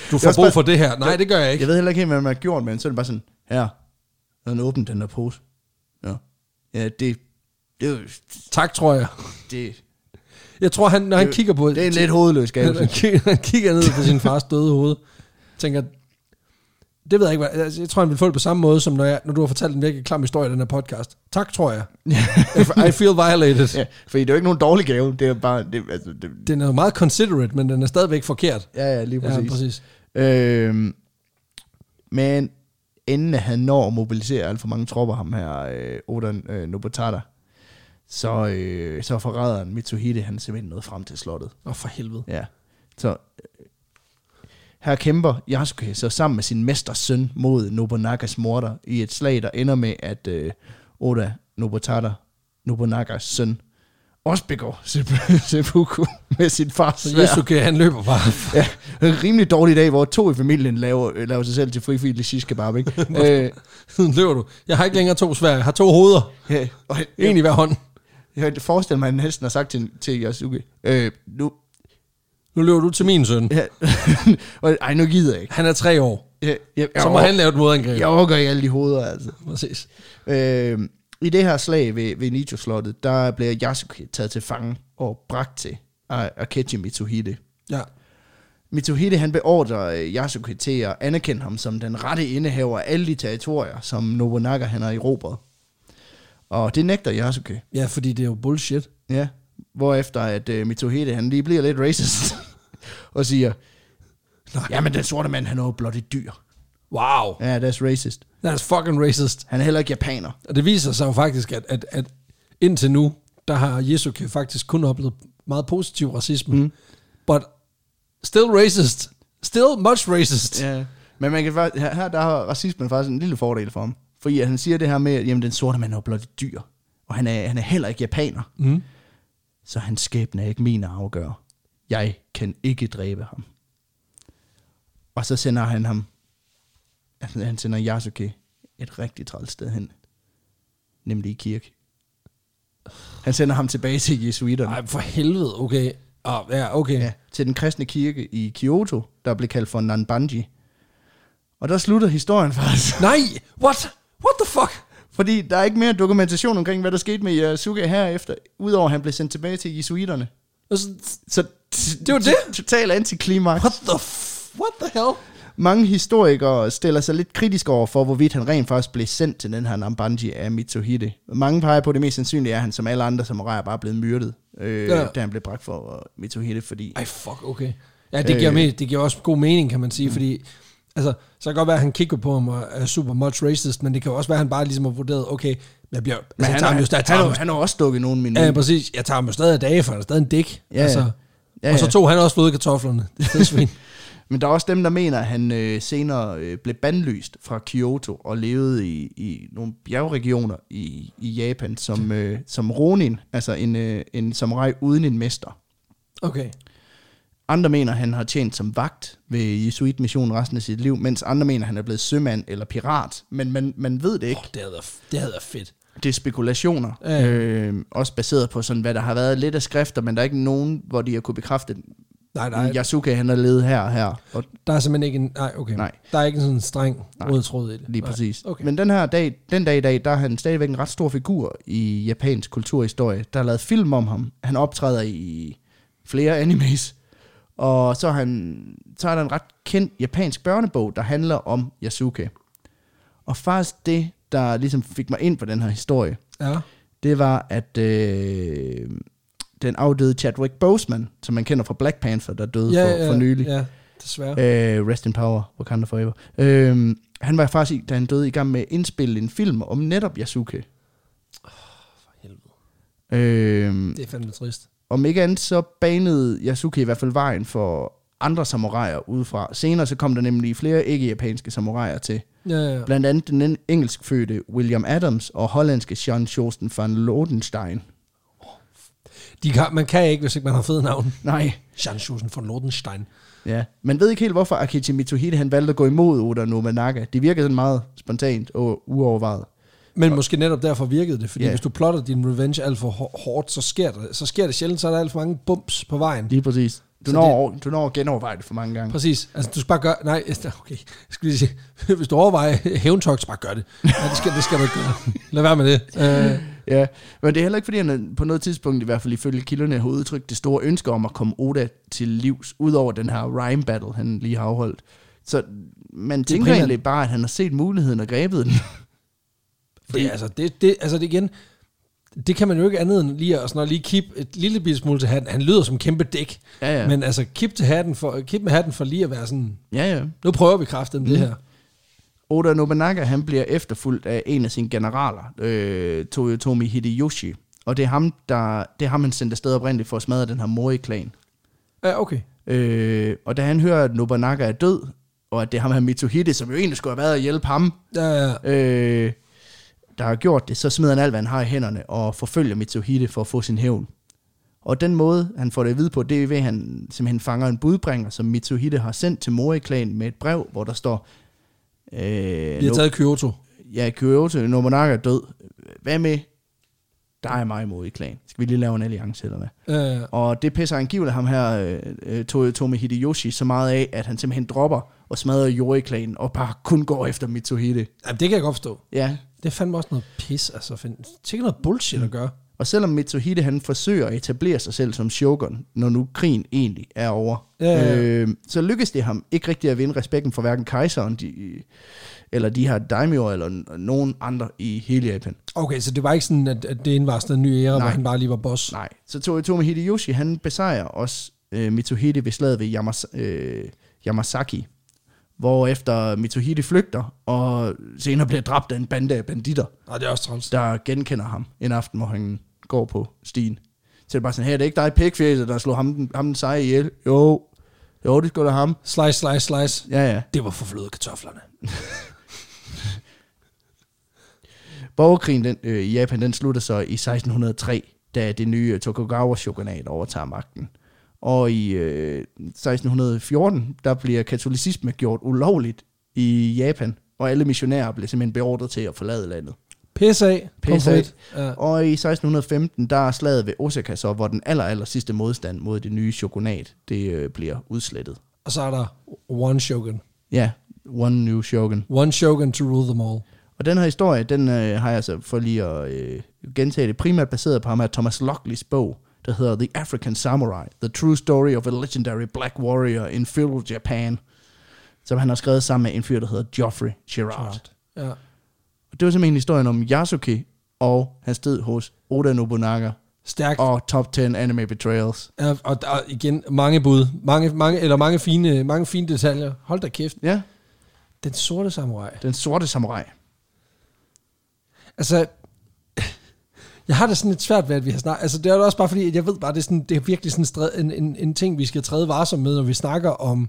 Speaker 1: får
Speaker 2: også bare-
Speaker 1: brug for det her. Nej, det gør jeg ikke.
Speaker 2: jeg ved heller ikke helt, hvad man har gjort, men så er det bare sådan, her, når han åbner den der pose. Ja, ja det, det, er jo-
Speaker 1: Tak, tror jeg.
Speaker 2: det,
Speaker 1: Jeg tror, han, når han kigger på...
Speaker 2: Det er en lidt hovedløs gave.
Speaker 1: han, han, kigger, han kigger ned på sin fars døde hoved, tænker, det ved jeg ikke, hvad, altså, jeg tror, han vil få det på samme måde, som når, jeg, når du har fortalt en virkelig klam historie i den her podcast. Tak, tror jeg. I feel violated.
Speaker 2: Ja, fordi det er jo ikke nogen dårlig gave. Det er bare... Det, altså, det,
Speaker 1: Den er jo meget considerate, men den er stadigvæk forkert.
Speaker 2: ja, ja, lige præcis.
Speaker 1: Ja, præcis.
Speaker 2: Øhm, men inden han når at mobilisere alt for mange tropper, ham her, øh, Odan øh, Nobutada, så, øh, så forræderen Mitsuhide, han er simpelthen nået frem til slottet.
Speaker 1: Åh, oh, for helvede.
Speaker 2: Ja. Så øh, her kæmper Yasuke så sammen med sin mesters søn mod Nobunagas morder i et slag, der ender med, at øh, Oda Nobutada, Nobunagas søn, også begår sep- seppuku med sin fars
Speaker 1: Så
Speaker 2: sværd.
Speaker 1: Jesuke, han løber bare.
Speaker 2: Ja, en rimelig dårlig dag, hvor to i familien laver, øh, laver sig selv til frifidelig shish kebab, ikke? øh,
Speaker 1: Siden løber du. Jeg har ikke længere to svær. Jeg har to hoveder.
Speaker 2: ja, og
Speaker 1: En i hver hånd.
Speaker 2: jeg, jeg forestiller mig, at han næsten har sagt til, til Yasuke, øh, nu,
Speaker 1: Nu løber du til min søn.
Speaker 2: ja, og, ej, nu gider jeg ikke.
Speaker 1: Han er tre år.
Speaker 2: Jeg, jeg, jeg,
Speaker 1: Så må han lave et modangreb.
Speaker 2: jeg overgår i alle de hoveder, altså.
Speaker 1: Præcis.
Speaker 2: Øh, I det her slag ved, ved Nijo-slottet, der bliver Yasuke taget til fange og bragt til A- Akechi Mitsuhide.
Speaker 1: Ja.
Speaker 2: Mitsuhide han beordrer øh, Yasuke til at anerkende ham som den rette indehaver af alle de territorier, som Nobunaga han har erobret. Og det nægter Yasuke.
Speaker 1: ja, fordi det er jo bullshit.
Speaker 2: Ja. Hvorefter at øh, Mitsuhide han lige bliver lidt racist og siger,
Speaker 1: Nej.
Speaker 2: jamen den sorte mand han er jo blot et dyr.
Speaker 1: Wow.
Speaker 2: Ja, that's racist.
Speaker 1: That's fucking racist.
Speaker 2: Han er heller ikke japaner.
Speaker 1: Og det viser sig jo faktisk, at, at, at indtil nu, der har Jesuke faktisk kun oplevet meget positiv racisme. Mm. But still racist. Still much racist.
Speaker 2: Ja. Men man kan faktisk, her, her der har racismen faktisk en lille fordel for ham. Fordi at han siger det her med, at jamen, den sorte mand er jo blot et dyr. Og han er, han er heller ikke japaner.
Speaker 1: Mm.
Speaker 2: Så hans skæbne er ikke min at afgøre. Jeg kan ikke dræbe ham. Og så sender han ham, altså, han sender Yasuke et rigtig træls sted hen. Nemlig i kirke. Han sender ham tilbage til jesuiterne.
Speaker 1: Ej, for helvede. Okay. Ah, ja, okay.
Speaker 2: Ja,
Speaker 1: Ja.
Speaker 2: til den kristne kirke i Kyoto, der blev kaldt for Nanbanji. Og der slutter historien faktisk.
Speaker 1: Nej! What? What the fuck?
Speaker 2: Fordi der er ikke mere dokumentation omkring, hvad der skete med Yasuke herefter, udover at han blev sendt tilbage til jesuiterne.
Speaker 1: Altså,
Speaker 2: Så
Speaker 1: Det var det?
Speaker 2: Total antiklimaks.
Speaker 1: What the f- What the hell?
Speaker 2: Mange historikere stiller sig lidt kritisk over for, hvorvidt han rent faktisk blev sendt til den her Nambanji af Mitsuhide. Mange peger på, at det mest sandsynlige er, at han som alle andre samuraier bare er blevet myrdet, øh, ja.
Speaker 1: Ja.
Speaker 2: da han blev bragt for Mitsuhide, fordi...
Speaker 1: Ej, fuck, okay. Ja, det giver, øh. det giver også god mening, kan man sige, mm. fordi... Altså, så kan det godt være, at han kigger på ham og er super much racist, men det kan jo også være, at han bare ligesom har vurderet, okay, jeg bliver... Altså,
Speaker 2: Men
Speaker 1: jeg
Speaker 2: han,
Speaker 1: tager ham jo
Speaker 2: han,
Speaker 1: stadig... jeg
Speaker 2: han,
Speaker 1: tager
Speaker 2: han,
Speaker 1: ham-
Speaker 2: han har også dukket nogen min
Speaker 1: Ja, præcis. Jeg tager ham jo stadig af dage, for han er stadig en dæk. altså.
Speaker 2: Ja, ja.
Speaker 1: Og så tog han også flødekartoflerne. Det er svin.
Speaker 2: Men der er også dem, der mener, at han øh, senere øh, blev bandlyst fra Kyoto og levede i, i nogle bjergregioner i, i Japan som, øh, som Ronin, altså en, øh, en samurai uden en mester.
Speaker 1: Okay.
Speaker 2: Andre mener, han har tjent som vagt ved Jesuit-missionen resten af sit liv, mens andre mener, han er blevet sømand eller pirat. Men man, man ved det ikke.
Speaker 1: Oh, det, havde været, det havde været fedt.
Speaker 2: Det er spekulationer.
Speaker 1: Ja.
Speaker 2: Øh, også baseret på, sådan, hvad der har været lidt af skrifter, men der er ikke nogen, hvor de har kunne bekræfte,
Speaker 1: Nej, nej.
Speaker 2: at Yasuke han har levet her og her. Og
Speaker 1: Der er simpelthen ikke en... Nej, okay.
Speaker 2: Nej.
Speaker 1: Der er ikke sådan en streng
Speaker 2: Nej.
Speaker 1: rød tråd i det.
Speaker 2: Lige
Speaker 1: nej.
Speaker 2: præcis.
Speaker 1: Okay.
Speaker 2: Men den her dag, den dag i dag, der er han stadigvæk en ret stor figur i japansk kulturhistorie. Der er lavet film om ham. Han optræder i flere animes. Og så er, han, så er der en ret kendt japansk børnebog, der handler om Yasuke. Og faktisk det, der ligesom fik mig ind på den her historie,
Speaker 1: Ja.
Speaker 2: det var, at øh, den afdøde Chadwick Boseman, som man kender fra Black Panther, der døde
Speaker 1: ja,
Speaker 2: for,
Speaker 1: ja,
Speaker 2: for nylig,
Speaker 1: Ja, desværre.
Speaker 2: Øh, rest in power, Wakanda forever. Øh, han var faktisk, i- da han døde, i gang med at indspille en film om netop Yasuke.
Speaker 1: For helvede.
Speaker 2: Øh,
Speaker 1: Det er fandme trist.
Speaker 2: om ikke andet, så banede Yasuke i hvert fald vejen for andre samuraier udefra. Senere så kom der nemlig flere ikke-japanske samuraier til.
Speaker 1: Ja, ja, ja.
Speaker 2: Blandt andet den en- engelskfødte William Adams og hollandske John Sjorsten van Lodenstein.
Speaker 1: De kan, man kan ikke, hvis ikke man har fede navn.
Speaker 2: Nej,
Speaker 1: Schanschusen von Lodenstein.
Speaker 2: Ja, man ved ikke helt, hvorfor Akichi Mitsuhide han valgte at gå imod Oda Nobunaga. Det virker sådan meget spontant og uovervejet.
Speaker 1: Men måske netop derfor virkede det, fordi
Speaker 2: Ja.
Speaker 1: yeah. hvis du plotter din revenge alt for hår- hårdt, så sker, det, så sker det sjældent, så er der alt for mange bumps på vejen.
Speaker 2: Lige præcis. Du
Speaker 1: Så
Speaker 2: når, over, du når at genoverveje det for mange gange.
Speaker 1: Præcis. Altså, du skal bare gøre... Nej, okay. Jeg skulle lige sige, hvis du overvejer hævntog, så bare gør det. Nej, det skal, det skal du ikke gøre. Lad være med det. Øh,
Speaker 2: Ja, men det er heller ikke, fordi han øh, på noget tidspunkt, i hvert fald ifølge kilderne, har udtrykt det store ønske om at komme Oda til livs, udover den her rhyme battle, han lige har afholdt. Så man tænker
Speaker 1: primært-
Speaker 2: egentlig bare, at han har set muligheden og grebet den.
Speaker 1: Fordi, det, altså, det, det, altså det igen, det kan man jo ikke andet end lige at sådan at lige kip et lille bitte smule til hatten. Han lyder som en kæmpe dæk,
Speaker 2: Ja, ja.
Speaker 1: men altså kip, til hatten for, kip med hatten for lige at være sådan,
Speaker 2: ja, ja.
Speaker 1: nu prøver vi kraften
Speaker 2: Mm.
Speaker 1: det her.
Speaker 2: Oda Nobunaga, han bliver efterfulgt af en af sine generaler, øh, Toyotomi Hideyoshi. Og det er ham, der, det er ham han sendte afsted oprindeligt for at smadre den her Mori-klan.
Speaker 1: Ja, okay.
Speaker 2: Øh, og da han hører, at Nobunaga er død, og at det er ham her Mitsuhide, som jo egentlig skulle have været at hjælpe ham,
Speaker 1: Ja, ja.
Speaker 2: øh, der har gjort det, så smider han alt, hvad han har i hænderne, og forfølger Mitsuhide for at få sin hævn. Og den måde, han får det at vide på, det er ved, at han simpelthen fanger en budbringer, som Mitsuhide har sendt til Mori-klanen med et brev, hvor der står... Øh,
Speaker 1: Vi har
Speaker 2: "Nu-
Speaker 1: taget Kyoto.
Speaker 2: ja, Kyoto, Nobunaga er død. Hvad med dig og mig mod i klan? Skal vi lige lave en alliance eller hvad?
Speaker 1: Ja,
Speaker 2: Og det pisser angiveligt ham her, øh, øh, Toyotomi Hideyoshi, så meget af, at han simpelthen dropper og smadrer Yori-klanen og bare kun går efter Mitsuhide.
Speaker 1: Jamen, det kan jeg godt forstå.
Speaker 2: Ja,
Speaker 1: Det er fandme også noget pis, altså. Find, sikkert noget bullshit at gøre.
Speaker 2: og selvom Mitsuhide han forsøger at etablere sig selv som shogun, når nu krigen egentlig er over,
Speaker 1: Ja, ja, ja.
Speaker 2: Øh, så lykkes det ham ikke rigtig at vinde respekten for hverken kejseren, de, eller de her daimyo, eller nogen andre i hele Japan.
Speaker 1: Okay, så det var ikke sådan, at, at det indvarslede en ny æra, Nej. hvor
Speaker 2: Nej.
Speaker 1: han bare lige var boss.
Speaker 2: Nej, så Toyotomi Hideyoshi, han besejrer også øh, Mitsuhide ved slaget ved Yamas, øh, Yamasaki, hvorefter Mitsuhide flygter, og senere bliver dræbt af en bande af banditter,
Speaker 1: Nej, det er også træls.
Speaker 2: der genkender ham en aften, hvor han går på stien. Så det er bare sådan, her, det er ikke dig, pækfjæset, der slog ham, den- ham den seje ihjel. Jo, jo, det skulle da ham.
Speaker 1: Slice, slice, slice.
Speaker 2: Ja, ja.
Speaker 1: Det var forfløde kartoflerne.
Speaker 2: Borgerkrigen den, øh, i Japan den slutter så i 1603, da det nye Tokugawa-shogunat overtager magten. Og i øh, 1614, der bliver katolicisme gjort ulovligt i Japan, og alle missionærer bliver simpelthen beordret til at forlade landet.
Speaker 1: Pis af.
Speaker 2: Pis af.
Speaker 1: pomfrit. Ja.
Speaker 2: Og i 1615, der er slaget ved Osaka så, hvor den aller, aller sidste modstand mod det nye shogunat, det øh, bliver udslettet.
Speaker 1: Og så er der One Shogun.
Speaker 2: Ja, one new shogun.
Speaker 1: One Shogun to rule them all.
Speaker 2: Og den her historie, den øh, har jeg så for lige at øh, gentage det, primært baseret på ham af Thomas Lockleys bog, der hedder The African Samurai, The True Story of a Legendary Black Warrior in Feudal Japan, som han har skrevet sammen med en fyr, der hedder Geoffrey Girard.
Speaker 1: Ja.
Speaker 2: Og det var simpelthen historien om Yasuke og hans tid hos Oda Nobunaga
Speaker 1: Stærkt. Og,
Speaker 2: og Top 10 Anime Betrayals.
Speaker 1: og, og, og igen, mange bud. Mange, mange, eller mange fine, mange fine detaljer. Hold da kæft.
Speaker 2: Ja,
Speaker 1: Den sorte samurai.
Speaker 2: den sorte samurai.
Speaker 1: Altså, jeg har det sådan lidt svært ved, at vi har snakket. Altså, det er jo også bare fordi, at jeg ved bare, det er, sådan, det er virkelig sådan stræd, en, en, en ting, vi skal træde varsomt med, når vi snakker om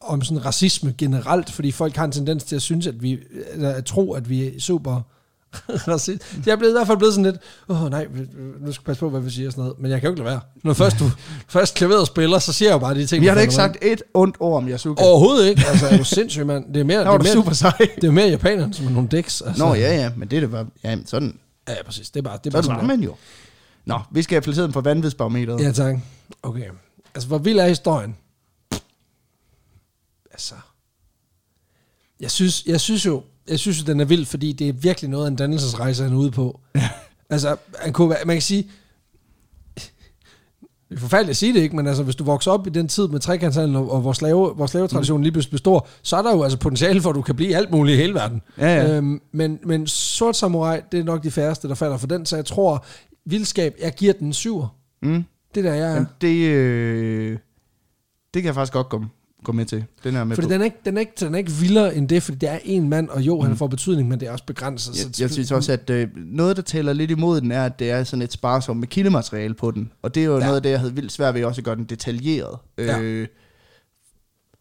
Speaker 1: om sådan racisme generelt, fordi folk har en tendens til at synes, at vi eller at tro, at vi er super racist. Jeg er blevet, i hvert fald blevet sådan lidt, åh oh, nej, nu skal jeg passe på, hvad vi siger og sådan noget, men jeg kan jo ikke lade være. Når først du først klaveret spiller, så siger jeg jo bare de ting.
Speaker 2: Vi
Speaker 1: der
Speaker 2: har da
Speaker 1: falder
Speaker 2: ikke
Speaker 1: mig
Speaker 2: sagt et ondt ord om Yasuke.
Speaker 1: ind. Overhovedet ikke. Altså, er du sindssyg, mand? Det er mere, det
Speaker 2: der var du
Speaker 1: er mere,
Speaker 2: super sej.
Speaker 1: det er mere japanerne, som er nogle dæks. Altså.
Speaker 2: Nå, ja, ja, men det er det bare, ja, jamen, sådan,
Speaker 1: Ja, ja, præcis. Det er bare, det er bare
Speaker 2: sådan
Speaker 1: sådan,
Speaker 2: var man jo. Nå, vi skal have placeret den på vanvidsbarometeret.
Speaker 1: Ja, tak. Okay. Altså, hvor vild er historien? Altså... Jeg synes, jeg synes jo, jeg synes jo, den er vild, fordi det er virkelig noget af en dannelsesrejse, han er ude på. altså, han kunne, være- man kan sige... Det er forfærdeligt at sige det, ikke? Men altså, hvis du vokser op i den tid med trekantshandel, og og hvor, slave, hvor slavetraditionen lige pludselig består, så er der jo altså potentiale for, at du kan blive alt muligt i hele verden.
Speaker 2: Ja, ja.
Speaker 1: Øhm, men, men sort samurai, det er nok de færreste, der falder for den, så jeg tror, vildskab, jeg giver den en syver.
Speaker 2: Mm.
Speaker 1: Det der, jeg er.
Speaker 2: Jamen, det, øh, det kan jeg faktisk godt gå, gå med til. Den her med
Speaker 1: Fordi
Speaker 2: på.
Speaker 1: den er, ikke, den, er ikke, den er ikke vildere end det, fordi det er en mand, og jo, mm. han får betydning, men det er også begrænset.
Speaker 2: jeg, jeg synes også, at øh, noget, der taler lidt imod den, er, at det er sådan et sparsomt med kildemateriale på den. Og det er jo ja. noget af det, jeg havde vildt svært ved også at gøre den detaljeret.
Speaker 1: Ja.
Speaker 2: Øh,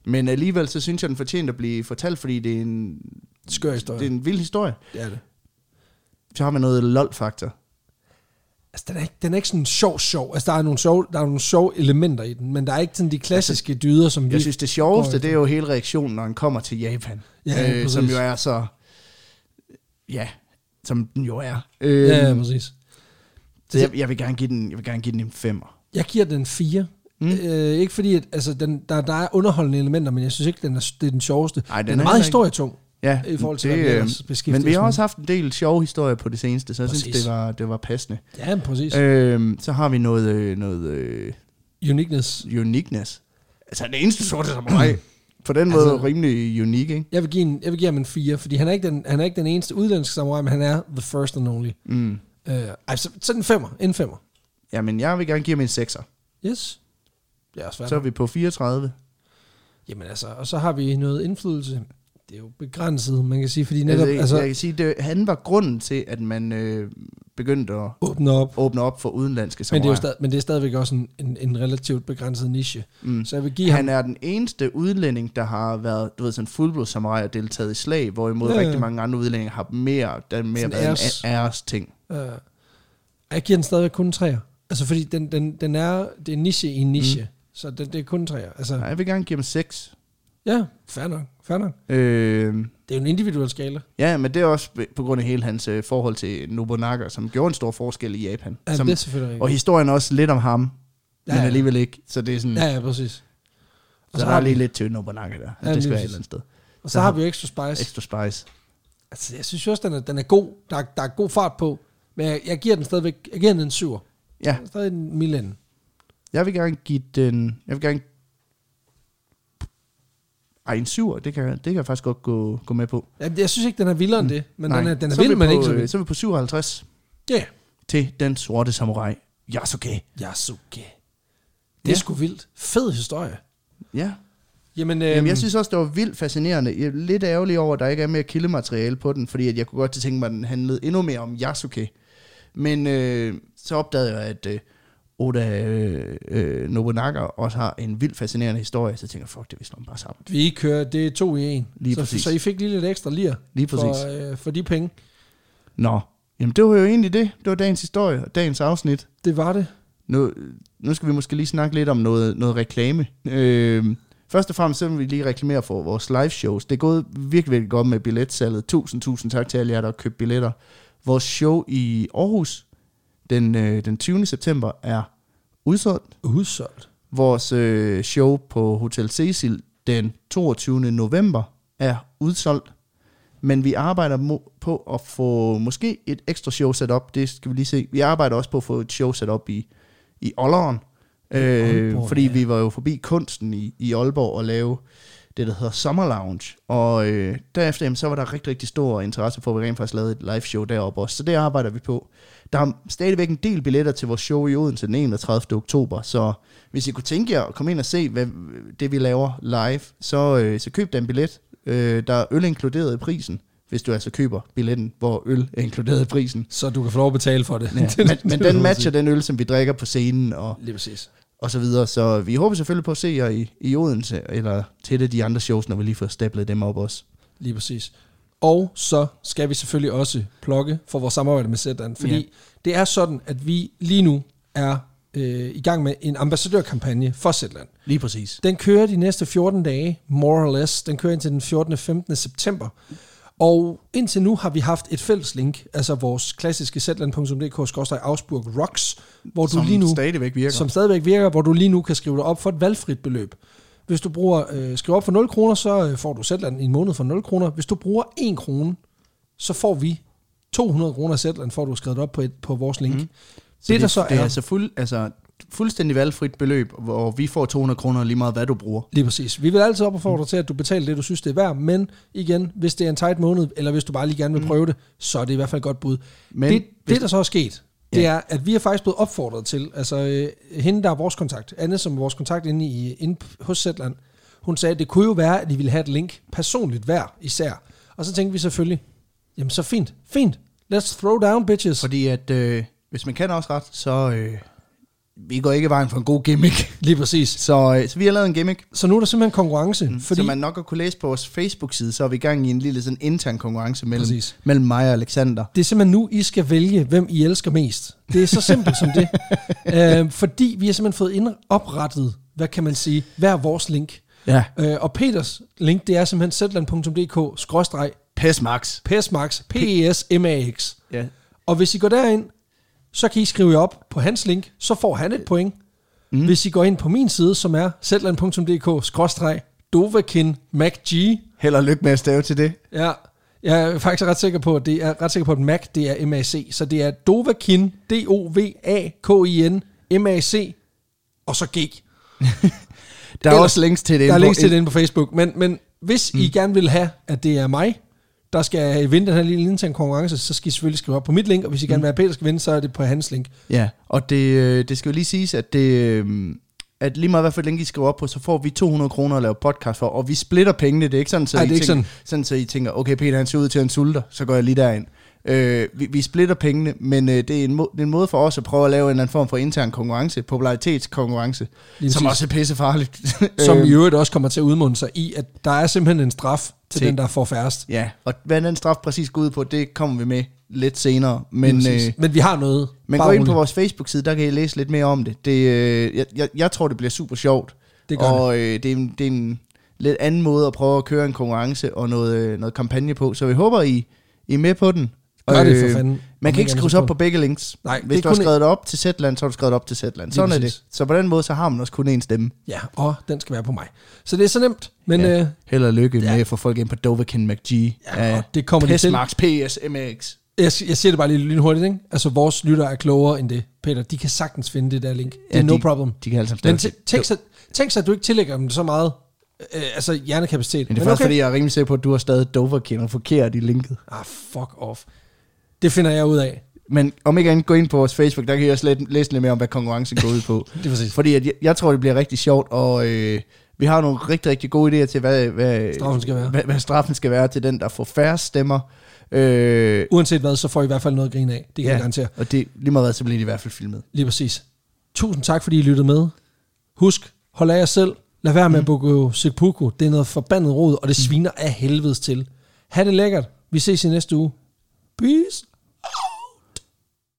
Speaker 2: men alligevel, så synes jeg, den fortjente at blive fortalt, fordi det er en,
Speaker 1: Skør
Speaker 2: det
Speaker 1: historie.
Speaker 2: er
Speaker 1: Det,
Speaker 2: en vild historie.
Speaker 1: det er det.
Speaker 2: Så har man noget lol-faktor.
Speaker 1: Altså, den er, ikke, den er ikke sådan sjov, sjov. Altså, der er, nogle sjove, der er nogle sjove elementer i den, men der er ikke sådan de klassiske altså, dyder, som vi...
Speaker 2: Jeg synes, det sjoveste,
Speaker 1: Hvor-
Speaker 2: det er jo hele reaktionen, når han kommer til Japan.
Speaker 1: Ja,
Speaker 2: øh, som
Speaker 1: præcis.
Speaker 2: jo er så... Ja, som den jo er. Øh,
Speaker 1: ja, ja, præcis.
Speaker 2: Så jeg, jeg, vil gerne give den, jeg vil gerne give den en femmer.
Speaker 1: Jeg giver den 4. Mm. Øh, ikke fordi, at, altså, den, der, der er underholdende elementer, men jeg synes ikke, den er, det er den sjoveste.
Speaker 2: Ej, den
Speaker 1: den
Speaker 2: er
Speaker 1: er meget
Speaker 2: heller ikke-
Speaker 1: historietung.
Speaker 2: Ja, øh,
Speaker 1: i forhold til, det, hvad vi ellers beskæftiger
Speaker 2: Men vi har
Speaker 1: os med.
Speaker 2: også haft en del sjove historier på det seneste, så jeg synes,
Speaker 1: Præcis.
Speaker 2: det var, det var passende.
Speaker 1: Ja, præcis. Øh.
Speaker 2: Øhm, så har vi noget, øh, noget øh,
Speaker 1: Uniqueness.
Speaker 2: uniqueness. Altså, den eneste sorte som mig. På den måde
Speaker 1: Altså-
Speaker 2: altså, rimelig unik, ikke?
Speaker 1: Jeg vil, give en, jeg vil give ham en 4, fordi han er ikke den, han er ikke den eneste udlandske samurai, men han er the first and only.
Speaker 2: Mm.
Speaker 1: Øh, ej, så, så den femmer. En femmer.
Speaker 2: Jamen, jeg vil gerne give ham en 6'er.
Speaker 1: Yes. Det er også svært.
Speaker 2: Så er vi på 34.
Speaker 1: Jamen altså, og så har vi noget indflydelse. Det er jo begrænset, man kan sige, fordi netop altså,
Speaker 2: Altså, altså, jeg
Speaker 1: altså,
Speaker 2: kan sige, det, han var grunden til, at man øh, begyndte at
Speaker 1: åbner op.
Speaker 2: åbne op for udenlandske
Speaker 1: Men det, er jo
Speaker 2: samuraier.
Speaker 1: stadig, men det er stadigvæk også en, en, en relativt begrænset niche.
Speaker 2: Mm.
Speaker 1: Så jeg vil give ham...
Speaker 2: Han er den eneste udlænding, der har været, du ved, sådan fuldblods samurai og deltaget i slag, hvorimod
Speaker 1: Ja, ja.
Speaker 2: ja. rigtig mange andre udlændinge har mere, der har mere
Speaker 1: Sådan
Speaker 2: været
Speaker 1: æres-
Speaker 2: en æres ting.
Speaker 1: Øh, jeg giver den stadigvæk kun en træer. Altså, fordi den, den, den er, det er en niche i en niche. Mm. Så det, det er kun en træer. Altså,
Speaker 2: Nej, jeg vil gerne give ham 6.
Speaker 1: ja, fair nok, fair nok.
Speaker 2: Øh,
Speaker 1: Det er jo en individuel skala.
Speaker 2: ja, men det er også på grund af hele hans øh, forhold til Nobunaga, som gjorde en stor forskel i Japan.
Speaker 1: Ja,
Speaker 2: som,
Speaker 1: det er selvfølgelig
Speaker 2: og
Speaker 1: rigtigt.
Speaker 2: historien er også lidt om ham,
Speaker 1: Ja,
Speaker 2: ja, men
Speaker 1: ja.
Speaker 2: alligevel ikke. Så det er sådan, ja,
Speaker 1: Ja, ja, præcis. Og
Speaker 2: Mm. så, så
Speaker 1: så,
Speaker 2: der er
Speaker 1: har
Speaker 2: lige
Speaker 1: vi,
Speaker 2: lidt til Nobunaga der.
Speaker 1: Ja,
Speaker 2: Ja, det
Speaker 1: lige
Speaker 2: skal være et
Speaker 1: præcis.
Speaker 2: eller andet sted.
Speaker 1: og så har vi jo Extra Spice.
Speaker 2: Extra spice.
Speaker 1: Altså, jeg synes jo også, den er, den er god. Der er, der er god fart på. Men jeg, jeg giver den stadigvæk... Jeg giver den en syver.
Speaker 2: Ja,
Speaker 1: Den er Stadig en mild ende.
Speaker 2: jeg vil gerne give den... Jeg vil gerne... Ej, en syver, det kan, det kan jeg faktisk godt gå, gå med på.
Speaker 1: Jamen, Jeg synes ikke, den er vildere end det. Men
Speaker 2: Mm. Nej.
Speaker 1: den er, den er
Speaker 2: Så
Speaker 1: vild,
Speaker 2: vi
Speaker 1: men
Speaker 2: på,
Speaker 1: ikke så
Speaker 2: øh,
Speaker 1: vild.
Speaker 2: Så er vi på 57
Speaker 1: Ja. Yeah.
Speaker 2: til den sorte samurai. Yasuke.
Speaker 1: Yasuke. Det er
Speaker 2: Ja.
Speaker 1: sgu vildt. Fed historie.
Speaker 2: Ja.
Speaker 1: Jamen, øhm,
Speaker 2: Jamen, jeg synes også, det var vildt fascinerende. Jeg er lidt ærgerlig over, at der ikke er mere kildemateriale på den, fordi at jeg kunne godt tænke mig, at den handlede endnu mere om Yasuke. Men øh, så opdagede jeg, at øh, Oda øh, øh, Nobunaga også har en vildt fascinerende historie, så jeg tænker, fuck det, vi slår dem bare sammen.
Speaker 1: Vi kører, det er to i en.
Speaker 2: Lige
Speaker 1: så,
Speaker 2: præcis.
Speaker 1: så I fik lige lidt ekstra lir
Speaker 2: Lige præcis.
Speaker 1: for, øh, for de penge.
Speaker 2: Nå, jamen det var jo egentlig det. Det var dagens historie og dagens afsnit.
Speaker 1: Det var det.
Speaker 2: Nu, nu skal vi måske lige snakke lidt om noget, noget reklame. Øh, først og fremmest så vil vi lige reklamere for vores live shows. Det er gået virkelig, virkelig godt med billetsalget. Tusind, tusind tak til alle jer, der har købt billetter. Vores show i Aarhus den, øh, den 20. september er udsolgt.
Speaker 1: Udsolgt.
Speaker 2: Vores øh, show på Hotel Cecil den 22. november er udsolgt. Men vi arbejder mo- på at få måske et ekstra show sat op. Det skal vi lige se. Vi arbejder også på at få et show sat op i, i Olleren. Øh,
Speaker 1: Aalborg,
Speaker 2: fordi
Speaker 1: ja.
Speaker 2: vi var jo forbi kunsten i, i Aalborg og lave det, der hedder Summer Lounge. Og øh, derefter jamen, så var der rigtig, rigtig stor interesse for, at vi rent faktisk lavede et live show deroppe også. Så det arbejder vi på. Der er stadigvæk en del billetter til vores show i Odense den 31. oktober. Så hvis I kunne tænke jer at komme ind og se hvad, det, vi laver live, så, øh, så køb da en billet. Øh, der er øl inkluderet i prisen, hvis du altså køber billetten, hvor øl er inkluderet i prisen.
Speaker 1: Så du kan få lov at betale for det.
Speaker 2: Ja,
Speaker 1: Det-
Speaker 2: men,
Speaker 1: det
Speaker 2: men
Speaker 1: vil jeg
Speaker 2: den matcher
Speaker 1: sige.
Speaker 2: den øl, som vi drikker på scenen og,
Speaker 1: Lige præcis.
Speaker 2: og så videre. Så vi håber selvfølgelig på at se jer i, i Odense, eller til et af de andre shows, når vi lige får stablet dem op også.
Speaker 1: Lige præcis. Og så skal vi selvfølgelig også plukke for vores samarbejde med Zetan, fordi
Speaker 2: Ja.
Speaker 1: det er sådan, at vi lige nu er øh, i gang med en ambassadørkampagne for Zetland.
Speaker 2: Lige præcis.
Speaker 1: Den kører de næste 14 dage, more or less. Den kører indtil den 14. og 15. september. Og indtil nu har vi haft et fælles link, altså vores klassiske zland.dk-afsburg rocks, hvor du
Speaker 2: Som
Speaker 1: lige nu,
Speaker 2: stadigvæk virker.
Speaker 1: som stadigvæk virker, hvor du lige nu kan skrive dig op for et valgfrit beløb. Hvis du bruger, øh, skriver op for 0 kroner, så øh, får du Zetland i en måned for 0 kroner. Hvis du bruger 1 krone, så får vi 200 kroner Zetland, får du skrevet op på, et, på vores link. Mm.
Speaker 2: Mhm. Så
Speaker 1: det, der så
Speaker 2: det er
Speaker 1: er-
Speaker 2: altså, fuld, altså fuldstændig valgfrit beløb, hvor vi får 200 kroner lige meget, hvad du bruger.
Speaker 1: Lige præcis. Vi vil altid opfordre til, at du betaler det, du synes, det er værd, men igen, hvis det er en tight måned, eller hvis du bare lige gerne vil prøve det, så er det i hvert fald et godt bud. Men
Speaker 2: Mm. Men
Speaker 1: det,
Speaker 2: hvis-
Speaker 1: det, der så er sket, det er, at vi er faktisk blevet opfordret til, altså øh, hende, der er vores kontakt, Anne, som er vores kontakt inde, i, inde hos Zetland, hun sagde, at det kunne jo være, at I ville have et link personligt hver især. Og så tænkte vi selvfølgelig, jamen så fint, fint, let's throw down, bitches.
Speaker 2: Fordi at, øh, hvis man kan også ret, så øh, vi går ikke i vejen for en god gimmick.
Speaker 1: Lige præcis.
Speaker 2: Så, øh, så vi har lavet en gimmick,
Speaker 1: Så nu er der simpelthen konkurrence, mm,
Speaker 2: fordi...
Speaker 1: fordi
Speaker 2: som man nok har kunne læse på vores Facebook-side, så er vi i gang i en lille sådan intern konkurrence mellem,
Speaker 1: Præcis.
Speaker 2: mellem mig og Alexander.
Speaker 1: Det er simpelthen nu, I skal vælge, hvem I elsker mest. Det er så simpelt som det. Øh, fordi vi har simpelthen fået ind oprettet, hvad kan man sige, hver vores link.
Speaker 2: Ja.
Speaker 1: Øh, og Peters link, det er simpelthen zetland.dk-psmax.
Speaker 2: Pes Max.
Speaker 1: E P-E-S-M-A-X.
Speaker 2: Ja.
Speaker 1: Og hvis I går derind, så kan I skrive jer op på hans link, så får han et point. Mm. Hvis I går ind på min side, som er zetland.dk-dovakin MacG,
Speaker 2: Held og lykke med at stave til det.
Speaker 1: Ja, jeg er faktisk ret sikker på, at det er ret sikker på, at MAC, det er MAC. Så det er Dovakin, D-O-V-A-K-I-N, M-A-C, og så G.
Speaker 2: Der er
Speaker 1: Eller-
Speaker 2: også links til det.
Speaker 1: Der er
Speaker 2: inde på-
Speaker 1: links til det inde på Facebook. Men, men hvis mm. I gerne vil have, at det er mig, der skal vinde den her lille interne konkurrence, så skal I selvfølgelig skrive op på mit link, og hvis
Speaker 2: Mm.
Speaker 1: I gerne vil have, at Peter skal vinde, så er det på hans link.
Speaker 2: Ja, og det, øh, det skal jo lige siges, at det... øh, At lige meget hvad for et link I skriver op på, så får vi 200 kroner at lave podcast for, og vi splitter pengene. Det er ikke sådan, så,
Speaker 1: Ej,
Speaker 2: I,
Speaker 1: det er ikke
Speaker 2: tænker, sådan. så I tænker, okay Peter han ser ud til en sulter, så går jeg lige derind. Øh, vi, vi splitter pengene, men øh, det, er en må, det er en måde for os at prøve at lave en eller anden form for intern konkurrence, popularitetskonkurrence,
Speaker 1: Lige
Speaker 2: som
Speaker 1: præcis.
Speaker 2: også er pissefarligt.
Speaker 1: Som
Speaker 2: Øh,
Speaker 1: i øvrigt også kommer til at udmunde sig i, at der er simpelthen en straf til
Speaker 2: Til-
Speaker 1: den, der får færrest.
Speaker 2: Ja, og hvad den straf præcis går ud på, det kommer vi med lidt senere. Men,
Speaker 1: Men,
Speaker 2: øh,
Speaker 1: øh, men vi har noget.
Speaker 2: men
Speaker 1: Bare
Speaker 2: gå ind
Speaker 1: rolig.
Speaker 2: på vores Facebook-side, der kan I læse lidt mere om det. det øh, jeg, jeg, jeg tror, det bliver super sjovt.
Speaker 1: Det gør
Speaker 2: og øh, det, er en, det er en lidt anden måde at prøve at køre en konkurrence og noget, øh, noget kampagne på. Så vi håber, I, I er med på den.
Speaker 1: Gør
Speaker 2: Og,
Speaker 1: det for
Speaker 2: øh,
Speaker 1: fanden.
Speaker 2: Man
Speaker 1: Om
Speaker 2: kan ikke
Speaker 1: andet så
Speaker 2: skrive sig op på begge links.
Speaker 1: Nej, det
Speaker 2: Hvis
Speaker 1: er
Speaker 2: du har
Speaker 1: kun-
Speaker 2: skrevet det op til Zetland, så har du skrevet det op til Zetland. Sådan er
Speaker 1: præcis.
Speaker 2: det. Så på den måde, så har man også kun én stemme.
Speaker 1: Ja, og den skal være på mig. Så det er så nemt, men ja.
Speaker 2: Ja.
Speaker 1: øh,
Speaker 2: Held og lykke med at få folk ind på Doveken McG.
Speaker 1: ja, og det kommer de til.
Speaker 2: Pestmarks PSMX.
Speaker 1: Jeg, jeg siger det bare lige lynhurtigt, ikke? Altså, vores lyttere er klogere end det, Peter. De kan sagtens finde det der link. Det er
Speaker 2: Ja,
Speaker 1: ja, no
Speaker 2: de-
Speaker 1: problem.
Speaker 2: De kan altså alle sammen
Speaker 1: Men
Speaker 2: stave til-
Speaker 1: tæ- tænk, så, tænk så, at du ikke tillægger dem så meget øh, altså hjernekapacitet.
Speaker 2: Men det er faktisk, okay. fordi jeg er rimelig sikker på, at du har stadig Doverkin og forkert i linket.
Speaker 1: Ah, fuck off. Det finder jeg ud af.
Speaker 2: Men om ikke andet, gå ind på vores Facebook, der kan I også lidt, læse lidt mere om, hvad konkurrencen går ud på.
Speaker 1: Det er præcis.
Speaker 2: fordi at jeg, jeg tror, det bliver rigtig sjovt, og øh, vi har nogle rigtig, rigtig gode idéer til, hvad, hvad,
Speaker 1: Straffen skal være.
Speaker 2: hvad, hvad straffen skal være til den, der får færre stemmer. Øh,
Speaker 1: Uanset hvad, så får I i hvert fald noget at grine af. Det kan Uh, ja. jeg garantere.
Speaker 2: og det, lige meget hvad, så bliver det i hvert fald filmet.
Speaker 1: Lige præcis. Tusind tak, fordi I lyttede med. Husk, hold af jer selv. Lad være
Speaker 2: Mm.
Speaker 1: med at bukke seppuku. Det er noget forbandet rod, og det sviner af helvedes til. Ha' det lækkert. Vi ses i næste uge. Peace.